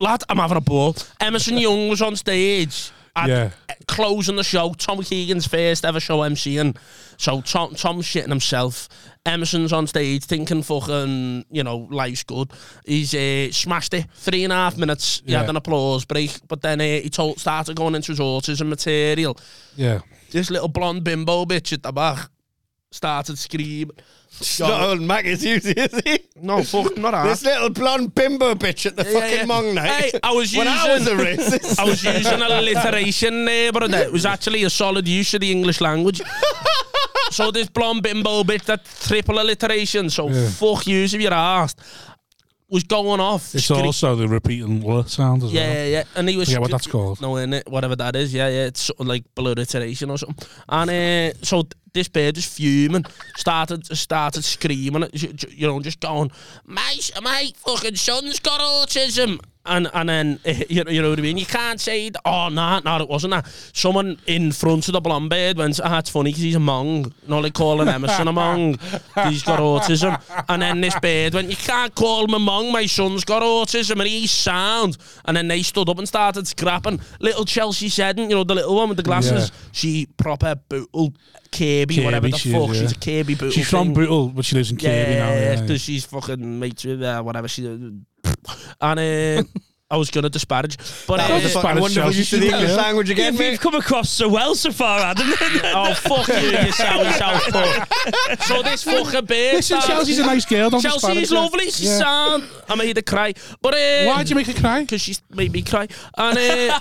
Speaker 4: Lad, I'm having a ball. Emerson Young was on stage. At,
Speaker 1: Yeah.
Speaker 4: uh, Closing the show, Tom Keegan's first ever show MCing. So Tom Tom's shitting himself. Emerson's on stage thinking fucking, you know, life's good. He's uh, smashed it. Three and a half minutes. He had
Speaker 1: Yeah.
Speaker 4: an applause break, but then uh, he told, started going into his autism material.
Speaker 1: Yeah.
Speaker 4: this little blonde bimbo bitch at the back started screaming.
Speaker 5: It's not old Mac, it's you, is he?
Speaker 4: No, fuck, not that.
Speaker 5: This little blonde bimbo bitch at the
Speaker 4: Yeah,
Speaker 5: fucking
Speaker 4: yeah.
Speaker 5: Mong night.
Speaker 4: Hey, I was using,
Speaker 5: when I was a racist.
Speaker 4: I was using alliteration there, brother. It was actually a solid use of the English language. so this blonde bimbo bitch, that triple alliteration, so
Speaker 1: Yeah.
Speaker 4: fuck use if you're arsed, was going off.
Speaker 1: It's
Speaker 4: scre-
Speaker 1: also the repeating L sound as
Speaker 4: Yeah,
Speaker 1: well.
Speaker 4: yeah, yeah. And he was
Speaker 1: Yeah, what that's called.
Speaker 4: No, in it, whatever that is. Yeah, yeah. It's sort of like alliteration or something. And uh, so th- this bird just fuming, started started screaming, j- j- you know, just going, my s- my fucking son's got autism. And and then eh, you know, you know what I mean. You can't say th- oh nah, nah, it wasn't that. Someone in front of the blonde bird went, ah, it's funny because he's a mong. No, like calling Emerson a mong. He's got autism. And then this bird went, you can't call him a mong. My son's got autism and he's sound. And then they stood up and started scrapping. Little Chelsea Seddon, you know the little one with the glasses.
Speaker 1: Yeah.
Speaker 4: She proper bootle Kirby,
Speaker 1: Kirby,
Speaker 4: whatever the
Speaker 1: she is,
Speaker 4: fuck.
Speaker 1: yeah.
Speaker 4: She's a Kirby bootle.
Speaker 1: She's from
Speaker 4: thing.
Speaker 1: Bootle, but she lives in Kirby now.
Speaker 4: Yeah,
Speaker 1: Yeah,
Speaker 4: because she's fucking mates with uh, whatever she. And uh, I was gonna disparage, but
Speaker 5: That was a
Speaker 1: Yeah.
Speaker 4: uh,
Speaker 5: fucking wonderful
Speaker 1: Chelsea
Speaker 5: use of the
Speaker 1: shooter,
Speaker 5: English
Speaker 1: yeah.
Speaker 5: language
Speaker 2: Yeah,
Speaker 5: again,
Speaker 2: we've
Speaker 5: mate.
Speaker 2: come across so well so far, Adam.
Speaker 4: oh fuck you, you sound South Pole. So this fucking bitch.
Speaker 1: Listen, Chelsea's a nice girl. Don't
Speaker 4: Chelsea
Speaker 1: disparage
Speaker 4: is
Speaker 1: her.
Speaker 4: lovely. She's
Speaker 1: Yeah.
Speaker 4: sound. I made her cry, but uh,
Speaker 1: Why'd you make her cry?
Speaker 4: Because she made me cry, and uh,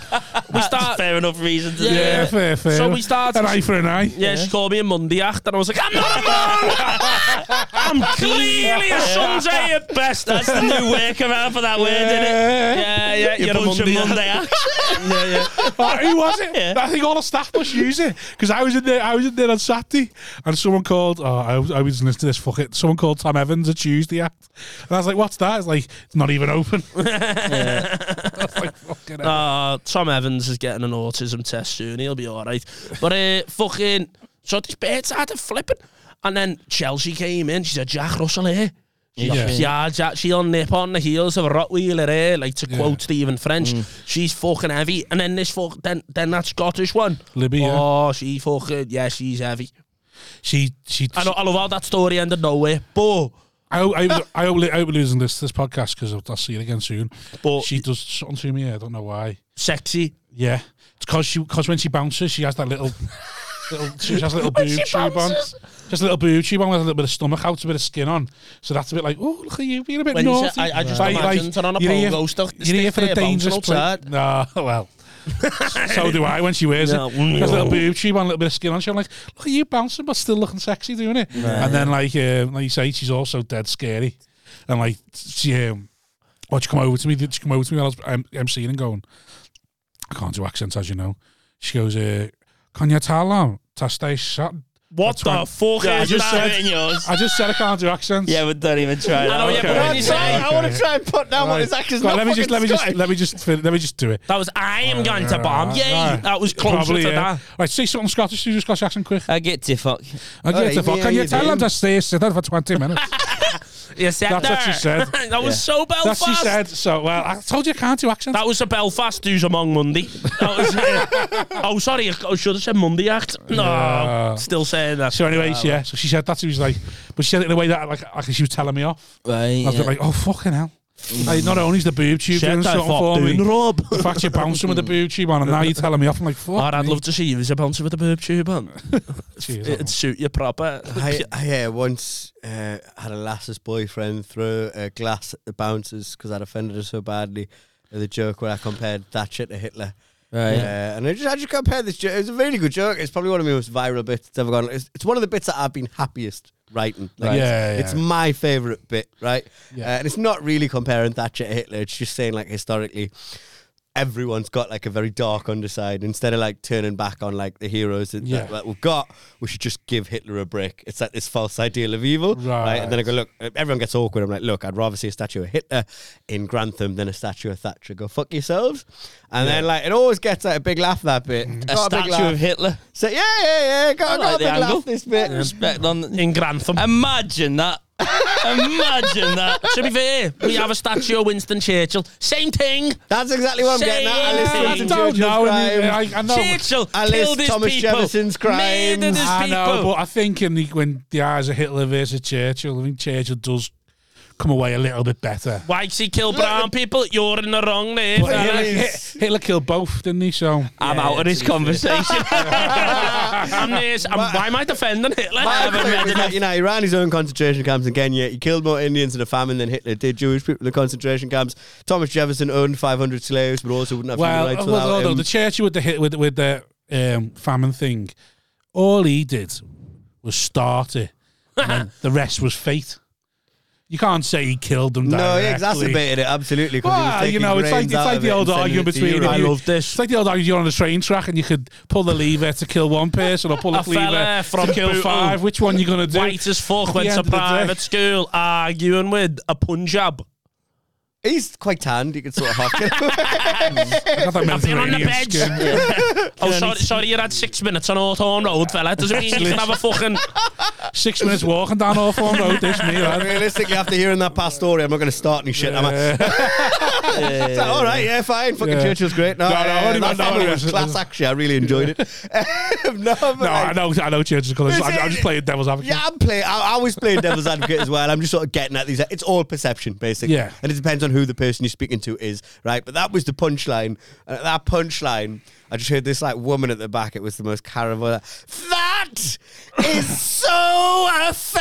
Speaker 4: we start.
Speaker 2: Fair enough reason. To
Speaker 4: Yeah.
Speaker 1: Yeah, fair, fair.
Speaker 4: uh, So we started-
Speaker 1: An eye for an eye.
Speaker 4: Yeah, she called me a Monday act, and I was like, I'm not a Monday. I'm clearly a Sunday at best. That's
Speaker 2: That's the new workaround for that word, innit?
Speaker 1: Yeah.
Speaker 4: yeah, yeah.
Speaker 2: You
Speaker 4: You're,
Speaker 2: bunch
Speaker 4: a Monday.
Speaker 2: of Monday
Speaker 4: act.
Speaker 2: acts.
Speaker 4: yeah, yeah.
Speaker 1: Oh, who was it?
Speaker 2: Yeah.
Speaker 1: I think all the staff must use it because I was in there. I was in there on Saturday, and someone called. Oh, I was, I was listening to this. Fuck it. Someone called Tom Evans a Tuesday act, and I was like, "What's that?" It's like it's not even open. I was like, fucking hell.
Speaker 4: Uh, Tom Evans is getting an autism test soon. He'll be all right. But uh, fucking, so this bit started flipping. And then Chelsea came in. She said, Jack Russell here. She's
Speaker 1: Yeah.
Speaker 4: yeah. yeah, Jack, she'll nip on the heels of a Rottweiler here, like to
Speaker 1: Yeah. Mm.
Speaker 4: quote Stephen French. She's fucking heavy. And then this fuck, then, then that Scottish one.
Speaker 1: Libby, yeah.
Speaker 4: Oh, she fucking, yeah, she's heavy.
Speaker 1: she, she.
Speaker 4: I, know, I love how that story ended nowhere. But,
Speaker 1: I, hope- I, hope- I, hope- I hope we're losing this this podcast because I'll see it again soon.
Speaker 4: but
Speaker 1: She does something to me. I don't know why.
Speaker 4: sexy.
Speaker 1: Yeah, it's because she because when she bounces, she has that little little she has a little boob
Speaker 4: she
Speaker 1: tube on.
Speaker 4: bounces?
Speaker 1: Just a little boob tube on with a little bit of stomach out, a bit of skin on. So that's a bit like, oh look at you being a bit
Speaker 4: When you
Speaker 1: naughty.
Speaker 4: say- I- I just imagine turn on a
Speaker 1: you're here-
Speaker 4: pogo stick-
Speaker 1: You're here
Speaker 4: stick
Speaker 1: for the
Speaker 4: there, bouncing
Speaker 1: dangerous play.
Speaker 4: outside.
Speaker 1: No, well. so do I when she wears
Speaker 4: No.
Speaker 1: it. She has a little boob tube on, a little bit of skin on. She, I'm like, look at you bouncing, but still looking sexy doing it. and then like um, like you say, she's also dead scary. And like she um, what she come over to me? Did she come over to me when I was um, emceeing and going? I can't do accents, as you know. She goes, uh, "Can you tell them to stay shut,
Speaker 4: What the
Speaker 1: fine.
Speaker 4: fuck
Speaker 2: I
Speaker 4: is
Speaker 2: just
Speaker 4: that?
Speaker 2: said in yours.
Speaker 1: I just said I can't do accents.
Speaker 2: Yeah, but don't even try that.
Speaker 4: I know, yeah, but when you say,
Speaker 5: I want to try and put down what his accent's
Speaker 1: Go on,
Speaker 5: not
Speaker 1: let me just let me
Speaker 5: fucking
Speaker 1: just let me just fin- let me just do it.
Speaker 4: that was, I am going to bomb. Yeah,
Speaker 1: Oh, Right.
Speaker 4: that was closer
Speaker 1: Probably,
Speaker 4: to
Speaker 1: yeah.
Speaker 4: that.
Speaker 1: Right, say something Scottish. Do your Scottish accent quick.
Speaker 2: I get to fuck.
Speaker 1: I get
Speaker 5: Alright,
Speaker 1: the fuck.
Speaker 5: Oh, yeah,
Speaker 1: Can you
Speaker 5: you
Speaker 1: tell them
Speaker 5: do.
Speaker 1: to stay sitting for twenty minutes?
Speaker 4: You said
Speaker 1: That's what she
Speaker 4: that.
Speaker 1: said.
Speaker 4: that was so
Speaker 1: That's
Speaker 4: Belfast.
Speaker 1: what she said. So well, I told you I can't do accents.
Speaker 4: That was a Belfast Who's Among Monday. That was, uh, oh, sorry, I should have said Monday Act. No,
Speaker 1: Yeah.
Speaker 4: still saying that.
Speaker 1: So,
Speaker 5: Ah,
Speaker 1: anyways, yeah. So she said that she was like, but she said it in a way that like, like she was telling me off.
Speaker 2: Right.
Speaker 1: I've been like, oh fucking hell! like, not only is the boob tube doing something for me,
Speaker 4: Rob.
Speaker 1: the fact you're bouncing with the boob tube on, and now you're telling me off. I'm like, fuck.
Speaker 4: I'd
Speaker 1: me.
Speaker 4: love to see you as a bouncer with a boob tube on.
Speaker 1: Jeez, I
Speaker 4: It'd suit you proper.
Speaker 5: I, I uh, once uh, had a lass's boyfriend throw a glass at the bouncers because I'd offended her so badly. with The joke where I compared Thatcher to Hitler.
Speaker 2: Right.
Speaker 5: Uh, and I just, I just compared this joke. It was a really good joke. It's probably one of the most viral bits that's ever gone. It's, it's one of the bits that I've been happiest writing. Like,
Speaker 1: Yeah, yeah.
Speaker 5: it's- It's my favourite bit, right?
Speaker 1: Yeah.
Speaker 5: Uh, and it's not really comparing Thatcher to Hitler. It's just saying, like, historically, everyone's got, like, a very dark underside. Instead of, like, turning back on, like, the heroes that,
Speaker 1: Yeah.
Speaker 5: that, that we've got, we should just give Hitler a break. It's like this false ideal of evil.
Speaker 1: Right.
Speaker 5: And then I go, look, uh, everyone gets awkward. I'm like, look, I'd rather see a statue of Hitler in Grantham than a statue of Thatcher. Go fuck yourselves. And then, like, it always gets like, a big laugh, that bit.
Speaker 2: Mm. a statue of Hitler.
Speaker 5: So, yeah, yeah, yeah. Got,
Speaker 2: I like
Speaker 5: got a
Speaker 2: the
Speaker 5: big
Speaker 2: angle.
Speaker 5: laugh, this bit.
Speaker 2: Respect on.
Speaker 4: In Grantham.
Speaker 2: Imagine that. Imagine that.
Speaker 4: to be fair, we have a statue of Winston Churchill. Same thing.
Speaker 5: That's exactly what I'm getting at. I
Speaker 4: Say-
Speaker 5: listened
Speaker 1: I
Speaker 5: to
Speaker 1: don't
Speaker 5: Churchill's
Speaker 1: know. and
Speaker 5: crime.
Speaker 1: I, I know.
Speaker 4: Churchill
Speaker 5: Alice
Speaker 4: killed his
Speaker 5: Thomas
Speaker 4: people.
Speaker 5: Jefferson's crimes.
Speaker 4: Murdered his
Speaker 1: I
Speaker 4: people.
Speaker 1: know, but I think in the, when the eyes of Hitler versus Churchill, I think Churchill does come away a little bit better.
Speaker 4: Why did he kill brown people? You're in the wrong name.
Speaker 1: But Hitler,
Speaker 4: Alex.
Speaker 1: Hit- Hitler killed both, didn't he? So
Speaker 2: I'm out of this conversation.
Speaker 4: I'm this. I'm, why am I defending Hitler?
Speaker 5: My
Speaker 4: I've
Speaker 5: point
Speaker 4: read
Speaker 5: was
Speaker 4: enough.
Speaker 5: that, you know, he ran his own concentration camps in Kenya. He killed more Indians in a famine than Hitler did Jewish people in the concentration camps. Thomas Jefferson owned 500 slaves, but also wouldn't have
Speaker 1: well,
Speaker 5: human rights
Speaker 1: although,
Speaker 5: without
Speaker 1: although
Speaker 5: him.
Speaker 1: the Churchill with the hit with with the um, famine thing, all he did was start it. and then the rest was fate. You can't say he killed them.
Speaker 5: no,
Speaker 1: directly.
Speaker 5: he exacerbated it absolutely. 'cause he was
Speaker 1: Well, you
Speaker 5: taking
Speaker 1: know, it's like
Speaker 5: grains
Speaker 1: it's
Speaker 5: out
Speaker 1: like
Speaker 5: of
Speaker 1: the
Speaker 5: it
Speaker 1: old
Speaker 5: and sending
Speaker 1: argument
Speaker 5: it to
Speaker 1: between.
Speaker 5: Europe.
Speaker 1: if you-
Speaker 4: this.
Speaker 1: It's like the old argument. You're on a train track and you could pull the lever to kill one person or pull
Speaker 4: A
Speaker 1: the lever
Speaker 4: fella from
Speaker 1: to kill
Speaker 4: Bootle.
Speaker 1: five. Which one you gonna do?
Speaker 4: White as
Speaker 1: At
Speaker 4: fuck
Speaker 1: the
Speaker 4: went
Speaker 1: end
Speaker 4: to
Speaker 1: of the day.
Speaker 4: private school arguing with a Punjab.
Speaker 5: He's quite tanned. You could sort of half get
Speaker 1: Not that
Speaker 4: I've been on the
Speaker 1: Mediterranean
Speaker 4: bench.
Speaker 1: skin.
Speaker 4: Oh, sorry, sorry, you had six minutes on Hawthorne Road, fella. Doesn't mean you can have a fucking.
Speaker 1: Six minutes walking down Hawthorne Road. This me. Right?
Speaker 5: Realistically, after hearing that past story, I'm not going to start any shit. am I? It's like, all right, yeah, fine. Fucking
Speaker 1: Yeah.
Speaker 5: Churchill's great. No,
Speaker 1: No, no, I
Speaker 5: uh,
Speaker 1: only
Speaker 5: that
Speaker 1: meant that
Speaker 5: famine
Speaker 1: one.
Speaker 5: was class. Actually, I really enjoyed it. no, but
Speaker 1: No,
Speaker 5: like-
Speaker 1: I know. I know Churchill's colours. I- I'm just playing devil's advocate.
Speaker 5: Yeah, I'm playing. I, I was playing devil's advocate as well. I'm just sort of getting at these. It's all perception, basically.
Speaker 1: Yeah.
Speaker 5: And it depends on who the person you're speaking to is, right? But that was the punchline. And at that punchline, I just heard this like woman at the back. It was the most caravan. That is so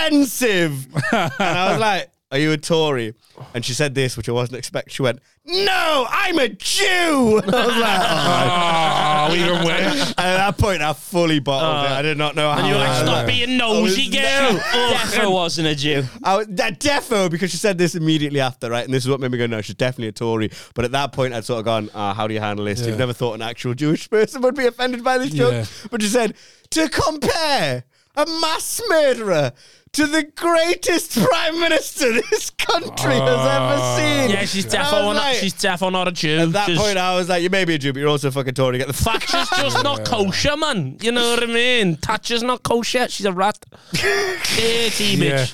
Speaker 5: offensive. and I was like, "Are you a Tory?" And she said this, which I wasn't expecting. She went, "No, I'm a Jew." And I was like,
Speaker 1: Oh, even worse.
Speaker 5: and at that point, I fully bottled it. I did not know how.
Speaker 4: Uh, And you're like,
Speaker 5: I-
Speaker 4: stop being nosy, girl. Ugh.
Speaker 2: Defo wasn't a Jew.
Speaker 5: I was, that defo because she said this immediately after, right? And this is what made me go, no, she's definitely a Tory. But at that point, I'd sort of gone, ah, how do you handle this?
Speaker 1: Yeah.
Speaker 5: You've never thought an actual Jewish person would be offended by this joke.
Speaker 1: Yeah.
Speaker 5: But she said, to compare a mass murderer to the greatest prime minister this country
Speaker 1: Ah.
Speaker 5: has ever seen.
Speaker 4: Yeah, she's
Speaker 5: And I
Speaker 4: deaf on
Speaker 5: was
Speaker 4: not.
Speaker 5: like-
Speaker 4: She's deaf on not a Jew.
Speaker 5: At that
Speaker 4: Just-
Speaker 5: point, I was like, you may be a Jew, but you're also a fucking Tory. Get the fuck.
Speaker 4: Thatcher's just not kosher, man. You know what I mean? Thatcher's not kosher. She's a rat. Dirty bitch.
Speaker 1: Yeah.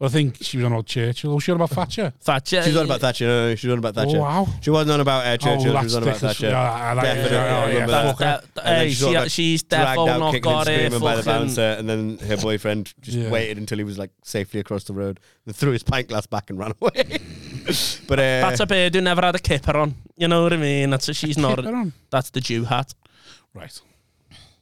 Speaker 1: Well, I think she was on about Churchill. Oh, she was on about Thatcher.
Speaker 4: Thatcher.
Speaker 5: She was on about Thatcher. No, no, she was on about Thatcher.
Speaker 1: Oh, wow.
Speaker 5: She wasn't on about uh, Churchill. she
Speaker 1: Oh, that's
Speaker 5: was on about
Speaker 1: thick as-
Speaker 5: Thatcher.
Speaker 1: yeah, I like-
Speaker 5: Definitely.
Speaker 1: yeah,
Speaker 5: I
Speaker 1: yeah,
Speaker 5: remember
Speaker 1: yeah.
Speaker 5: that.
Speaker 4: That- that-
Speaker 5: And then
Speaker 4: hey,
Speaker 5: she sort
Speaker 4: she-
Speaker 5: of got
Speaker 4: she's
Speaker 5: dragged
Speaker 4: defo
Speaker 5: out,
Speaker 4: not
Speaker 5: kicking and
Speaker 4: got a
Speaker 5: screaming by the
Speaker 4: fucking-
Speaker 5: bouncer, and then her boyfriend just
Speaker 1: Yeah.
Speaker 5: waited until he was like safely across the road, and threw his pint glass back and ran away. but uh,
Speaker 4: That's a bird who never had a kipper on. You know what I mean? That's a, she's not.
Speaker 1: Kipper on?
Speaker 4: That's the Jew hat.
Speaker 1: Right.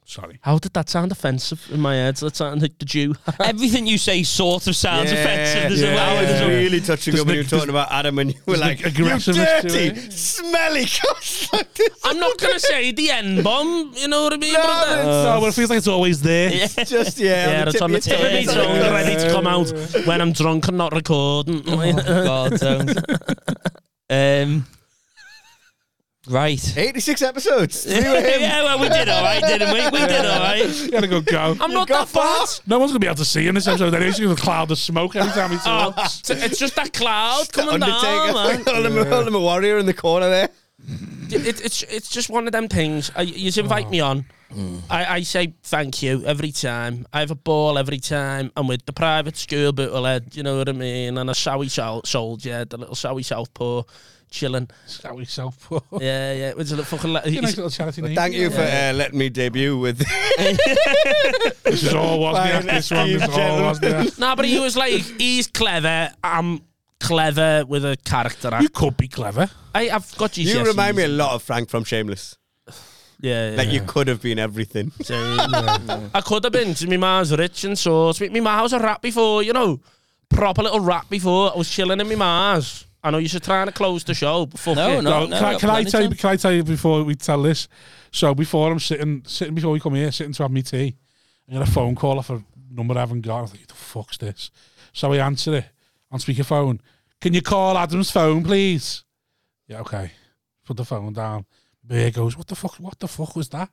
Speaker 1: Sorry.
Speaker 4: How did that sound offensive in my head? That sounded like the Jew.
Speaker 2: Everything you say sort of sounds offensive. There's
Speaker 1: yeah,
Speaker 2: a
Speaker 5: I
Speaker 2: line.
Speaker 5: was
Speaker 1: yeah.
Speaker 2: There's
Speaker 5: really touching
Speaker 1: There's
Speaker 5: up when
Speaker 1: the-
Speaker 5: you were talking about Adam, and you were
Speaker 1: the
Speaker 5: like, "You
Speaker 1: aggressiveness to
Speaker 5: dirty,
Speaker 1: it."
Speaker 5: smelly cuss like this."
Speaker 4: I'm not gonna say the N bomb. You know what I mean?
Speaker 5: No,
Speaker 4: But that-
Speaker 1: no, but it feels like it's always there.
Speaker 2: Yeah.
Speaker 5: Just yeah,
Speaker 4: yeah, it's on the
Speaker 5: tip of your
Speaker 4: tip. It's
Speaker 5: tongue.
Speaker 4: all ready to come out when I'm drunk and not
Speaker 2: Oh,
Speaker 4: recording.
Speaker 2: a- God, don't. Um, Right.
Speaker 5: 86 episodes. Three with him.
Speaker 2: yeah, well, we did all right, didn't we? We did all right.
Speaker 1: You gotta go go.
Speaker 4: I'm not that fat.
Speaker 1: no one's gonna be able to see in this episode. They're using the cloud of smoke every time he
Speaker 4: Oh,
Speaker 1: talks.
Speaker 4: it's- it's just that cloud coming down, man.
Speaker 5: Undertaker. Ultimate yeah. Warrior in the corner there.
Speaker 4: It, it's it's just one of them things. I, you just
Speaker 5: Oh.
Speaker 4: invite me on.
Speaker 5: Mm.
Speaker 4: I, I say thank you every time. I have a ball every time. I'm with the private school bootlehead, you know what I mean? And a sowie sol- soldier, the little sowie southpaw, chilling.
Speaker 1: That we self put.
Speaker 4: Yeah, yeah. With a little fucking. Le-
Speaker 1: Nice little charity name.
Speaker 5: Thank you for uh, letting me debut with
Speaker 1: This is all Wozniak. This one is all Wozniak.
Speaker 4: no, but he was like, he's clever. I'm clever with a character.
Speaker 1: You
Speaker 4: act.
Speaker 1: could be clever.
Speaker 4: I, I've got you.
Speaker 5: You remind me a lot of Frank from Shameless.
Speaker 4: Yeah, yeah.
Speaker 5: Like you could have been everything.
Speaker 4: So, I could have been. 'cause My ma's rich and sauce. My ma was a rat before, you know. Proper little rat before. I was chilling in my ma's. I know you're trying to close the show, but fuck
Speaker 2: No,
Speaker 4: it.
Speaker 1: No,
Speaker 2: no, no.
Speaker 1: can, I,
Speaker 2: got
Speaker 1: can I
Speaker 2: plenty
Speaker 1: tell you?
Speaker 2: time.
Speaker 1: Can I tell you before we tell this? So before I'm sitting, sitting before we come here, sitting to have my tea, I get a phone call off a number I haven't got. I was like, "Who the fuck's this?" So I answer it on speakerphone. Can you call Adam's phone, please? Yeah, okay. Put the phone down. Bear goes, "What the fuck? What the fuck was that?"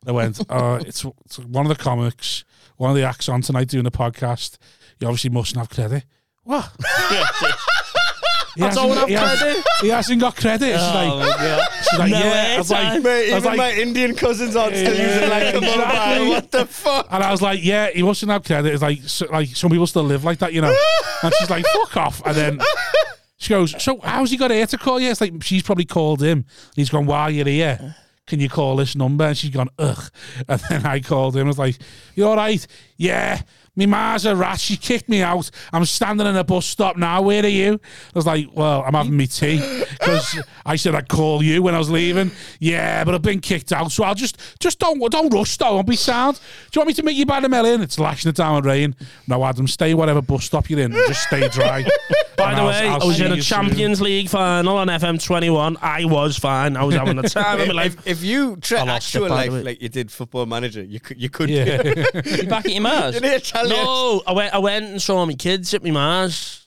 Speaker 1: And I went, uh, it's, it's one of the comics, one of the acts on tonight doing the podcast. You obviously mustn't have credit. What? He
Speaker 4: I don't
Speaker 1: hasn't-
Speaker 4: have
Speaker 1: he hasn't-
Speaker 5: eh?
Speaker 4: credit.
Speaker 1: He hasn't got credit. It's
Speaker 2: Oh,
Speaker 1: like,
Speaker 2: my God.
Speaker 1: She's like,
Speaker 2: No
Speaker 1: yeah. I was like,
Speaker 2: airtime.
Speaker 5: Mate,
Speaker 1: I
Speaker 5: even
Speaker 1: was like-
Speaker 5: my Indian cousins aren't still using like a
Speaker 1: exactly.
Speaker 5: mobile. What the fuck?
Speaker 1: and I was like, yeah, he mustn't have credit. It's like, so, like some people still live like that, you know. and she's like, fuck off. And then she goes, so how's he got here to call you? It's like she's probably called him. And he's gone, while you're here, can you call this number? And she's gone, ugh. And then I called him. I was like, you all right? Yeah. Me ma's a rat. She kicked me out. I'm standing in a bus stop now. Where are you? I was like, well, I'm having me tea because I said I'd call you when I was leaving. Yeah, but I've been kicked out, so I'll just just don't don't rush though. I'll be sound. Do you want me to meet you by the melon? It's lashing it down with rain. No, Adam, stay whatever bus stop you're in. and Just stay dry.
Speaker 4: By the way, I was in a
Speaker 1: champion.
Speaker 4: Champions League final on FM21. I was fine. I was having the time of my life.
Speaker 5: If, if you treat
Speaker 4: I lost it,
Speaker 5: actual
Speaker 4: by the
Speaker 5: life
Speaker 4: way.
Speaker 5: like you did Football Manager, you could. You could.
Speaker 1: Yeah.
Speaker 2: You back at your ma's?
Speaker 5: You're Italian.
Speaker 4: No, I went. I went and saw my kids at my ma's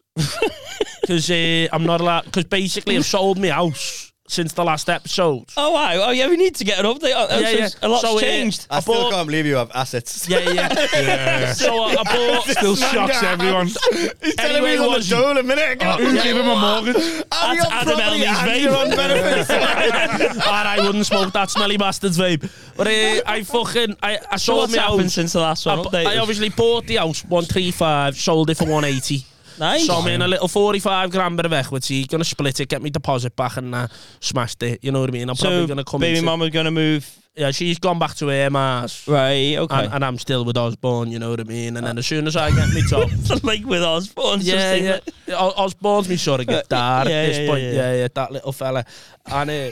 Speaker 4: because uh, I'm not allowed. Because basically, I've sold my house since the last episode.
Speaker 2: Oh wow! Oh yeah, we need to get an update. on- yeah,
Speaker 4: Yeah, yeah.
Speaker 2: A lot's
Speaker 4: So, uh,
Speaker 2: changed.
Speaker 5: I still
Speaker 4: bought-
Speaker 5: can't believe you have assets.
Speaker 4: Yeah, yeah. So I, I bought.
Speaker 1: Still shocks everyone.
Speaker 5: He's telling me
Speaker 4: Anyway,
Speaker 5: he's on the
Speaker 4: was-
Speaker 5: dole a minute ago.
Speaker 1: Who gave him a mortgage?
Speaker 5: Have you
Speaker 2: That's
Speaker 5: got
Speaker 2: Adam
Speaker 5: property
Speaker 2: Elmy's
Speaker 5: and
Speaker 2: vape.
Speaker 5: you're on benefits?
Speaker 4: and I wouldn't smoke that smelly bastard's vape. But uh, I fucking I, I
Speaker 2: So
Speaker 4: sold
Speaker 2: what's
Speaker 4: my
Speaker 2: happened
Speaker 4: house.
Speaker 2: since the last
Speaker 4: I,
Speaker 2: one?
Speaker 4: bu-
Speaker 2: update?
Speaker 4: I obviously bought the house one three five, sold it for one eighty.
Speaker 2: nice.
Speaker 4: So I'm in a little forty five grand bit of equity. Gonna split it, get my deposit back, and uh, smashed it. You know what I mean? I'm probably
Speaker 2: So
Speaker 4: gonna come.
Speaker 2: baby
Speaker 4: into-
Speaker 2: mama's gonna move.
Speaker 4: Yeah, she's gone back to her ma's.
Speaker 2: Right. Okay. Uh,
Speaker 4: And, and I'm still with Osborne, you know what I mean? And then as soon as I get me top,
Speaker 2: the link with Osborne.
Speaker 4: yeah, yeah. Os- Osborne's me sort of get dad
Speaker 2: Uh, yeah,
Speaker 4: at this
Speaker 2: yeah,
Speaker 4: point.
Speaker 2: yeah,
Speaker 4: Yeah,
Speaker 2: yeah.
Speaker 4: yeah, that little fella. And uh,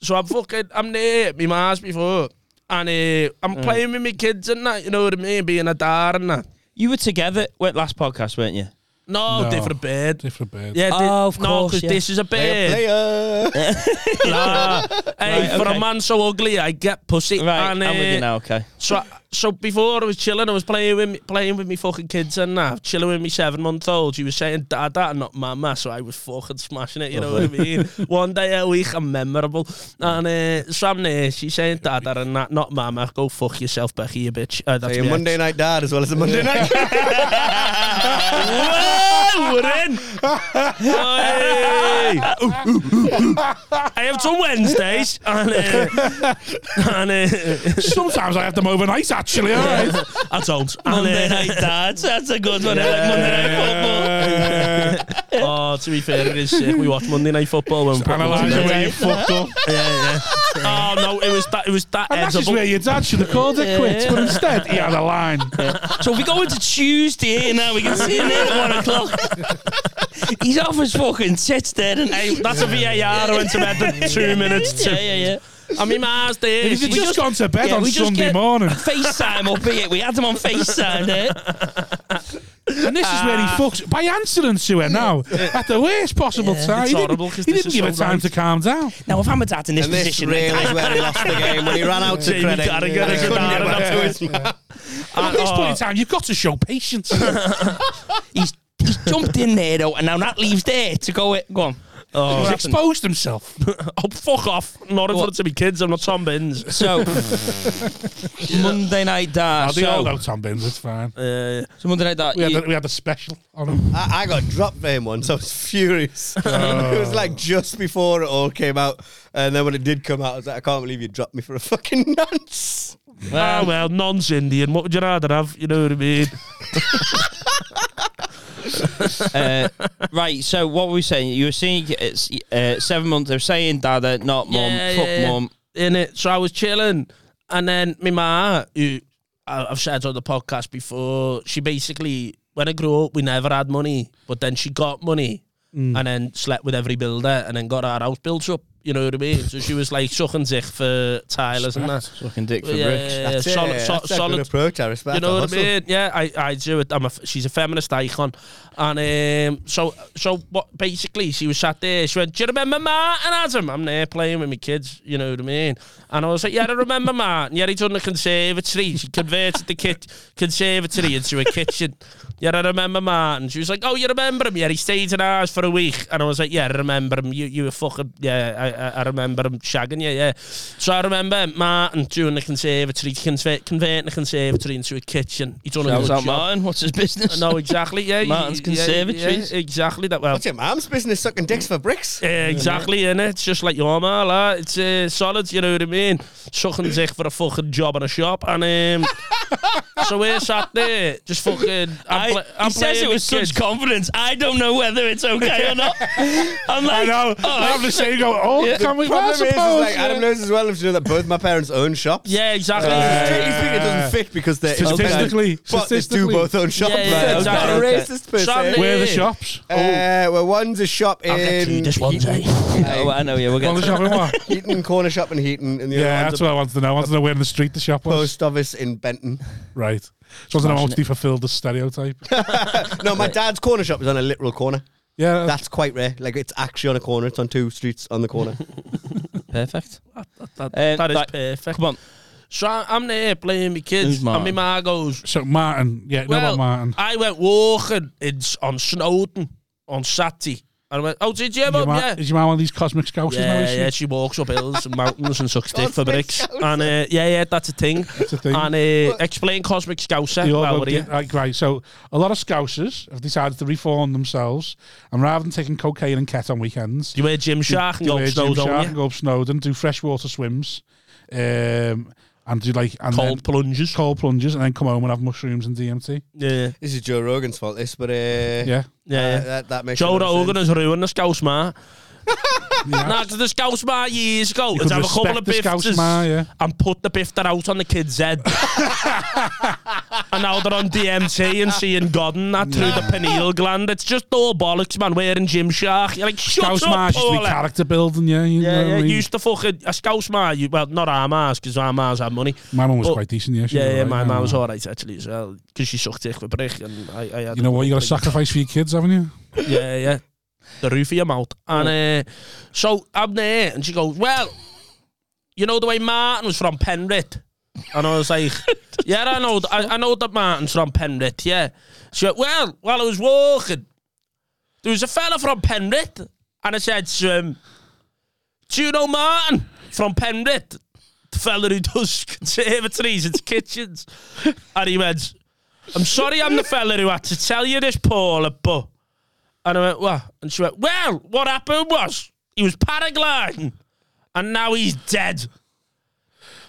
Speaker 4: so I'm fucking, I'm there, at me ma's before. And uh,
Speaker 2: Mm.
Speaker 4: I'm playing with my kids and that, you know what I mean? Being a dad and that.
Speaker 2: You were together went last podcast, weren't you?
Speaker 4: No, er
Speaker 1: No.
Speaker 4: different bed.
Speaker 1: Different bird.
Speaker 4: Yeah, thi-
Speaker 2: Oh, of
Speaker 4: no,
Speaker 2: course,
Speaker 4: because
Speaker 2: yeah.
Speaker 4: this is a
Speaker 5: Player,
Speaker 4: bed.
Speaker 5: player.
Speaker 4: Nah. hey,
Speaker 2: Right,
Speaker 4: for
Speaker 2: okay.
Speaker 4: a man so ugly, I get pussy.
Speaker 2: Right.
Speaker 4: and,
Speaker 2: I'm with
Speaker 4: uh,
Speaker 2: you now. Okay.
Speaker 4: So, I- so before I was chilling, I was playing with me, playing with me fucking kids and that, chilling with me seven month old. She was saying dad, dad, and not mama, so I was fucking smashing it. You know what I mean? One day a week, I'm memorable. And uh, so I'm there. She's saying dad, dad, and that, not mama. Go fuck yourself, Becky, you bitch. Uh, that's
Speaker 5: Hey, a
Speaker 4: me.
Speaker 5: Monday night dad as well as a Monday night.
Speaker 4: Whoa, we're in. Hey. Ooh, ooh, ooh, ooh. I have some Wednesdays, and uh, and uh,
Speaker 1: Sometimes I have them overnight, actually. All right.
Speaker 4: I don't. And,
Speaker 2: Monday
Speaker 4: uh,
Speaker 2: night dads. That's a good one. I like Monday night
Speaker 1: Uh,
Speaker 4: Oh, to be fair, it is sick. We watch Monday Night Football when
Speaker 1: Analyse the way you fucked up.
Speaker 4: Oh no, it was that. It was that
Speaker 1: And that's just
Speaker 4: edible.
Speaker 1: where your dad should have called it quits, but instead he had a line.
Speaker 2: football. so if we go into Tuesday now, we can see him here at one o'clock. He's off his fucking tits dead and
Speaker 4: Hey, that's a VAR. I went to bed in two minutes.
Speaker 2: Yeah,
Speaker 4: To,
Speaker 2: yeah, yeah.
Speaker 4: I mean, Mars there.
Speaker 1: If
Speaker 4: She,
Speaker 1: you'd just, gone to bed
Speaker 2: yeah,
Speaker 1: on
Speaker 2: we just
Speaker 1: Sunday
Speaker 2: get-
Speaker 1: morning,
Speaker 2: FaceTime up here. We had him on FaceTime eh? there.
Speaker 1: and this is where he fucks by answering to her now at the worst possible time.
Speaker 4: it's
Speaker 1: he didn't-
Speaker 4: horrible 'cause
Speaker 1: he
Speaker 4: this
Speaker 1: didn't
Speaker 4: is
Speaker 1: give
Speaker 4: so
Speaker 1: her time
Speaker 4: right.
Speaker 1: to calm down.
Speaker 2: Now, if I'm a dad in this
Speaker 5: And this
Speaker 2: position,
Speaker 5: really is where he lost the game when he ran out of
Speaker 4: Jamie
Speaker 5: credit.
Speaker 4: Carragher
Speaker 5: Yeah.
Speaker 4: is a
Speaker 5: Couldn't
Speaker 4: dad
Speaker 5: get
Speaker 4: and
Speaker 5: back
Speaker 4: that's
Speaker 5: to
Speaker 4: who
Speaker 5: his man.
Speaker 1: At this point in time, you've got to show patience.
Speaker 2: he's, he's jumped in there though, and now that leaves there to go. It go on. Oh.
Speaker 1: He's exposed himself.
Speaker 4: Oh, fuck off. Not in
Speaker 2: What?
Speaker 4: front of my kids. I'm not Tom Bins.
Speaker 2: So Monday night
Speaker 1: I'll
Speaker 2: dash.
Speaker 1: do all
Speaker 2: So,
Speaker 1: those Tom Bins, it's fine.
Speaker 4: Uh,
Speaker 2: so Monday night dash.
Speaker 1: We had,
Speaker 2: you-
Speaker 1: the, we had the special on him.
Speaker 5: I, I got dropped for him once. I was furious. it was like just before it all came out, and then when it did come out, I was like, I can't believe you dropped me for a fucking nonce.
Speaker 4: ah,
Speaker 2: um,
Speaker 4: well, non's Indian. What would you rather have? You know what I mean?
Speaker 2: uh, right. So what were we saying? You were saying it's uh, seven months. They're saying dada, not mum.
Speaker 4: Yeah,
Speaker 2: fuck
Speaker 4: yeah, yeah.
Speaker 2: mum.
Speaker 4: in it. So I was chilling, and then my ma, who I- I've said on the podcast before, she basically when I grew up we never had money, but then she got money,
Speaker 5: Mm.
Speaker 4: and then slept with every builder, and then got our house built up. You know what I mean? so she was like sucking dick for tilers and that.
Speaker 2: Fucking dick for
Speaker 4: Yeah,
Speaker 2: bricks.
Speaker 4: yeah, yeah. Solid,
Speaker 5: it.
Speaker 4: so-
Speaker 5: That's a
Speaker 4: solid,
Speaker 5: good approach. I respect.
Speaker 4: you know
Speaker 5: the
Speaker 4: what I
Speaker 5: hustle.
Speaker 4: mean? Yeah, I, I do it. I'm a, f- she's a feminist icon, and um, so so what? Basically, she was sat there. She went, "Do you remember Ma and Adam? I'm there playing with my kids. You know what I mean?" And I was like, "Yeah, I remember Ma. And yeah, he's on the conservatory. She converted the kit- conservatory into a kitchen. Yeah, I remember Ma." And she was like, "Oh, you remember him? Yeah, he stayed in ours for a week." And I was like, "Yeah, I remember him. You you were fucking yeah. I- I, I remember him shagging you. Yeah." So I remember Martin doing the conservatory, conver- converting the conservatory into a kitchen. He done a
Speaker 2: That
Speaker 4: good
Speaker 2: was out
Speaker 4: job.
Speaker 2: Martin. What's his business?
Speaker 4: No, exactly. Yeah, he-
Speaker 2: Martin's
Speaker 4: yeah,
Speaker 2: conservatories.
Speaker 4: yeah, exactly that. Well,
Speaker 5: What's your mom's business sucking dicks for bricks?
Speaker 4: yeah, exactly, innit? It's just like your man, lad. It's uh, solid, you know what I mean? Sucking dick for a fucking job in a shop. And um, so we're sat there, just fucking. I'm
Speaker 2: I,
Speaker 4: pla- I'm
Speaker 2: he says
Speaker 4: playing
Speaker 2: it
Speaker 4: with
Speaker 2: with such
Speaker 4: kids.
Speaker 2: confidence. I don't know whether it's okay or not. I'm
Speaker 1: I
Speaker 2: like,
Speaker 1: know. I have the same go, oh, can we? Well, I
Speaker 5: Problem is, is
Speaker 1: suppose,
Speaker 5: like Adam knows as well as you know that both my parents own shops.
Speaker 4: Yeah, exactly.
Speaker 5: Strictly speaking, it doesn't fit because they're
Speaker 1: Statistically,
Speaker 5: independent, but they do
Speaker 1: statistically.
Speaker 5: both own shops.
Speaker 4: Yeah, yeah,
Speaker 5: right?
Speaker 4: exactly.
Speaker 5: I'm not a racist per se.
Speaker 4: Sunday-
Speaker 1: Where are the
Speaker 4: Yeah.
Speaker 1: shops? Oh,
Speaker 5: Uh, well, one's a shop
Speaker 4: I'll
Speaker 2: Um,
Speaker 4: get to you
Speaker 5: in
Speaker 4: this one day.
Speaker 2: oh, I know. Yeah,
Speaker 1: What
Speaker 2: we'll get.
Speaker 1: the shop in what?
Speaker 5: Heaton, corner shop in Heaton, and the
Speaker 1: Yeah,
Speaker 5: other one's
Speaker 1: that's
Speaker 5: a
Speaker 1: what I wanted to know. I wanted to know where in the street the shop was.
Speaker 5: post office in Benton.
Speaker 1: Right. So I wanted to know how they fulfilled the stereotype.
Speaker 5: No, my dad's corner shop is on a literal corner.
Speaker 1: Yeah,
Speaker 5: That's quite rare. Like it's actually on a corner. It's on two streets on the corner.
Speaker 2: Perfect.
Speaker 4: That-
Speaker 2: Uh,
Speaker 4: that is
Speaker 2: like-
Speaker 4: perfect.
Speaker 2: Come on.
Speaker 4: So I- I'm there playing with kids,
Speaker 2: Who's
Speaker 4: and my
Speaker 2: Martin?
Speaker 4: ma goes,
Speaker 1: So Martin, yeah, no
Speaker 4: Well,
Speaker 1: about Martin.
Speaker 4: I went walking in, on Snowden on Saturday. And I went, oh, did you ever?
Speaker 1: Your ma-
Speaker 4: yeah.
Speaker 1: Is your mum one of these cosmic scousers now?
Speaker 4: Yeah,
Speaker 1: Is she?
Speaker 4: yeah, she walks up hills and mountains and sucks dick for
Speaker 5: Cosmic
Speaker 4: bricks.
Speaker 5: Scouser.
Speaker 4: And uh, yeah, yeah, that's a thing.
Speaker 1: That's the thing.
Speaker 4: And uh, explain Cosmic Scouser.
Speaker 1: They all
Speaker 4: Well,
Speaker 1: go
Speaker 4: what are
Speaker 1: di-
Speaker 4: you?
Speaker 1: like, right, so a lot of scousers have decided to reform themselves, and rather than taking cocaine and ket on weekends,
Speaker 4: Do you wear gym shark
Speaker 1: they
Speaker 4: and go
Speaker 1: wear
Speaker 4: up snow,
Speaker 1: Gymshark
Speaker 4: don't
Speaker 1: and
Speaker 4: you?
Speaker 1: go up Snowdon, do freshwater swims, um, and do like and
Speaker 4: Cold
Speaker 1: then
Speaker 4: plunges.
Speaker 1: cold plunges, and then come home and have mushrooms and DMT.
Speaker 4: Yeah,
Speaker 5: this is Joe Rogan's fault. This, but uh, yeah,
Speaker 1: Yeah,
Speaker 4: yeah.
Speaker 5: that, that makes a
Speaker 4: Joe
Speaker 5: lot of
Speaker 4: Rogan
Speaker 5: sense.
Speaker 4: has ruined the Scouse Ma.
Speaker 1: yeah.
Speaker 4: Nah, 'cause the Scouse Ma years ago,
Speaker 1: You could
Speaker 4: let's have a
Speaker 1: respect dus
Speaker 4: couple of
Speaker 1: the Scouse
Speaker 4: bifters
Speaker 1: Ma, yeah.
Speaker 4: and put the bifter out on the kid's head. and now they're on DMT and seeing God and that through the pineal gland. It's just all bollocks, man, wearing Gymshark. You're like, shut
Speaker 1: Scouse
Speaker 4: up,
Speaker 1: Marsh used to be
Speaker 4: Paula.
Speaker 1: character building, yeah. You
Speaker 4: Yeah,
Speaker 1: know
Speaker 4: yeah,
Speaker 1: what I mean?
Speaker 4: used to fucking a scouse ma. You, well, not our ma's because our ma's had money.
Speaker 1: my mum was
Speaker 4: but-
Speaker 1: quite decent, yeah. she
Speaker 4: Yeah,
Speaker 1: was
Speaker 4: yeah,
Speaker 1: alright,
Speaker 4: my
Speaker 1: yeah.
Speaker 4: ma was alright actually as well because she sucked dick with brick and I, I had
Speaker 1: You know what? You got to
Speaker 4: Like-
Speaker 1: sacrifice for your kids, haven't you?
Speaker 4: yeah, yeah. The roof of your mouth. And uh, so I'm there, and she goes, Well, you know the way Martin was from Penrith? And I was like, Yeah, I know, th- I, I know that Martin's from Penrith, yeah. She went, Well, while I was walking, there was a fella from Penrith. And I said to him, Do you know Martin from Penrith? The fella who does conservatories and kitchens. And he went, I'm sorry I'm the fella who had to tell you this, Paula, but and I went, what? And she went, well, what happened was he was paragliding and now he's dead.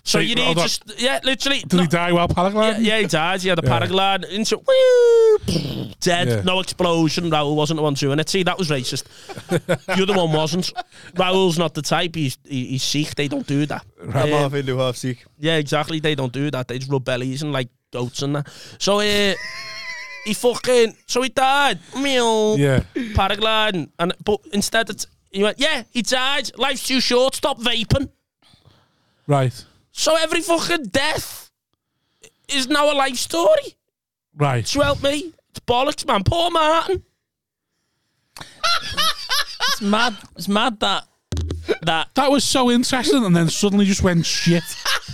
Speaker 4: So
Speaker 1: Wait,
Speaker 4: you need
Speaker 1: hold on.
Speaker 4: to, st- yeah, literally.
Speaker 1: Did
Speaker 4: no-
Speaker 1: he die while
Speaker 4: yeah,
Speaker 1: paragliding?
Speaker 4: yeah, he died. He had a
Speaker 1: Yeah.
Speaker 4: paraglide into, woo, dead.
Speaker 1: Yeah.
Speaker 4: No explosion. Raoul wasn't the one doing it. See, that was racist. the other one wasn't. Raoul's not the type. He's, he, he's Sikh. They don't do that.
Speaker 5: I'm
Speaker 4: Um,
Speaker 5: half Hindu, half Sikh.
Speaker 4: yeah, exactly. They don't do that. They just rub bellies and like goats and that. So uh, he fucking so he died. Meow.
Speaker 1: Yeah.
Speaker 4: Paragliding. And but instead it's he went, Yeah, he died. Life's too short, stop vaping.
Speaker 1: Right.
Speaker 4: So every fucking death is now a life story.
Speaker 1: Right.
Speaker 4: To help me. It's bollocks, man. Poor Martin.
Speaker 2: It's mad. It's mad that that
Speaker 1: That was so interesting, and then suddenly just went shit.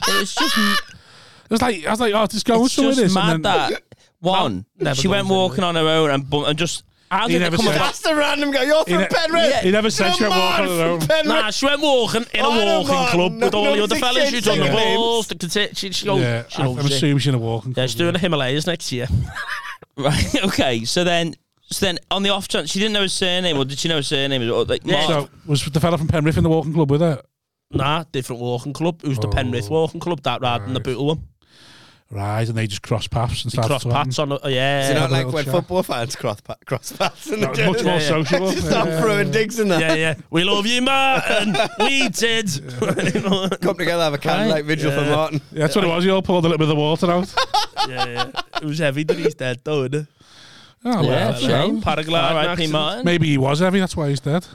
Speaker 2: it's just
Speaker 1: It was like I was like, oh, just go
Speaker 2: it's
Speaker 1: with
Speaker 2: just
Speaker 1: this.
Speaker 2: mad
Speaker 1: and then,
Speaker 2: that one.
Speaker 4: never
Speaker 2: she went
Speaker 4: goes
Speaker 2: walking on her own and bum- and just
Speaker 4: How
Speaker 1: He
Speaker 4: did it
Speaker 1: never
Speaker 4: come
Speaker 1: said.
Speaker 4: about?
Speaker 5: That's the random guy. You're from
Speaker 1: ne-
Speaker 5: Penrith.
Speaker 1: he never said she
Speaker 5: Come
Speaker 1: went walking
Speaker 5: on, from
Speaker 1: alone.
Speaker 5: Penrith.
Speaker 4: Nah, she went walking in a
Speaker 5: I don't
Speaker 4: walking
Speaker 5: want
Speaker 4: club with
Speaker 5: no-
Speaker 4: all the
Speaker 5: no
Speaker 4: other
Speaker 5: six
Speaker 4: fellas. She's on the
Speaker 5: inch
Speaker 4: balls. The conti- she, she,
Speaker 2: Oh,
Speaker 4: goes-
Speaker 1: yeah,
Speaker 4: she
Speaker 1: I'm,
Speaker 4: goes,
Speaker 1: I'm
Speaker 4: yeah.
Speaker 1: assuming she's in a walking.
Speaker 4: Yeah,
Speaker 1: club,
Speaker 4: she's doing the Himalayas next year.
Speaker 2: Right. Okay. So then, so then on the off chance she didn't know his surname, or did she know his surname? Or like
Speaker 4: Yeah.
Speaker 2: Mark,
Speaker 1: So was the fella from Penrith in the walking club with her?
Speaker 4: Nah, different walking club. It was the Penrith
Speaker 1: Oh.
Speaker 4: walking club that rather than the Bootle one.
Speaker 1: Right, and they just cross paths and
Speaker 4: They
Speaker 1: start
Speaker 4: cross
Speaker 1: talking.
Speaker 4: pats on. A, yeah,
Speaker 5: Is it not
Speaker 1: a
Speaker 5: like
Speaker 1: little
Speaker 5: when
Speaker 1: chat.
Speaker 5: football fans cross, pa- cross paths in the
Speaker 1: No, it's much more
Speaker 4: yeah.
Speaker 1: sociable.
Speaker 5: Just start
Speaker 1: Yeah.
Speaker 5: throwing digs in that.
Speaker 4: yeah, yeah. We love you, Martin. we did.
Speaker 5: Come together, have a candlelight vigil for
Speaker 4: Yeah.
Speaker 5: Martin.
Speaker 1: Yeah, that's what it was. You all pulled a little bit of the water out.
Speaker 4: yeah, yeah. It was heavy that he's dead, though. Isn't it?
Speaker 1: Oh,
Speaker 2: yeah,
Speaker 1: well, you know.
Speaker 2: shame.
Speaker 4: Paragliding
Speaker 2: R.I.P.
Speaker 4: accident.
Speaker 2: Martin.
Speaker 1: Maybe he was heavy. That's why he's dead.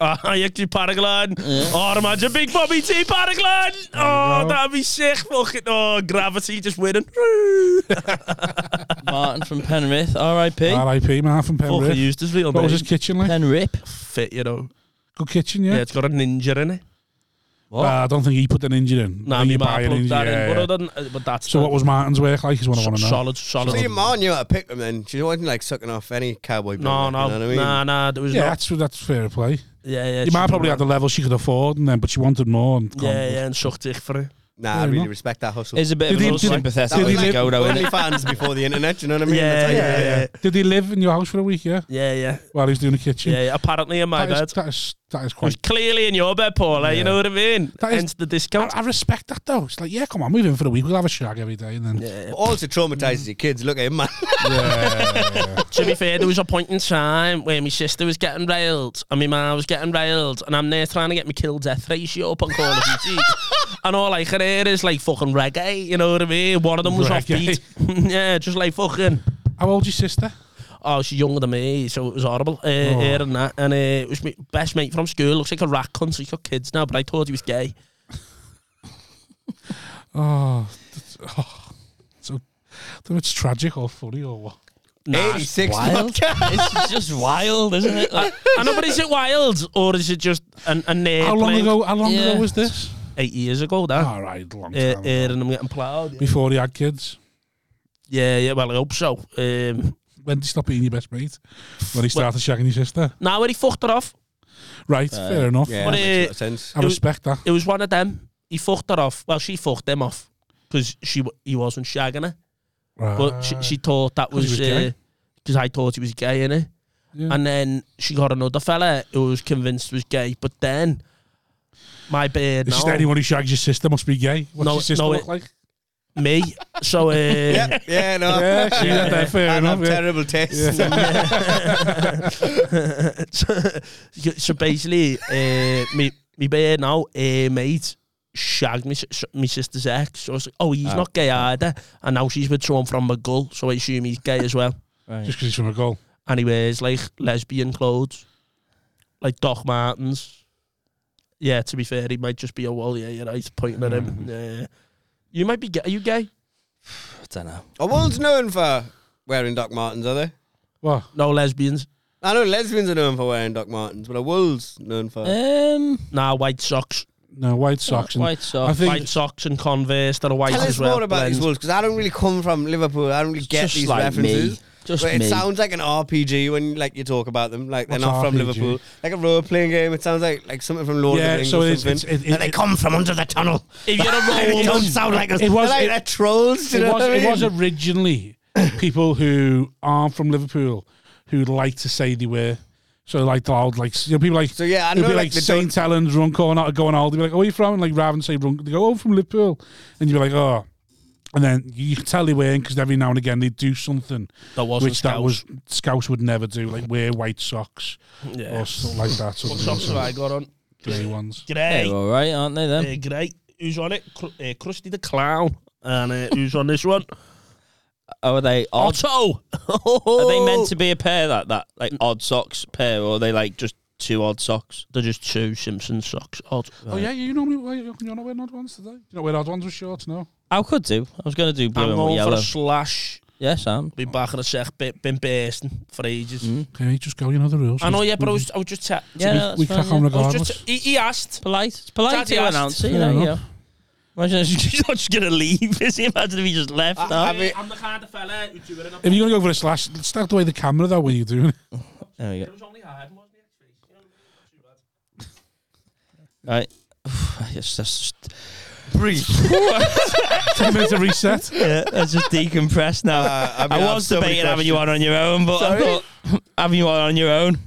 Speaker 4: Oh, you do paragliding. Oh, imagine Big Bobby T paragliding. Oh,
Speaker 1: go.
Speaker 4: that'd be sick. Fucking oh, gravity just winning.
Speaker 2: Martin from Penrith. R.I.P.
Speaker 1: R.I.P. Man from
Speaker 4: Fucking
Speaker 1: Penrith.
Speaker 4: used his real
Speaker 1: What
Speaker 4: name.
Speaker 1: was his kitchen like?
Speaker 2: Penrith.
Speaker 4: fit, you know.
Speaker 1: Good kitchen, yeah.
Speaker 4: Yeah, it's got a ninja in it.
Speaker 1: Uh, I don't think he put an engine in.
Speaker 4: Nah,
Speaker 1: I think
Speaker 4: me
Speaker 1: you
Speaker 4: man
Speaker 1: buy an
Speaker 4: plugged
Speaker 1: engine,
Speaker 4: that
Speaker 1: yeah,
Speaker 4: in, but,
Speaker 1: yeah.
Speaker 4: I didn't, uh, but that's
Speaker 1: So
Speaker 4: the-
Speaker 1: what was Martin's work like? Is what I want to know.
Speaker 4: solid, solid.
Speaker 5: See, Martin knew how to pick them then. She wasn't like sucking off any cowboy.
Speaker 4: No,
Speaker 5: bloke,
Speaker 4: no,
Speaker 5: You know what I mean?
Speaker 4: nah, nah. There was
Speaker 1: Yeah,
Speaker 4: yeah.
Speaker 1: that's that's fair play.
Speaker 4: yeah, yeah.
Speaker 1: Your
Speaker 4: she
Speaker 1: mum probably
Speaker 4: done
Speaker 1: had the level she could afford, and then but she wanted more. And
Speaker 4: that. Yeah, yeah, and sucked it for it.
Speaker 5: Nah,
Speaker 1: Fair
Speaker 5: I really
Speaker 1: enough.
Speaker 5: respect that hustle.
Speaker 2: Is a bit
Speaker 1: Did
Speaker 2: of
Speaker 1: he-
Speaker 2: an
Speaker 1: did he-
Speaker 2: unsympathetic
Speaker 5: that
Speaker 1: did
Speaker 5: was
Speaker 1: he
Speaker 5: like
Speaker 1: live-
Speaker 2: go down
Speaker 5: only fans before the internet. You know what I mean?
Speaker 4: Yeah,
Speaker 5: That's how you
Speaker 4: yeah,
Speaker 5: do it.
Speaker 4: yeah,
Speaker 1: Did he live in your house for a week? Yeah,
Speaker 4: yeah, yeah,
Speaker 1: while he was doing the kitchen.
Speaker 4: yeah, yeah. Apparently, in my
Speaker 1: that,
Speaker 4: bed,
Speaker 1: is, that is that is
Speaker 4: it was
Speaker 1: quite.
Speaker 4: clearly in your bed, Paula. You know what I mean?
Speaker 1: That is-
Speaker 4: Hence the
Speaker 1: I,
Speaker 4: discount.
Speaker 1: I respect that though. It's like, yeah, come on, move in for a week. We'll have a shag every day, and then
Speaker 5: But Also traumatizes your kids. Look at him, man.
Speaker 4: to be fair, there was a point in time where my sister was getting railed and my mum was getting railed, and I'm there trying to get my kill death ratio up on Call of Duty. and all I can hear is like fucking reggae, you know what I mean? One of them was
Speaker 1: Reggae.
Speaker 4: offbeat. yeah, just like fucking.
Speaker 1: how old's your sister?
Speaker 4: Oh, she's younger than me, so it was horrible. Uh,
Speaker 1: Oh.
Speaker 4: Here and that. And uh, it was my best mate from school. Looks like a rat cunt, so he's got kids now, but I thought he was gay.
Speaker 1: Oh, that's- oh. so though it's tragic or funny or what?
Speaker 4: Nah.
Speaker 5: 86
Speaker 2: wild.
Speaker 5: podcast.
Speaker 2: it's just wild, isn't it? Like,
Speaker 4: I know, but is it wild or is it just an, a name?
Speaker 1: How long ago? Oh, How long
Speaker 2: Yeah.
Speaker 1: ago was this?
Speaker 4: Eight years ago, that.
Speaker 1: All right, long
Speaker 4: Uh,
Speaker 1: time.
Speaker 4: here
Speaker 1: ago.
Speaker 4: and I'm getting ploughed.
Speaker 1: Before he had kids,
Speaker 4: Yeah, yeah, well, I hope so. Um,
Speaker 1: when did he stop being your best mate? When he started shagging your sister?
Speaker 4: now, when he fucked her off,
Speaker 1: Right, fair enough.
Speaker 5: Yeah,
Speaker 4: But,
Speaker 5: makes a lot
Speaker 4: uh,
Speaker 5: of sense.
Speaker 1: I respect that.
Speaker 4: it was one of them. He fucked her off. Well, she fucked him off because she w- he wasn't shagging her,
Speaker 1: Right.
Speaker 4: but she, she thought that
Speaker 1: 'Cause he
Speaker 4: was
Speaker 1: was gay.
Speaker 4: because I thought he was gay in it.
Speaker 1: Yeah.
Speaker 4: And then she got another fella who was convinced was gay. But then my beard
Speaker 1: It's
Speaker 4: now,
Speaker 1: just anyone who shags your sister must be gay. What's
Speaker 4: No,
Speaker 1: your sister
Speaker 4: no,
Speaker 1: look
Speaker 4: it-
Speaker 1: like?
Speaker 4: me. So uh,
Speaker 5: Yep. Yeah, no.
Speaker 1: Yeah, see, that- that- fair
Speaker 5: I
Speaker 1: enough.
Speaker 5: have
Speaker 1: yeah.
Speaker 5: terrible taste.
Speaker 4: so, so basically, uh, me me bear now, uh, mate, shagged me, sis- my sister's ex. So I was like, oh,
Speaker 1: Ah.
Speaker 4: he's not gay either, and now she's with someone from McGull, so I assume he's gay as well,
Speaker 1: Just because he's from a goal.
Speaker 4: and he wears like lesbian clothes, like Doc Martens. Yeah, to be fair, he might just be a wall. Yeah, you're right. Pointing at him. Yeah, you might be. Gay. Are you gay?
Speaker 2: I don't know.
Speaker 5: Are Wolves known for wearing Doc Martens, are they?
Speaker 1: What?
Speaker 4: No lesbians.
Speaker 5: I know lesbians are known for wearing Doc Martens, but are Wolves known for?
Speaker 2: Um,
Speaker 4: Nah, white socks.
Speaker 1: No, white socks. And
Speaker 2: White
Speaker 1: I
Speaker 2: Sox.
Speaker 1: think
Speaker 4: White socks and Converse that are white
Speaker 5: Tell
Speaker 4: as
Speaker 5: us
Speaker 4: well.
Speaker 5: more about these
Speaker 4: blends.
Speaker 5: Wolves, because I don't really come from Liverpool. I don't really get
Speaker 2: just
Speaker 5: these
Speaker 2: like me.
Speaker 5: references.
Speaker 2: Just
Speaker 5: But it
Speaker 2: me.
Speaker 5: sounds like an RPG when like you talk about them, like they're
Speaker 1: What's
Speaker 5: not from
Speaker 1: RPG?
Speaker 5: Liverpool. Like a role playing game. It sounds like like something from Lord
Speaker 1: Yeah,
Speaker 5: of the Rings
Speaker 1: so
Speaker 5: or
Speaker 1: it is-
Speaker 5: something.
Speaker 1: it's- it- it-
Speaker 5: and they
Speaker 1: it-
Speaker 5: come from under the tunnel.
Speaker 4: If you're a
Speaker 5: They don't
Speaker 4: Roman,
Speaker 5: sound like us.
Speaker 1: It was-
Speaker 5: they're like
Speaker 1: it-
Speaker 5: they're trolls. do you
Speaker 1: it,
Speaker 5: know
Speaker 1: was,
Speaker 5: what I
Speaker 1: it was
Speaker 5: mean?
Speaker 1: originally people who aren't from Liverpool who like to say they were. So like the old like you know, people like
Speaker 5: So, yeah, I
Speaker 1: it'd
Speaker 5: know,
Speaker 1: be
Speaker 5: like,
Speaker 1: like,
Speaker 5: they
Speaker 1: Saint Helens run corner or going all they'd be like, Oh where you from? And like rather than say run they go, Oh from Liverpool and you'd be like, Oh and then you can tell they weren't because every now and again they do something
Speaker 4: that wasn't
Speaker 1: which that was scouts would never do, like wear white socks
Speaker 4: Yeah.
Speaker 1: or something like that. Sort
Speaker 4: What
Speaker 1: of
Speaker 4: socks have I got on?
Speaker 1: grey ones.
Speaker 2: They're
Speaker 4: Grey.
Speaker 2: all right, aren't they? Then
Speaker 4: Uh, grey. Who's on it? Cr- uh, Krusty the Clown. And uh, who's on this one?
Speaker 2: oh, are they odd?
Speaker 4: Otto.
Speaker 2: Are they meant to be a pair like that, like
Speaker 4: Mm.
Speaker 2: odd socks pair, or are they like just two odd socks?
Speaker 4: They're just two Simpson socks. Odd.
Speaker 1: Oh yeah, you normally wear, you're not wearing odd ones today. You're not wearing odd ones with shorts, no.
Speaker 2: I could do. I was going to do blue
Speaker 4: I'm
Speaker 2: and
Speaker 4: going for
Speaker 2: yellow.
Speaker 4: a slash.
Speaker 2: yeah, Sam.
Speaker 4: Been back in a sec. Been, been bursting for ages.
Speaker 1: Okay, just go. You know the rules.
Speaker 4: I know, yeah, but I was, I was just. Te-
Speaker 2: Yeah,
Speaker 1: we,
Speaker 2: no, that's
Speaker 1: we
Speaker 2: fine,
Speaker 1: crack
Speaker 2: yeah.
Speaker 1: on
Speaker 4: I was
Speaker 1: regardless.
Speaker 4: just. He, he asked.
Speaker 2: Polite. It's polite
Speaker 4: Daddy
Speaker 2: to
Speaker 4: asked.
Speaker 2: announce it. You
Speaker 1: Fair
Speaker 2: know,
Speaker 1: enough.
Speaker 2: yeah. Imagine he's just gonna leave. Is he? Imagine if he just left. Ah. now.
Speaker 5: I mean,
Speaker 4: I'm the kind of fella who'd do it. And I'm
Speaker 1: If you're going to go for a slash, stack away the camera though when you're doing it.
Speaker 2: there we go.
Speaker 4: was only hiding, wasn't he?
Speaker 2: Right. Ah, Yes, that's just,
Speaker 5: breathe.
Speaker 1: Ten minutes to reset.
Speaker 2: yeah, that's just decompressed now.
Speaker 5: Uh, I,
Speaker 2: I
Speaker 5: mean,
Speaker 2: was
Speaker 5: have so many
Speaker 2: debating having you
Speaker 5: questions.
Speaker 2: on on your own, but I
Speaker 5: Sorry?
Speaker 2: thought having you on on your own.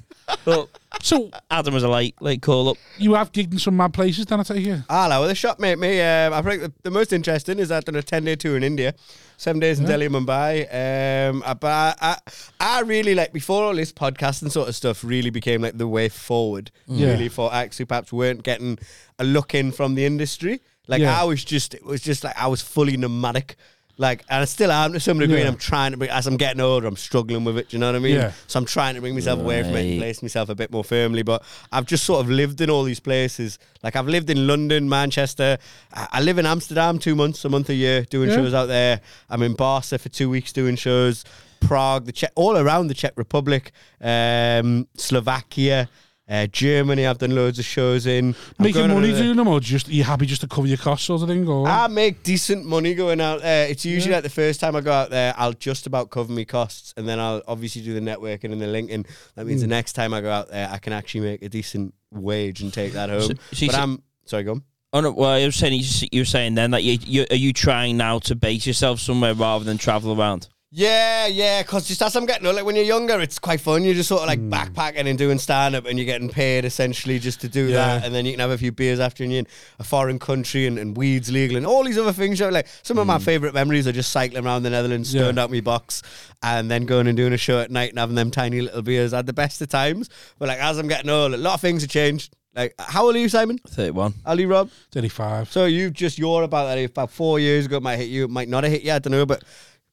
Speaker 2: But
Speaker 1: So
Speaker 2: Adam was a late, late call up.
Speaker 1: you have gigged in some mad places, then I take you.
Speaker 5: Hello, Ah, the shop mate. Me, um, I think the, the most interesting is that I done a ten day tour in India, seven days in Delhi and Mumbai. Um, I, but I, I really like before all this podcast and sort of stuff really became like the way forward.
Speaker 1: Mm. Yeah.
Speaker 5: Really for acts who perhaps weren't getting a look in from the industry. Like
Speaker 1: Yeah.
Speaker 5: I was just, it was just like I was fully nomadic. Like, and I still am to some degree.
Speaker 1: Yeah.
Speaker 5: And I'm trying to, bring, as I'm getting older, I'm struggling with it. Do you know what I mean?
Speaker 1: Yeah.
Speaker 5: So I'm trying to bring myself away from it
Speaker 2: Right.
Speaker 5: and place myself a bit more firmly. But I've just sort of lived in all these places. Like I've lived in London, Manchester. I, I live in Amsterdam two months, a month a year, doing
Speaker 1: Yeah.
Speaker 5: shows out there. I'm in Barca for two weeks doing shows. Prague, the Czech, all around the Czech Republic, um, Slovakia, uh, Germany. I've done loads of shows in. I'm
Speaker 1: Making
Speaker 5: going on
Speaker 1: money
Speaker 5: a-
Speaker 1: doing them, or just are you happy just to cover your costs sort of thing? Or
Speaker 5: I make decent money going out there. It's usually like the first time I go out there, I'll just about cover my costs, and then I'll obviously do the networking and the LinkedIn. That means the
Speaker 2: Hmm.
Speaker 5: next time I go out there, I can actually make a decent wage and take that home.
Speaker 2: so you
Speaker 5: but
Speaker 2: s-
Speaker 5: I'm sorry, go on.
Speaker 2: Oh no, well, I was saying you, s- you were saying then that you, you are you trying now to base yourself somewhere rather than travel around.
Speaker 5: Yeah, yeah, because just as I'm getting older, like when you're younger, it's quite fun. You're just sort of like
Speaker 1: Hmm.
Speaker 5: backpacking and doing stand up, and you're getting paid essentially just to do
Speaker 1: Yeah.
Speaker 5: that. And then you can have a few beers after, and you're in a foreign country, and, and weed's legal, and all these other things. You know, like some of my favorite memories are just cycling around the Netherlands,
Speaker 1: Hmm. Yeah.
Speaker 5: stirring out my box, and then going and doing a show at night and having them tiny little beers. I had the best of times. But like as I'm getting older, a lot of things have changed. Like, how old are you, Simon?
Speaker 2: Thirty-one.
Speaker 5: Ali Rob?
Speaker 1: thirty-five.
Speaker 5: So you just you're about that about four years ago. It might hit you. It might not have hit you. I don't know. But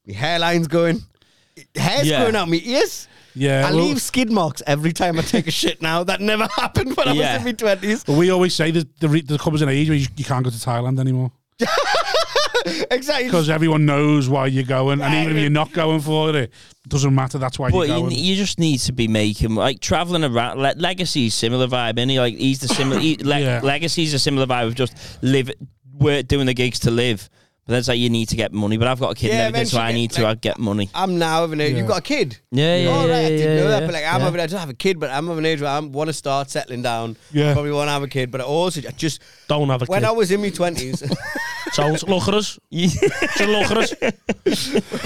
Speaker 5: my hairline's going. Hair's
Speaker 2: Yeah. Uh,
Speaker 5: growing out my ears.
Speaker 1: Yeah,
Speaker 5: I
Speaker 1: well-
Speaker 5: leave skid marks every time I take a shit. Now that never happened when I
Speaker 2: Yeah.
Speaker 5: was in my twenties.
Speaker 1: But we always say there's, there, re- there comes an age where you, you can't go to Thailand anymore
Speaker 5: Exactly.
Speaker 1: because everyone knows why you're going, and even if
Speaker 5: Yeah.
Speaker 1: you're not going for it, it doesn't matter. That's why
Speaker 2: But
Speaker 1: you're
Speaker 2: you,
Speaker 1: going.
Speaker 2: you just need to be making like traveling around. Le- Legacy's similar vibe, and he like he's the similar. He, e, le-
Speaker 1: Yeah.
Speaker 2: Legacy's a similar vibe of just live, work, doing the gigs to live. But that's like you need to get money. But I've got a kid
Speaker 5: Yeah,
Speaker 2: and everything, so
Speaker 5: eventually
Speaker 2: I
Speaker 5: get-
Speaker 2: need to
Speaker 5: like-
Speaker 2: uh, get money.
Speaker 5: I'm now having a.
Speaker 1: Yeah.
Speaker 5: You've got a kid.
Speaker 2: Yeah, yeah,
Speaker 5: All right,
Speaker 2: yeah,
Speaker 5: I didn't
Speaker 2: yeah,
Speaker 5: know that,
Speaker 2: yeah.
Speaker 5: but like I'm
Speaker 2: Yeah.
Speaker 5: having, I don't have a kid, but I'm having an age where I want to start settling down.
Speaker 1: Yeah.
Speaker 5: probably want to have a kid, but I also I just
Speaker 4: Don't have a
Speaker 5: when
Speaker 4: kid.
Speaker 5: I was in my twenties,
Speaker 4: Sounds look at us. Just look at us.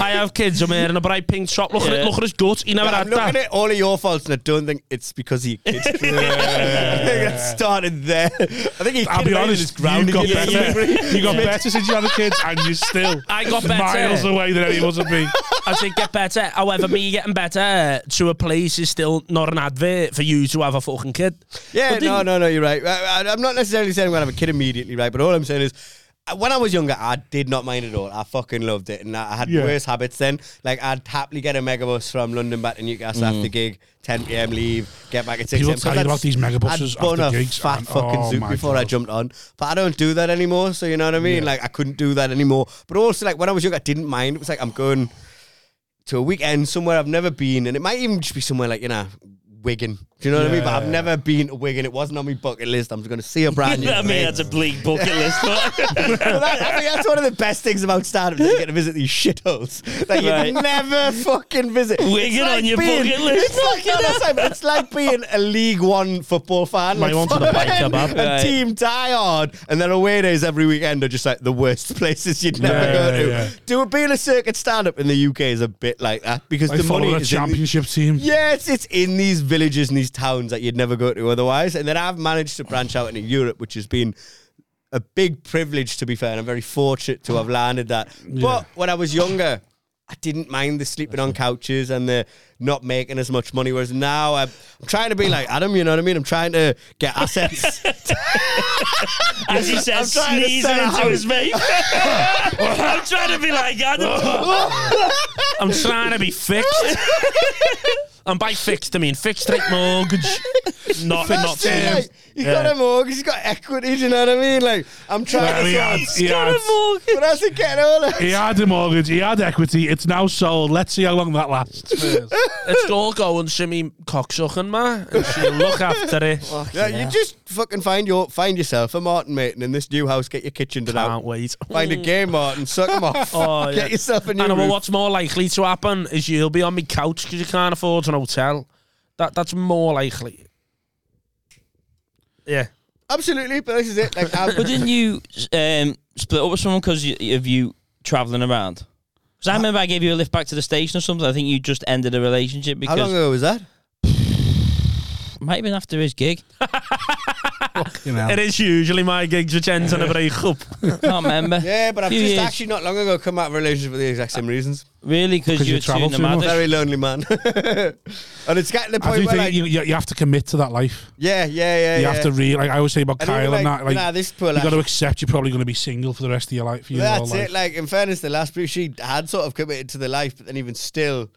Speaker 4: I have kids. I'm wearing a bright pink top. Look at
Speaker 2: Yeah.
Speaker 4: it. Look at his guts. He never
Speaker 5: I'm
Speaker 4: had
Speaker 5: looking
Speaker 4: that.
Speaker 5: at all of your faults, and I don't think it's because of your kids. I think it started there. I think he.
Speaker 1: I'll be honest, you got better. You got better since you had the kids, and you're still
Speaker 4: I got better.
Speaker 1: miles away than anyone would be.
Speaker 4: I think get better. However, me getting better to a place is still not an advert for you to have a fucking kid.
Speaker 5: Yeah,
Speaker 4: But then-
Speaker 5: no, no, no. You're right. I, I- I'm not necessarily saying I'm gonna have a kid immediately, right? But all I'm saying is. uh, When I was younger, I did not mind at all. I fucking loved it, and I I had
Speaker 1: Yeah.
Speaker 5: worse habits then. Like I'd happily get a megabus from London back to Newcastle after gig, 10 p.m. leave, get back at 6
Speaker 1: Mm. People
Speaker 5: p.m.
Speaker 1: tell you about these megabuses
Speaker 5: I'd bun
Speaker 1: after
Speaker 5: a
Speaker 1: gigs,
Speaker 5: fat
Speaker 1: and-
Speaker 5: fucking
Speaker 1: oh
Speaker 5: zoot
Speaker 1: my
Speaker 5: before I
Speaker 1: God.
Speaker 5: jumped on, but I don't do that anymore. So you know what I mean?
Speaker 1: Yeah.
Speaker 5: Like I couldn't do that anymore. But also, like when I was younger, I didn't mind. It was like I'm going to a weekend somewhere I've never been, and it might even just be somewhere like you know Wigan. Do you know what I mean? But I've
Speaker 1: Yeah.
Speaker 5: never been to Wigan. It wasn't on my bucket list. I'm just going to see a brand new.
Speaker 2: I mean,
Speaker 5: place.
Speaker 2: that's a bleak bucket list. But
Speaker 5: But that- I mean, that's one of the best things about stand-up. That you get to visit these shitholes that you
Speaker 2: Right.
Speaker 5: never fucking visit.
Speaker 2: Wigan
Speaker 5: It's
Speaker 2: on your
Speaker 5: being-
Speaker 2: bucket list.
Speaker 5: It's like, yeah, that's like- it's like being a League One football fan. Like,
Speaker 4: Might want to the bike
Speaker 5: fucking
Speaker 4: kebab.
Speaker 5: A
Speaker 2: Right.
Speaker 5: team die hard, and their away days every weekend are just like the worst places you'd never
Speaker 1: Yeah,
Speaker 5: go
Speaker 1: yeah,
Speaker 5: to.
Speaker 1: yeah.
Speaker 5: Do being a circuit stand-up in the UK is a bit like that because
Speaker 1: Like
Speaker 5: the money
Speaker 1: following a
Speaker 5: is in the-
Speaker 1: championship team.
Speaker 5: yeah, it's, it's in these villages and these towns that you'd never go to otherwise. And then I've managed to branch out into Europe, which has been a big privilege, to be fair. And I'm very fortunate to have landed that. But when I was younger, I didn't mind the sleeping on couches and the not making as much money. Whereas now I'm, I'm trying to be like Adam, you know what I mean? I'm trying to get assets.
Speaker 2: as he says,
Speaker 5: I'm trying to
Speaker 2: sneezing
Speaker 5: sell a
Speaker 2: into
Speaker 5: house.
Speaker 2: his mouth. I'm trying to be like Adam.
Speaker 4: I'm trying to be fixed. And by fixed, I mean fixed rate mortgage. not not
Speaker 5: That's it,
Speaker 4: term.
Speaker 5: like, he's got a mortgage, he's got equity, do you know what I mean? Like, I'm trying
Speaker 1: Well,
Speaker 5: to
Speaker 1: he had,
Speaker 5: sort
Speaker 1: he, had,
Speaker 5: but as I get older,
Speaker 1: he had a mortgage, he had equity, it's now sold. Let's see how long that lasts.
Speaker 4: It's all going shimmy cocksucking, man. And she'll look after it.
Speaker 5: yeah, you just fucking find your find yourself a Martin Maton in this new house, get your kitchen done
Speaker 4: Can't
Speaker 5: out.
Speaker 4: wait.
Speaker 5: Find a gay Martin, suck him off.
Speaker 4: Oh, yeah.
Speaker 5: Get yourself a new
Speaker 4: And well,
Speaker 5: roof.
Speaker 4: what's more likely to happen is you'll be on my couch because you can't afford an hotel. That that's more likely. Yeah.
Speaker 5: Absolutely, but this is it. Like, I'm,
Speaker 2: But didn't you um, split up with someone because of you travelling around? Because
Speaker 5: Uh,
Speaker 2: I remember I gave you a lift back to the station or something. I think you just ended a relationship
Speaker 5: how long
Speaker 2: because
Speaker 5: ago was that?
Speaker 2: it might have been after his gig.
Speaker 4: It is usually my gigs which ends in a break up.
Speaker 2: I can't remember.
Speaker 5: Yeah, but I've
Speaker 2: Few
Speaker 5: just
Speaker 2: years.
Speaker 5: actually not long ago come out of a relationship for the exact same reasons.
Speaker 2: Really, because
Speaker 1: 'Cause
Speaker 2: you
Speaker 1: you
Speaker 2: were too
Speaker 1: travel too much.
Speaker 2: nomadic.
Speaker 5: Very lonely man. and it's getting to the
Speaker 1: I
Speaker 5: point
Speaker 1: do
Speaker 5: where,
Speaker 1: think
Speaker 5: like,
Speaker 1: you, you, you have to commit to that life.
Speaker 5: yeah, yeah, yeah.
Speaker 1: You
Speaker 5: yeah.
Speaker 1: have to really, like I always say about
Speaker 5: And
Speaker 1: Kyle
Speaker 5: even,
Speaker 1: and
Speaker 5: like,
Speaker 1: that, like,
Speaker 5: nah, this poor
Speaker 1: you got to
Speaker 5: lass-
Speaker 1: accept you're probably going to be single for the rest of your life. Your whole
Speaker 5: That's
Speaker 1: life.
Speaker 5: it. Like, in fairness, the last brief, she had sort of committed to the life, but then even still,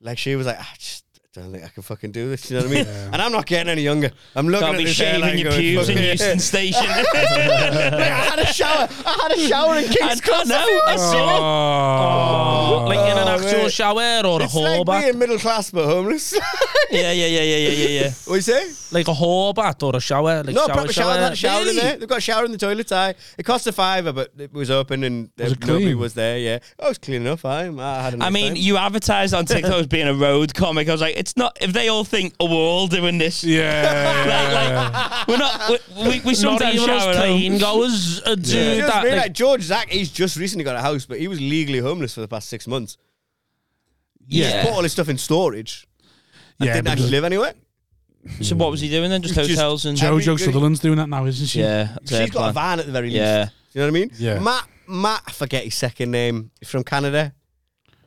Speaker 5: like, she was like, I just don't think I can fucking do this. You know what I mean? And I'm not getting any younger. I'm looking
Speaker 2: Can't
Speaker 5: at
Speaker 2: be
Speaker 5: this
Speaker 2: shaving
Speaker 5: hairline
Speaker 2: your
Speaker 5: going,
Speaker 2: pubes
Speaker 5: "Fuck
Speaker 2: in
Speaker 5: it."
Speaker 2: Euston Station.
Speaker 5: I had a shower. I had a shower in
Speaker 2: I
Speaker 5: King's
Speaker 2: don't
Speaker 5: Cross.
Speaker 2: know. I saw.
Speaker 1: Oh.
Speaker 4: like in an
Speaker 5: Oh,
Speaker 4: actual
Speaker 5: mate.
Speaker 4: shower or a
Speaker 5: It's like
Speaker 4: whore
Speaker 5: being middle class but homeless.
Speaker 2: Yeah, yeah, yeah, yeah, yeah, yeah, yeah.
Speaker 5: what you say?
Speaker 4: like a whore bath or a shower, like shower,
Speaker 5: No, Nou, proper shower. They had a shower
Speaker 4: Really?
Speaker 5: in there. They've got a shower in the toilet. Aye. It cost a fiver, but it was open and there,
Speaker 1: Was it
Speaker 5: nobody
Speaker 1: clean?
Speaker 5: was there. Yeah, oh, it was clean enough. Aye. I had. a
Speaker 2: I
Speaker 5: nice
Speaker 2: mean,
Speaker 5: time.
Speaker 2: you advertised on TikTok as being a road comic. I was like, it's not. If they all think, oh, we're all doing this,
Speaker 1: Yeah.
Speaker 2: we're not. We, we, we
Speaker 4: Not
Speaker 2: sometimes
Speaker 4: even
Speaker 2: shower
Speaker 4: as
Speaker 2: at home.
Speaker 4: clean goers uh, do
Speaker 5: It's just
Speaker 4: that.
Speaker 5: me,
Speaker 4: like-
Speaker 5: like George Zach, he's just recently got a house, but he was legally homeless for the past six months.
Speaker 2: Yeah.
Speaker 5: Put all his stuff in storage.
Speaker 1: yeah.
Speaker 5: Didn't
Speaker 1: because
Speaker 5: actually live anywhere.
Speaker 2: So what was he doing then? Just
Speaker 5: Just-
Speaker 2: hotels and
Speaker 5: I mean,
Speaker 1: Jojo
Speaker 5: you-
Speaker 1: Sutherland's doing that now, isn't she?
Speaker 2: yeah. fair
Speaker 5: She's got a
Speaker 2: plan.
Speaker 5: van at the very least.
Speaker 2: Yeah,
Speaker 5: You know what I mean?
Speaker 1: Yeah.
Speaker 5: Matt, Matt, I forget his second name. He's from Canada.
Speaker 4: nou.
Speaker 5: eh.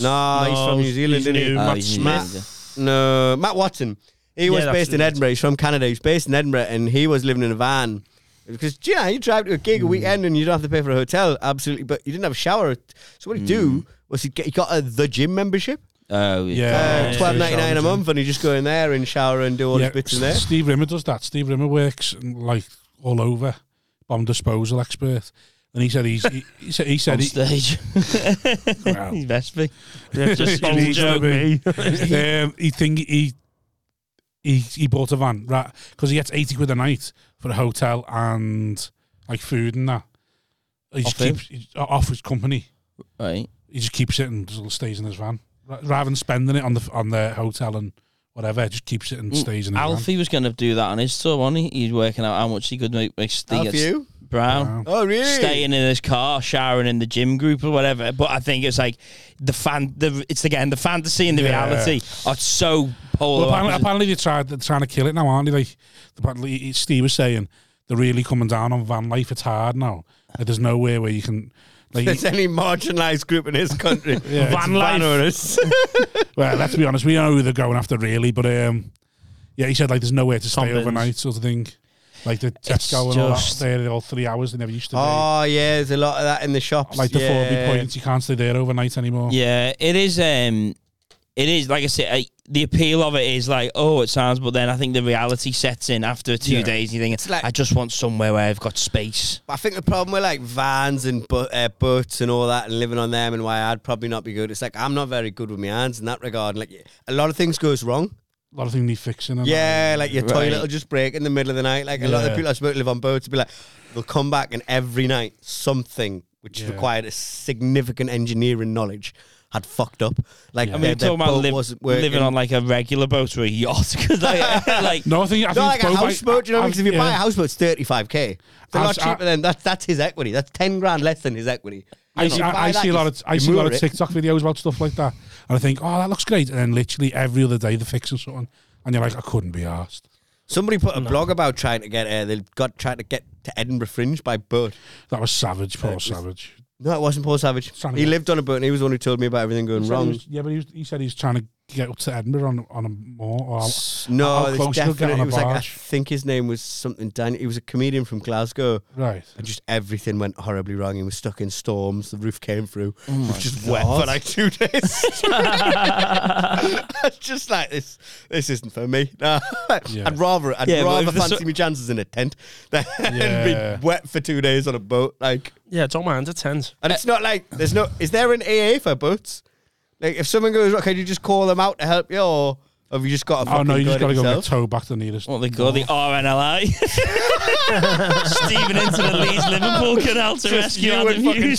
Speaker 1: Otherwise.
Speaker 5: No, he's from New Zealand,
Speaker 4: he's
Speaker 5: isn't he?
Speaker 4: new,
Speaker 2: Ah,
Speaker 4: Matt
Speaker 2: he's
Speaker 4: Smith.
Speaker 2: New Zealand.
Speaker 5: No, Matt Watson. He was
Speaker 4: that's
Speaker 5: based in
Speaker 4: right.
Speaker 5: Edinburgh. He's from Canada. He's based in Edinburgh, and he was living in a van. Because do you know, you drive to a gig a weekend and you don't have to pay for a hotel, absolutely. But you didn't have a shower, so what he
Speaker 2: Hmm.
Speaker 5: do was he get he got a, the gym membership,
Speaker 2: Oh yeah.
Speaker 1: Yeah.
Speaker 5: uh, twelve ninety nine a month, and he just go in there and shower and do all
Speaker 1: Yeah,
Speaker 5: his bits in there.
Speaker 1: Steve Rimmer does that. Steve Rimmer works mm, like all over, bomb disposal expert. And he said he's he, he said he
Speaker 2: On
Speaker 1: said he,
Speaker 2: stage.
Speaker 1: well,
Speaker 2: He best be.
Speaker 4: Yeah, just
Speaker 1: He
Speaker 4: old
Speaker 1: needs to
Speaker 4: joke me.
Speaker 1: be. um, he think he he he bought a van right because he gets eighty quid a night for a hotel and like food and that. He just
Speaker 2: Off him?
Speaker 1: keeps he- off his company.
Speaker 2: Right.
Speaker 1: He just keeps it and just stays in his van Ra- rather than spending it on the on the hotel and whatever. Just keeps it and stays in his van.
Speaker 2: Alfie was going to do that on his tour, wasn't he? He's working out how much he could make, make Steve
Speaker 5: Half you?
Speaker 2: Brown.
Speaker 1: Wow.
Speaker 5: Oh, really?
Speaker 2: Staying in his car, showering in the gym group or whatever, but I think it's like the fan. The, it's again the fantasy and the
Speaker 1: Yeah.
Speaker 2: reality are so
Speaker 1: Well,
Speaker 2: polar.
Speaker 1: apparently,
Speaker 2: opposite.
Speaker 1: apparently they're, trying, they're trying to kill it now, aren't they? Like, apparently, Steve was saying they're really coming down on van life. It's hard now. Like, there's no way where you can. Like,
Speaker 5: There's any marginalised group in his country.
Speaker 1: Yeah, it's
Speaker 5: van
Speaker 4: life.
Speaker 5: owners.
Speaker 1: well, let's be honest, we know who they're going after, really. But um, yeah, he said like there's nowhere to stay
Speaker 4: Commons.
Speaker 1: overnight, sort of thing. Like the Tesco and all that,
Speaker 2: just-
Speaker 1: they're all three hours. They never used to be.
Speaker 5: oh yeah, there's a lot of that in the shops.
Speaker 1: like the
Speaker 5: yeah.
Speaker 1: four big points, you can't stay there overnight anymore.
Speaker 2: Yeah, it is. Um, it is like I said. I, the appeal of it is like, oh, it sounds, but then I think the reality sets in after two
Speaker 1: Yeah.
Speaker 2: days. And you think,
Speaker 5: like-
Speaker 2: I just want somewhere where I've got space.
Speaker 5: I think the problem with like vans and bu- uh, boats and all that and living on them and why I'd probably not be good. It's like I'm not very good with my hands in that regard. Like a lot of things goes wrong.
Speaker 1: A lot of things need fixing. And
Speaker 5: Yeah, like your
Speaker 2: Right.
Speaker 5: toilet will just break in the middle of the night. Like a lot of the
Speaker 1: Yeah.
Speaker 5: people I spoke to live on boats be like, they'll come back and every night something which
Speaker 1: Yeah.
Speaker 5: required a significant engineering knowledge had fucked up. Like
Speaker 2: I mean,
Speaker 5: their-
Speaker 2: you're
Speaker 5: their
Speaker 2: talking about
Speaker 5: boat
Speaker 2: liv-
Speaker 5: wasn't working.
Speaker 2: living on like a regular boat or a yacht. 'cause, like, like,
Speaker 1: No, I think I
Speaker 5: No,
Speaker 1: think
Speaker 5: like
Speaker 1: it's
Speaker 5: a
Speaker 1: both,
Speaker 5: houseboat, you know,
Speaker 1: I-
Speaker 5: because if you buy a
Speaker 1: yeah.
Speaker 5: houseboat, it's 35k. It's a lot
Speaker 1: I've- I-
Speaker 5: cheaper than that's that's his equity. That's 10 grand less than his equity.
Speaker 1: I, see- I, I see a lot of I see a lot of
Speaker 5: tickets.
Speaker 1: TikTok videos about stuff like that, and I think, oh, that looks great. And then literally every other day they're fixing something, and you're like, I couldn't be asked.
Speaker 5: Somebody put a blog about trying to get uh, they got trying to get to Edinburgh Fringe by boat.
Speaker 1: That was savage, poor savage.
Speaker 5: No, it wasn't Paul Savage.
Speaker 1: Trying to
Speaker 5: He
Speaker 1: get-
Speaker 5: lived on a boat, and he was the one who told me about everything going
Speaker 1: He said he
Speaker 5: wrong.
Speaker 1: was- yeah, but he, was, he said he's trying to get up to Edinburgh on on a moor. Or how-
Speaker 5: No,
Speaker 1: how
Speaker 5: there's
Speaker 1: close you'll get
Speaker 5: definitely-
Speaker 1: on
Speaker 5: it
Speaker 1: a
Speaker 5: was like I
Speaker 1: barge.
Speaker 5: think his name was something. Dan, he was a comedian from Glasgow,
Speaker 1: right.
Speaker 5: and just everything went horribly wrong. He was stuck in storms. The roof came through.
Speaker 1: Oh
Speaker 5: It was just wet for like two days. I was just like this. This isn't for me. No.
Speaker 1: Yeah.
Speaker 5: I'd rather. I'd
Speaker 2: Yeah, but
Speaker 5: rather
Speaker 2: if the
Speaker 5: fancy
Speaker 2: so-
Speaker 5: me chances in a tent than
Speaker 1: Yeah.
Speaker 5: be wet for two days on a boat. Like,
Speaker 4: Yeah, don't mind the tent.
Speaker 5: and it's not like there's no. Is there an AA for boats? Like, if someone goes, can you just call them out to help you, or have you just got to?
Speaker 1: Oh no, you just
Speaker 5: got to
Speaker 1: go
Speaker 5: yourself?
Speaker 1: get tow back to the nearest.
Speaker 2: What they call the RNLI. Steven into the Leeds Liverpool canal to rescue
Speaker 5: you
Speaker 2: Adam
Speaker 5: and fucking
Speaker 2: Hughes.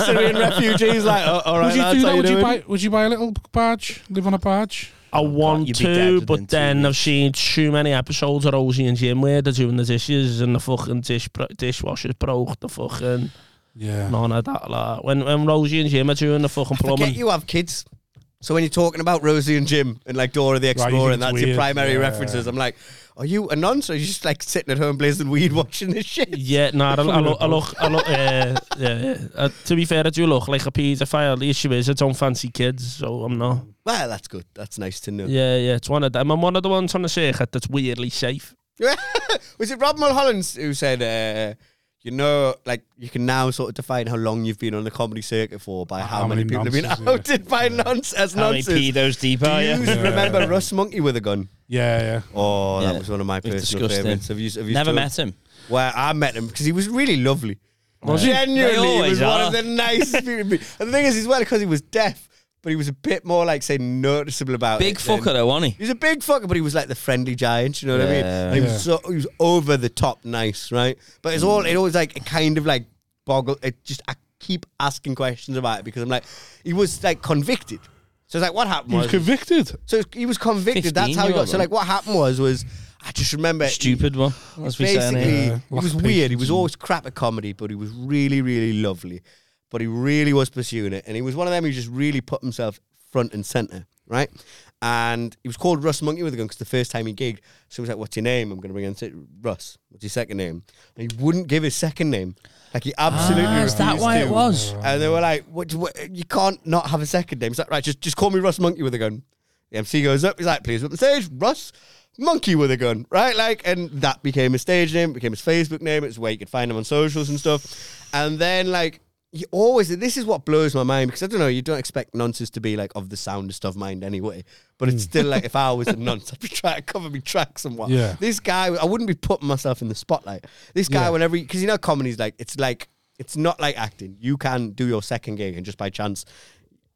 Speaker 5: Syrian refugees. Like, oh, all right,
Speaker 1: Would you
Speaker 5: lads,
Speaker 1: do
Speaker 5: how
Speaker 1: that?
Speaker 5: you
Speaker 1: Would you
Speaker 5: doing?
Speaker 1: buy? Would you buy a little barge? Live on a barge?
Speaker 4: I
Speaker 5: Oh,
Speaker 4: want
Speaker 2: you'd be dead
Speaker 4: to,
Speaker 2: within
Speaker 4: but
Speaker 2: two
Speaker 4: then I've
Speaker 2: weeks.
Speaker 4: seen too many episodes of Rosie and Jim where they're doing the dishes and the fucking dish bro- dishwasher's broke, the fucking
Speaker 1: Yeah.
Speaker 4: none of that. Like. When, when Rosie and Jim are doing the fucking
Speaker 5: Ah. Forget
Speaker 4: plumbing,
Speaker 5: you have kids. So when you're talking about Rosie and Jim and like Dora the
Speaker 1: think
Speaker 5: Explorer, and
Speaker 1: it's
Speaker 5: that's your
Speaker 1: weird.
Speaker 5: primary
Speaker 1: Yeah.
Speaker 5: references, I'm like, are you a nonce or are you just like sitting at home blazing weed watching this shit?
Speaker 4: Yeah, no, I, I,
Speaker 1: Probably
Speaker 4: look, I
Speaker 1: not
Speaker 4: look, I look, yeah, yeah, yeah. Uh, to be fair, I do look like a paedophile. The issue is I don't fancy kids, so I'm not.
Speaker 5: Well, that's good. That's nice to know.
Speaker 4: Yeah, yeah, it's one of them. I'm one of the ones on the circuit that's weirdly safe.
Speaker 5: Was it Rob Mulholland who said, uh, you know, like you can now sort of define how long you've been on the comedy circuit for by how,
Speaker 1: How
Speaker 5: many,
Speaker 1: many
Speaker 5: people
Speaker 1: nonces,
Speaker 5: have been
Speaker 1: yeah.
Speaker 5: outed by nonce as
Speaker 2: How many
Speaker 5: nonces?
Speaker 2: pedos deep
Speaker 5: Do
Speaker 2: are
Speaker 5: you
Speaker 2: you?
Speaker 5: remember Russ Monkey with a gun?
Speaker 1: Yeah, yeah.
Speaker 5: Oh, that
Speaker 2: Yeah.
Speaker 5: was one of my
Speaker 2: It's
Speaker 5: personal
Speaker 2: disgusting.
Speaker 5: favorites. Have you, have you
Speaker 2: Never
Speaker 5: still-
Speaker 2: met him.
Speaker 5: Well, I met him because he was really lovely.
Speaker 2: Was he?
Speaker 5: Genuinely,
Speaker 2: They
Speaker 5: he
Speaker 2: always
Speaker 5: was one
Speaker 2: are.
Speaker 5: of the nicest people. And the thing is, as well, because he was deaf, but he was a bit more like say noticeable about
Speaker 2: Big
Speaker 5: it than-
Speaker 2: fucker though, wasn't
Speaker 5: He was a big fucker, but he was like the friendly giant. You know what I mean?
Speaker 2: Yeah.
Speaker 5: And he
Speaker 1: Yeah.
Speaker 5: was so he was over the top nice, right? But it's all it always like it kind of like boggle. It just I keep asking questions about it because I'm like, he was like convicted. So it's like, what happened?
Speaker 1: He was
Speaker 5: was-
Speaker 1: convicted.
Speaker 5: so he was convicted. That's how
Speaker 2: 15
Speaker 5: he
Speaker 2: year
Speaker 5: got.
Speaker 2: old,
Speaker 5: So like, what happened was was I just remember
Speaker 2: he?
Speaker 5: he-
Speaker 2: Stupid one. That's what we saying
Speaker 5: basically,
Speaker 2: here.
Speaker 1: Yeah.
Speaker 5: he
Speaker 1: Lack
Speaker 5: was
Speaker 1: of
Speaker 5: weird. He
Speaker 1: patience
Speaker 5: was
Speaker 1: and-
Speaker 5: always crap at comedy, but he was really, really lovely. But he really was pursuing it, and he was one of them who just really put himself front and center, right? And he was called Russ Monkey with a gun because the first time he gigged, someone was like, "What's your name?" I'm going to bring in sit- Russ. What's your second name? And he wouldn't give his second name. Like he absolutely.
Speaker 2: Ah, is that
Speaker 5: refused
Speaker 2: why
Speaker 5: to.
Speaker 2: it was?
Speaker 5: And they were like, what, what, "You can't not have a second name." He's like, "Right, just just call me Russ Monkey with a gun." The MC goes up. He's like, "Please up the stage, Russ Monkey with a gun." Right, like, and that became his stage name, became his Facebook name. It's where you could find him on socials and stuff. And then like. You always this is what blows my mind because I don't know you don't expect nonsense to be like of the soundest of mind anyway but it's still like if I was a nonce I'd be trying to cover me tracks and what
Speaker 1: Yeah.
Speaker 5: this guy I wouldn't be putting myself in the spotlight this guy
Speaker 1: Yeah.
Speaker 5: whenever because you know comedy's like it's like it's not like acting. You can do your second gig and just by chance.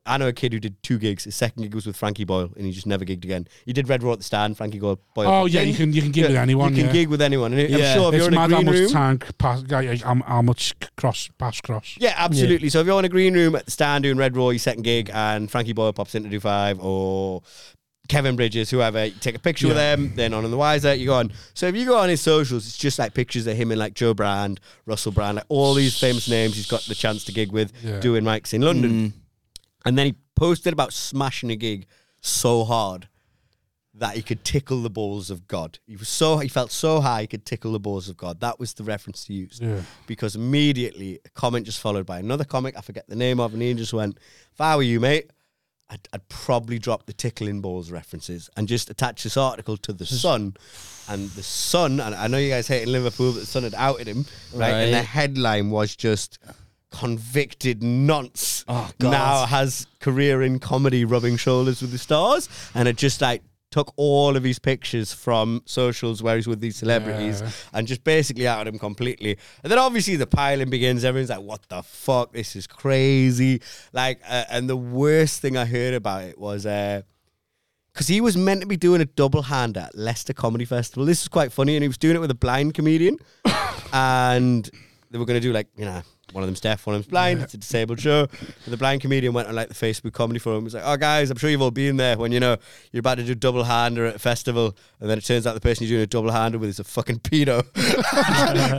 Speaker 5: I know a kid who did two gigs. His second gig was with Frankie Boyle, and he just never gigged again. He did Red Roar at the Stand. Frankie Boyle. Boyle
Speaker 1: Oh yeah, you can you can give it anyone.
Speaker 5: You can
Speaker 1: yeah.
Speaker 5: gig with anyone. And I'm
Speaker 2: Yeah.
Speaker 5: sure if
Speaker 1: It's
Speaker 5: you're
Speaker 1: mad
Speaker 5: in a
Speaker 1: how
Speaker 5: green
Speaker 1: much
Speaker 5: room,
Speaker 1: time pass. guy- How how much cross pass cross.
Speaker 5: yeah, absolutely. So if you're in a green room at the Stand doing Red Roar, your second gig, and Frankie Boyle pops in to do five, or Kevin Bridges, whoever, you take a picture with them. Then on the Wiser, you go on. So if you go on his socials, it's just like pictures of him and like Joe Brand, Russell Brand, like all these famous names he's got the chance to gig with
Speaker 1: Yeah.
Speaker 5: doing mics in London. And then he posted about smashing a gig so hard that he could tickle the balls of God. He was so he felt so high he could tickle the balls of God. That was the reference he used.
Speaker 1: Yeah.
Speaker 5: Because immediately a comment just followed by another comic I forget the name of, and he just went, "If I were you, mate." I'd, I'd probably drop the tickling balls references and just attach this article to the Sun, and the Sun. And I know you guys hating Liverpool, but the Sun had outed him, right? And the
Speaker 2: Right.
Speaker 5: headline was just convicted nonce
Speaker 2: Oh, God.
Speaker 5: now has career in comedy rubbing shoulders with the stars and it just like took all of his pictures from socials where he's with these celebrities
Speaker 1: Yeah.
Speaker 5: and just basically outed him completely and then obviously the piling begins everyone's like what the fuck this is crazy like uh, and the worst thing i heard about it was uh because he was meant to be doing a double hand at Leicester Comedy Festival. This is quite funny, and he was doing it with a blind comedian, and they were going to do like you know one of them's deaf, one of them's blind. It's a disabled show. And the blind comedian went on like the Facebook comedy forum. He was like, "Oh guys, I'm sure you've all been there when you know you're about to do double hander at a festival, and then it turns out the person you're doing a double hander with is a fucking pedo.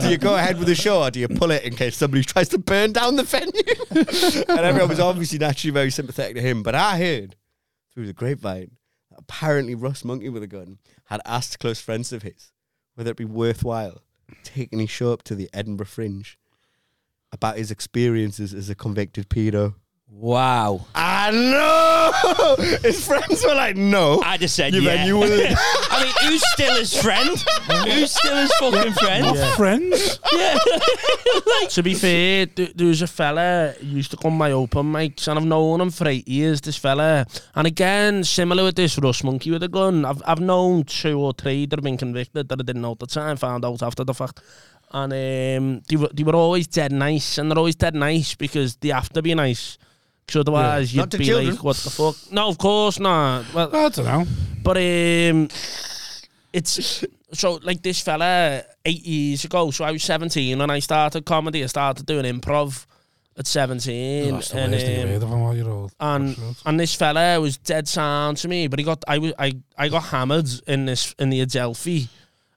Speaker 5: do you go ahead with the show, or do you pull it in case somebody tries to burn down the venue?" and everyone was obviously naturally very sympathetic to him, but I heard through the grapevine that apparently Russ Monkey with a gun had asked close friends of his whether it be worthwhile taking his show up to the Edinburgh Fringe about his experiences as a convicted pedo.
Speaker 2: Wow.
Speaker 5: I know. His friends were like, no.
Speaker 2: I just said
Speaker 5: you
Speaker 2: yeah.
Speaker 5: then you will.
Speaker 2: I mean, who's still his friend? who's still his fucking friend?
Speaker 1: Friends?
Speaker 2: Yeah.
Speaker 4: To be fair, th- there was a fella who used to come my open mics, and I've known him for eight years. This fella, and again, similar with this Russ monkey with a gun, I've I've known two or three that have been convicted that I didn't know at the time, found out after the fact, and um, they were they were always dead nice, and they're always dead nice because they have to be nice. Because otherwise,
Speaker 5: Not
Speaker 4: you'd
Speaker 5: to
Speaker 4: be
Speaker 5: children.
Speaker 4: like, "What the fuck?" No, of course not. Well,
Speaker 1: I don't know.
Speaker 4: but um, it's so like this fella eight years ago. So I was seventeen and I started comedy. I started doing improv at seventeen,
Speaker 1: Oh, That's the worst thing I've heard
Speaker 4: and um,
Speaker 1: of him while you're old.
Speaker 4: and and this fella was dead sound to me. But he got I was I, I got hammered in this in the Adelphi,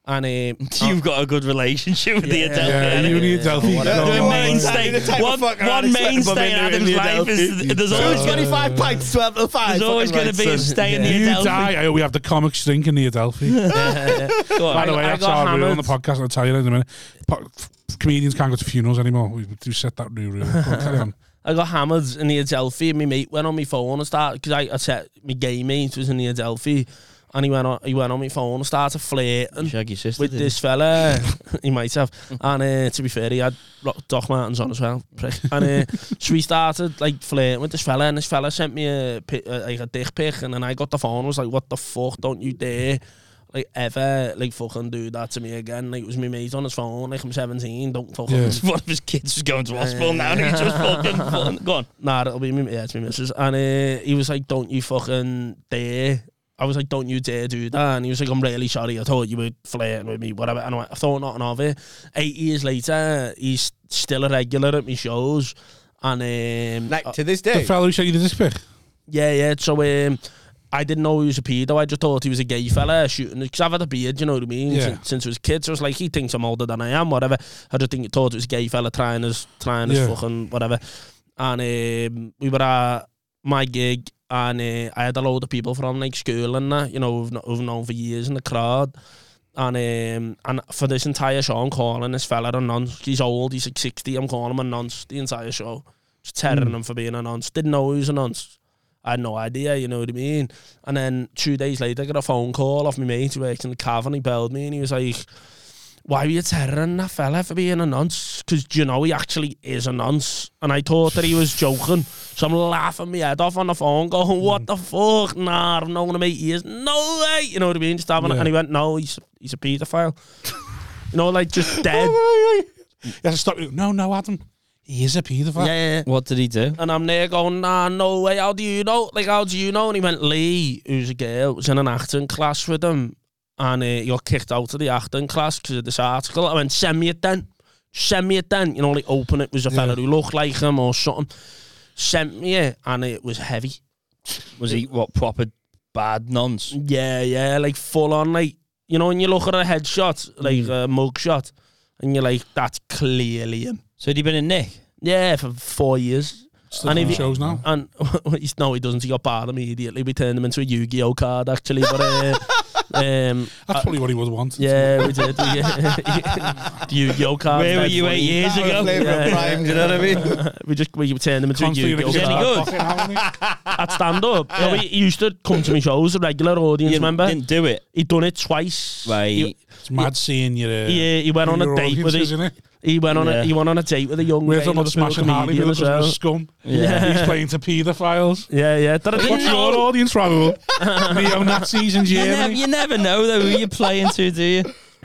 Speaker 4: and um,
Speaker 1: Oh.
Speaker 2: You've got a good relationship with the adult.
Speaker 1: yeah, you need Delphi.
Speaker 5: whatever.
Speaker 2: The
Speaker 5: Oh,
Speaker 2: mainstay,
Speaker 5: the type
Speaker 2: one,
Speaker 5: of fucker I'd
Speaker 2: one
Speaker 5: expect if I've
Speaker 2: mainstay
Speaker 5: been
Speaker 2: in Adam's
Speaker 5: doing the
Speaker 2: life is
Speaker 5: Adelphi.
Speaker 2: there's always going to
Speaker 5: 25 pints, 12 to 5.
Speaker 2: there's always
Speaker 5: Fucking
Speaker 2: going to be a
Speaker 5: right, son.
Speaker 2: stay in
Speaker 1: You
Speaker 2: the Adelphi.
Speaker 1: die. I hope we have the comic drink in the Adelphi. By the way,
Speaker 4: I
Speaker 1: that's
Speaker 4: got
Speaker 1: our rule on the
Speaker 4: hammered.
Speaker 1: podcast. I'll tell you that in a minute. Po- f- comedians can't go to funerals anymore. We do set that new rule. Go on, carry on.
Speaker 4: I got hammered in the Adelphi. and My mate went on my phone and started because I, I said my gay mate was in the Adelphi, and he went on he went on my phone and started flirting.
Speaker 2: Shaggy sister.
Speaker 4: with this fella. he might have. And uh, to be fair, he had Ro- Doc Martens on as well. prick. And uh, so we started like flirting with this fella, and this fella sent me a, pi- a like a dick pic, and then I got the phone. and was like, "What the fuck? Don't you dare!" Like ever, like fucking do that to me again. Like it was my mate on his phone. Like I'm 17. Don't fucking.
Speaker 1: Yeah.
Speaker 2: One of his kids was going to hospital now and he's just fucking fun. Go on.
Speaker 4: Nah, it'll be me. Yeah, it's me missus. And uh, he was like, "Don't you fucking dare." I was like, "Don't you dare do that." And he was like, "I'm really sorry. I thought you were flirting with me, whatever." And I, went, I thought nothing of it. Eight years later, he's still a regular at my shows, and um,
Speaker 5: Like,
Speaker 4: uh,
Speaker 5: to this
Speaker 1: The
Speaker 5: day.
Speaker 1: fellow who sent you the dick pic.
Speaker 4: yeah, yeah. So um, I didn't know he was a pedo. I just thought he was a gay fella shooting. Because I've had a beard, you know what I mean?
Speaker 1: Yeah.
Speaker 4: Since, since I was a kid, so it's like he thinks I'm older than I am, whatever. I just think thought it was a gay fella trying his trying his
Speaker 1: Yeah.
Speaker 4: fucking whatever. And um, we were at my gig, and uh, I had a load of people from like school and that, you know, who've, kn- who've known for years in the crowd. And um, and for this entire show, I'm calling this fella a nonce. He's old. He's like sixty. I'm calling him a nonce the entire show. Just tearing him for being a nonce. Didn't know he was a nonce. I had no idea, you know what I mean? And then two days later, I got a phone call off my mate who works in the cavern. He belled me and he was like, Why were you tearing that fella for being a nonce? Because, you know, he actually is a nonce. And I thought that he was joking. So I'm laughing my head off on the phone, going, What the fuck? Nah, I'm not going to make years. No way. You know what I mean? Just having
Speaker 1: Yeah.
Speaker 4: And he went, No, he's, he's a paedophile. you know, like just dead.
Speaker 1: Yes, stop. No, no, Adam. He is a paedophile.
Speaker 4: yeah, yeah.
Speaker 2: What did he do?
Speaker 4: And I'm there going, nah, no way. How do you know? Like, how do you know? And he went, Lee, who's a girl, was in an acting class with him. And uh, he got kicked out of the acting class because of this article. I went, send me it then. Send me it then. You know, like, open it was a fella who looked like him or something. Sent me it, and it eh, was heavy.
Speaker 2: Was he what proper bad nonce?
Speaker 4: Yeah, yeah, like full on, like you know, when you look at a headshot, like eh, a mug shot, and you're like, that's clearly him.
Speaker 2: So had he been in Nick?
Speaker 4: Yeah, for four years.
Speaker 1: Still
Speaker 4: And
Speaker 1: doing
Speaker 4: if you-
Speaker 1: shows now.
Speaker 4: And he's, no, he doesn't. He got barred immediately. We turned him into a Yu-Gi-Oh card, actually. But uh, um,
Speaker 1: That's probably what he would want.
Speaker 4: yeah, we did. We, the Yu-Gi-Oh card.
Speaker 2: Where were you eight
Speaker 4: We
Speaker 2: years
Speaker 5: That was
Speaker 2: ago?
Speaker 5: flavour
Speaker 4: Yeah.
Speaker 5: of prime, do you know what I mean?
Speaker 4: just we turned him into a
Speaker 1: Constantly
Speaker 4: Yu-Gi-Oh
Speaker 1: just
Speaker 2: Any
Speaker 4: card
Speaker 2: good?
Speaker 1: fucking out, isn't he?
Speaker 4: at stand-up. No, he, he used to come to my shows, a regular audience
Speaker 2: You
Speaker 4: member.
Speaker 2: didn't do it.
Speaker 4: He'd done it twice.
Speaker 2: Right.
Speaker 4: He,
Speaker 1: It's mad seeing you. Uh,
Speaker 4: he, he went on a
Speaker 1: your
Speaker 4: date with
Speaker 1: audiences,
Speaker 4: it.
Speaker 1: isn't it?
Speaker 4: He went on
Speaker 2: Yeah.
Speaker 4: a he went on a date with a young
Speaker 1: We're
Speaker 4: girl.
Speaker 1: talking about smashing Harley
Speaker 4: comedian
Speaker 1: because
Speaker 4: as
Speaker 1: of
Speaker 4: well.
Speaker 1: scum.
Speaker 2: Yeah.
Speaker 1: He's playing to paedophiles.
Speaker 4: Yeah, yeah. That I didn't
Speaker 1: What's
Speaker 4: know.
Speaker 1: your audience, Raoul? Neo-Nazis in
Speaker 2: You never,
Speaker 1: Germany.
Speaker 2: you never know though who you're playing to, do you?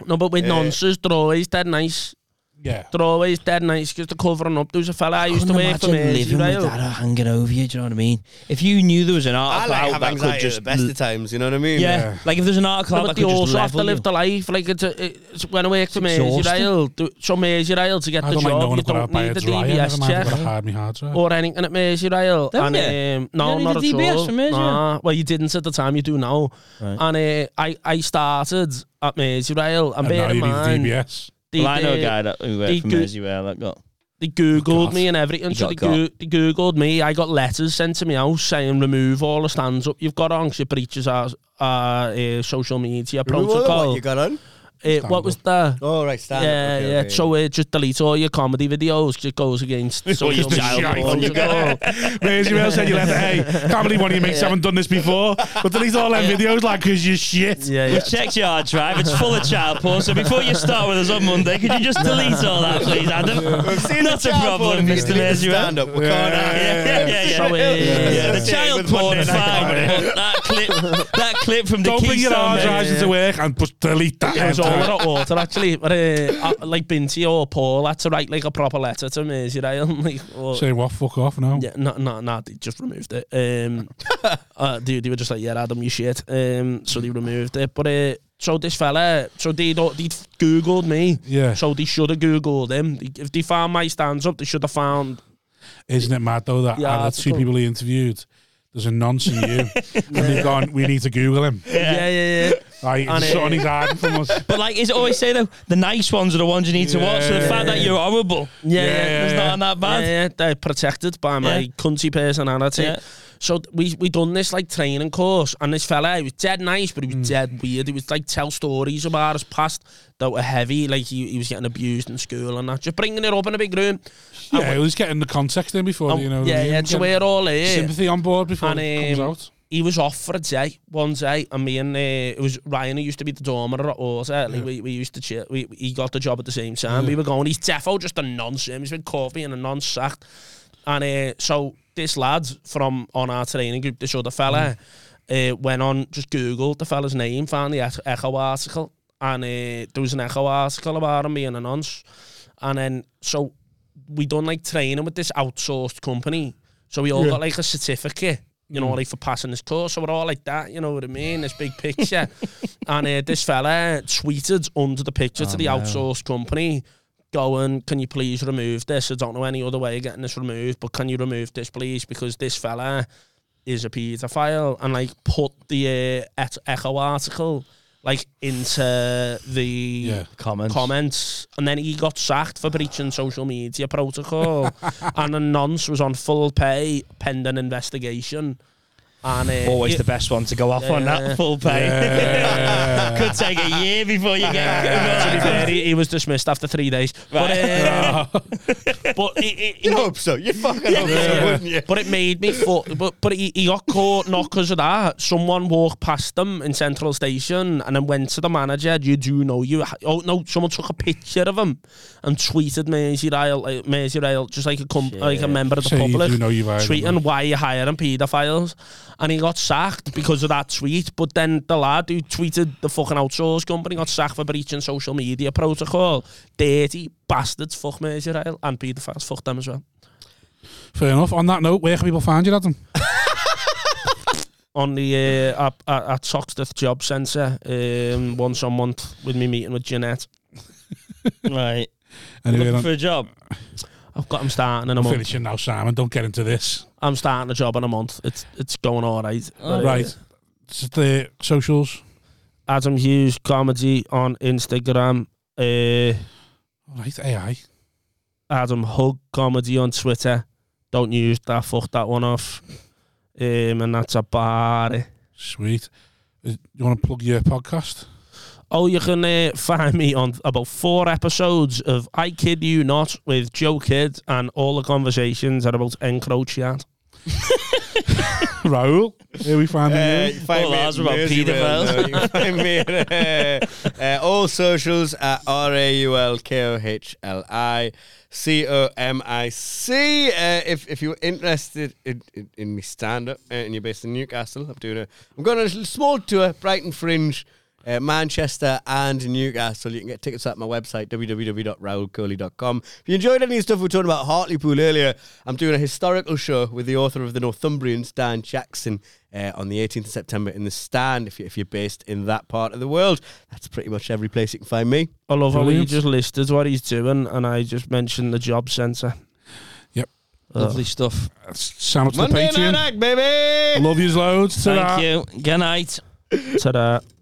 Speaker 4: No, but with nonsense, they're always dead nice.
Speaker 1: Yeah.
Speaker 4: They're always dead nou, nice because they're covering up. There was a fella I
Speaker 2: nou,
Speaker 4: used to work for me.
Speaker 2: living with that or hanging over you. Do you know what I mean? If you knew there was an
Speaker 5: I
Speaker 2: article
Speaker 5: like
Speaker 2: out
Speaker 5: have
Speaker 2: that could
Speaker 5: anxiety at the
Speaker 2: just
Speaker 5: best of times, you know what I mean?
Speaker 2: yeah,
Speaker 1: Yeah.
Speaker 2: like if there's an article out
Speaker 4: But
Speaker 2: that
Speaker 4: they
Speaker 2: could just
Speaker 4: also have to
Speaker 2: level you.
Speaker 4: live the life. Like it's, a, it's when I worked for Maze
Speaker 2: exhausting.
Speaker 4: Rail, some Maze Rail to get
Speaker 1: I
Speaker 4: the
Speaker 1: don't like
Speaker 4: job,
Speaker 1: knowing
Speaker 4: you
Speaker 1: I've got out
Speaker 4: don't
Speaker 1: by
Speaker 4: need
Speaker 1: a
Speaker 4: the
Speaker 1: dryer. Never
Speaker 4: DBS
Speaker 1: mind, I've got to
Speaker 4: check
Speaker 1: hide my hard drive.
Speaker 4: or anything at Maze Rail.
Speaker 2: Don't you?
Speaker 4: And, um, no,
Speaker 2: You don't
Speaker 4: not
Speaker 2: need a
Speaker 4: at
Speaker 2: DBS
Speaker 4: all.
Speaker 2: for Maze
Speaker 4: Nah, well, you didn't at the time. You do now.
Speaker 2: Right.
Speaker 4: And uh, I, I started at Maze Rail, and,
Speaker 1: And
Speaker 4: bear
Speaker 1: now
Speaker 4: in
Speaker 1: you need
Speaker 4: mind,
Speaker 1: the DBS.
Speaker 4: they-
Speaker 2: well, I know a
Speaker 4: they-
Speaker 2: guy that who
Speaker 4: they
Speaker 2: worked for
Speaker 4: do-
Speaker 2: Merseyrail that got
Speaker 4: They googled
Speaker 1: God.
Speaker 4: me and everything.
Speaker 2: You
Speaker 4: so they,
Speaker 2: got
Speaker 4: goo- they googled me. I got letters sent to me house saying remove all the stands up you've got on 'cause it breaches our, our uh, social media
Speaker 5: Remember what
Speaker 4: protocol.
Speaker 5: you got on?
Speaker 4: Uh, Uh, what was that?
Speaker 5: Oh, right, stand
Speaker 4: Yeah, yeah. So uh, just delete all your comedy videos. 'cause It goes against so your
Speaker 1: Just a
Speaker 4: child.
Speaker 1: shite
Speaker 4: porn.
Speaker 1: on your goal. Where's your said you left it? Hey, can't believe one of your mates haven't done this before. But delete all them videos like, because you're shit.
Speaker 4: Yeah, yeah.
Speaker 2: We've checked your hard drive. It's full of child porn. So before you start with us on Monday, could you just delete all that, please, Adam? Not a problem, Mr. Mesuel.
Speaker 5: Stand up. We can't
Speaker 2: Yeah, yeah, yeah, yeah.
Speaker 4: So, uh,
Speaker 2: Yeah,
Speaker 5: Yeah,
Speaker 2: the
Speaker 5: yeah,
Speaker 2: child
Speaker 5: with Monday
Speaker 2: porn,
Speaker 5: Night
Speaker 2: fine. but That clip, that clip from the
Speaker 1: Don't bring your
Speaker 2: Keystone
Speaker 1: hard drives
Speaker 2: Men.
Speaker 1: into work and just delete that.
Speaker 4: I was all
Speaker 1: entire-
Speaker 4: out of water actually, but uh, I, like Binti or Paul had to write like a proper letter to me. You know, I'm like, oh,
Speaker 1: Say what? Fuck off now.
Speaker 4: yeah, no, no, no, they just removed it. Um, uh, they, they were just like, yeah, Adam, you shit. Um, so they removed it. But uh, so this fella, so they don't, they googled me.
Speaker 1: Yeah.
Speaker 4: So they should have googled him. They- If they found my stands up, they should have found.
Speaker 1: Isn't it mad though that
Speaker 4: Yeah,
Speaker 1: out of
Speaker 4: it's
Speaker 1: the two
Speaker 4: cool.
Speaker 1: people he interviewed, there's a nonce in you, and they've gone. We need to Google him.
Speaker 4: Yeah, yeah, yeah.
Speaker 1: Like,
Speaker 4: And
Speaker 1: it's
Speaker 4: it-
Speaker 1: on his hiding from us.
Speaker 2: But like, is it always say though, the nice ones are the ones you need to watch. So the
Speaker 1: Yeah.
Speaker 2: fact that you're horrible,
Speaker 4: Yeah,
Speaker 1: yeah,
Speaker 2: it's
Speaker 1: yeah.
Speaker 2: not that bad.
Speaker 4: Yeah, yeah, they're protected by my
Speaker 2: Yeah.
Speaker 4: cunty personality.
Speaker 2: Yeah.
Speaker 4: So th- we we done this like training course, and this fella he was dead nice, but he
Speaker 1: Mm.
Speaker 4: was dead weird. He was like tell stories about his past that were heavy, like he, he was getting abused in school and that. Just bringing it up in a big room.
Speaker 1: Yeah, he was getting the context in before.
Speaker 4: And-
Speaker 1: you know, what I
Speaker 4: Um, yeah,
Speaker 1: mean?
Speaker 4: yeah.
Speaker 1: Getting
Speaker 4: So we're all here.
Speaker 1: sympathy on board before
Speaker 4: And,
Speaker 1: it comes
Speaker 4: um,
Speaker 1: out.
Speaker 4: He was off for a day, one day, and me and uh, it was Ryan who used to be the dormer at Orsa. Like, we, we used to chill. We, we- he got the job at the same time. We were going. He's defo just a nonsense. He's been caught being a non sacked. And uh, so this lad from on our training group, this other fella, uh, went on, just Googled the fella's name, found the ech- Echo article, and uh, there was an Echo article about him being a nonce. And then, so we done like training with this outsourced company. So we all got like a certificate, you know, like for passing this course. So we're all like that, you know what I mean? This big picture. and uh, this fella tweeted under the picture to the outsourced company going, can you please remove this? I don't know any other way of getting this removed, but can you remove this, please? Because this fella is a paedophile and like put the uh, et- Echo article like into the
Speaker 1: Yeah.
Speaker 2: Comments.
Speaker 4: comments, and then he got sacked for breaching social media protocol, and a nonce was on full pay pending investigation. And uh,
Speaker 2: Always
Speaker 4: it-
Speaker 2: the best one to go off on
Speaker 4: Yeah.
Speaker 2: that full pay.
Speaker 1: Yeah.
Speaker 2: Could take a year before you get.
Speaker 4: to be fair, he, he was dismissed after three days. But, uh, but it, it, it
Speaker 5: You hope so. You fucking hope so, wouldn't you?
Speaker 4: But it made me fuck. But but he, he got caught not because of that. Someone walked past them in Central Station and then went to the manager. You do know you. ha- Oh no! Someone took a picture of him and tweeted Maisie Ryle, like, Maisie Ryle, just like a com- like a member of the
Speaker 1: So you
Speaker 4: public.
Speaker 1: do know you've hired
Speaker 4: tweeting
Speaker 1: them.
Speaker 4: why you're hiring paedophiles, and he got sacked because of that tweet. But then the lad who tweeted the fucking outsource company got sacked for breaching social media protocol. Dirty bastards. Fuck Maisie Ryle and paedophiles. Fuck them as well.
Speaker 1: Fair enough. On that note, where can people find you, Adam?
Speaker 4: on the uh, at, at, at Toxteth Job Centre um, once a month with me meeting with Jeanette.
Speaker 2: Right.
Speaker 1: Anyway,
Speaker 2: Looking
Speaker 1: I'm
Speaker 2: for a job.
Speaker 4: I've got I'm starting in a month.
Speaker 1: finishing now, Simon. Don't get into this.
Speaker 4: I'm starting a job in a month. It's it's going all right. But, uh,
Speaker 1: Right. It's the socials.
Speaker 4: Adam Hughes comedy on Instagram. Uh,
Speaker 1: Right, AI.
Speaker 4: Adam Hug comedy on Twitter. Don't use that. Fuck that one off. Um, and that's about it.
Speaker 1: Sweet. Uh, You want to plug your podcast?
Speaker 4: Oh, you can uh, find me on about four episodes of I Kid You Not with Joe Kidd, and all the conversations are about encroach yard.
Speaker 1: Raul, here we find
Speaker 5: Uh,
Speaker 1: you.
Speaker 5: you find
Speaker 2: All
Speaker 5: me
Speaker 2: ours
Speaker 5: at
Speaker 2: are about
Speaker 5: Merseyville,
Speaker 2: paedophiles.
Speaker 5: though. You can find me at, uh, uh, all socials at R A U L K O H L I C O M I C. Uh, If if you're interested in, in, in me stand up uh, and you're based in Newcastle, I'm doing a I'm going on a little small tour, Brighton Fringe. Uh, Manchester and Newcastle. You can get tickets at my website, www.raoulcoley.com. If you enjoyed any of the stuff we were talking about Hartlepool earlier, I'm doing a historical show with the author of The Northumbrians, Dan Jackson, uh, on the 18th of September in The Stand, if, you, if you're based in that part of the world. That's pretty much every place you can find me.
Speaker 4: I love how he
Speaker 1: Brilliant.
Speaker 4: just listed what he's doing, and I just mentioned the job centre. Oh.
Speaker 2: Lovely stuff.
Speaker 1: Shout out to the
Speaker 5: Monday Night
Speaker 1: Patreon.
Speaker 5: Act, baby!
Speaker 1: Love yous loads. Ta-ra.
Speaker 2: Thank you. Good night.
Speaker 4: Ah. Ta-da.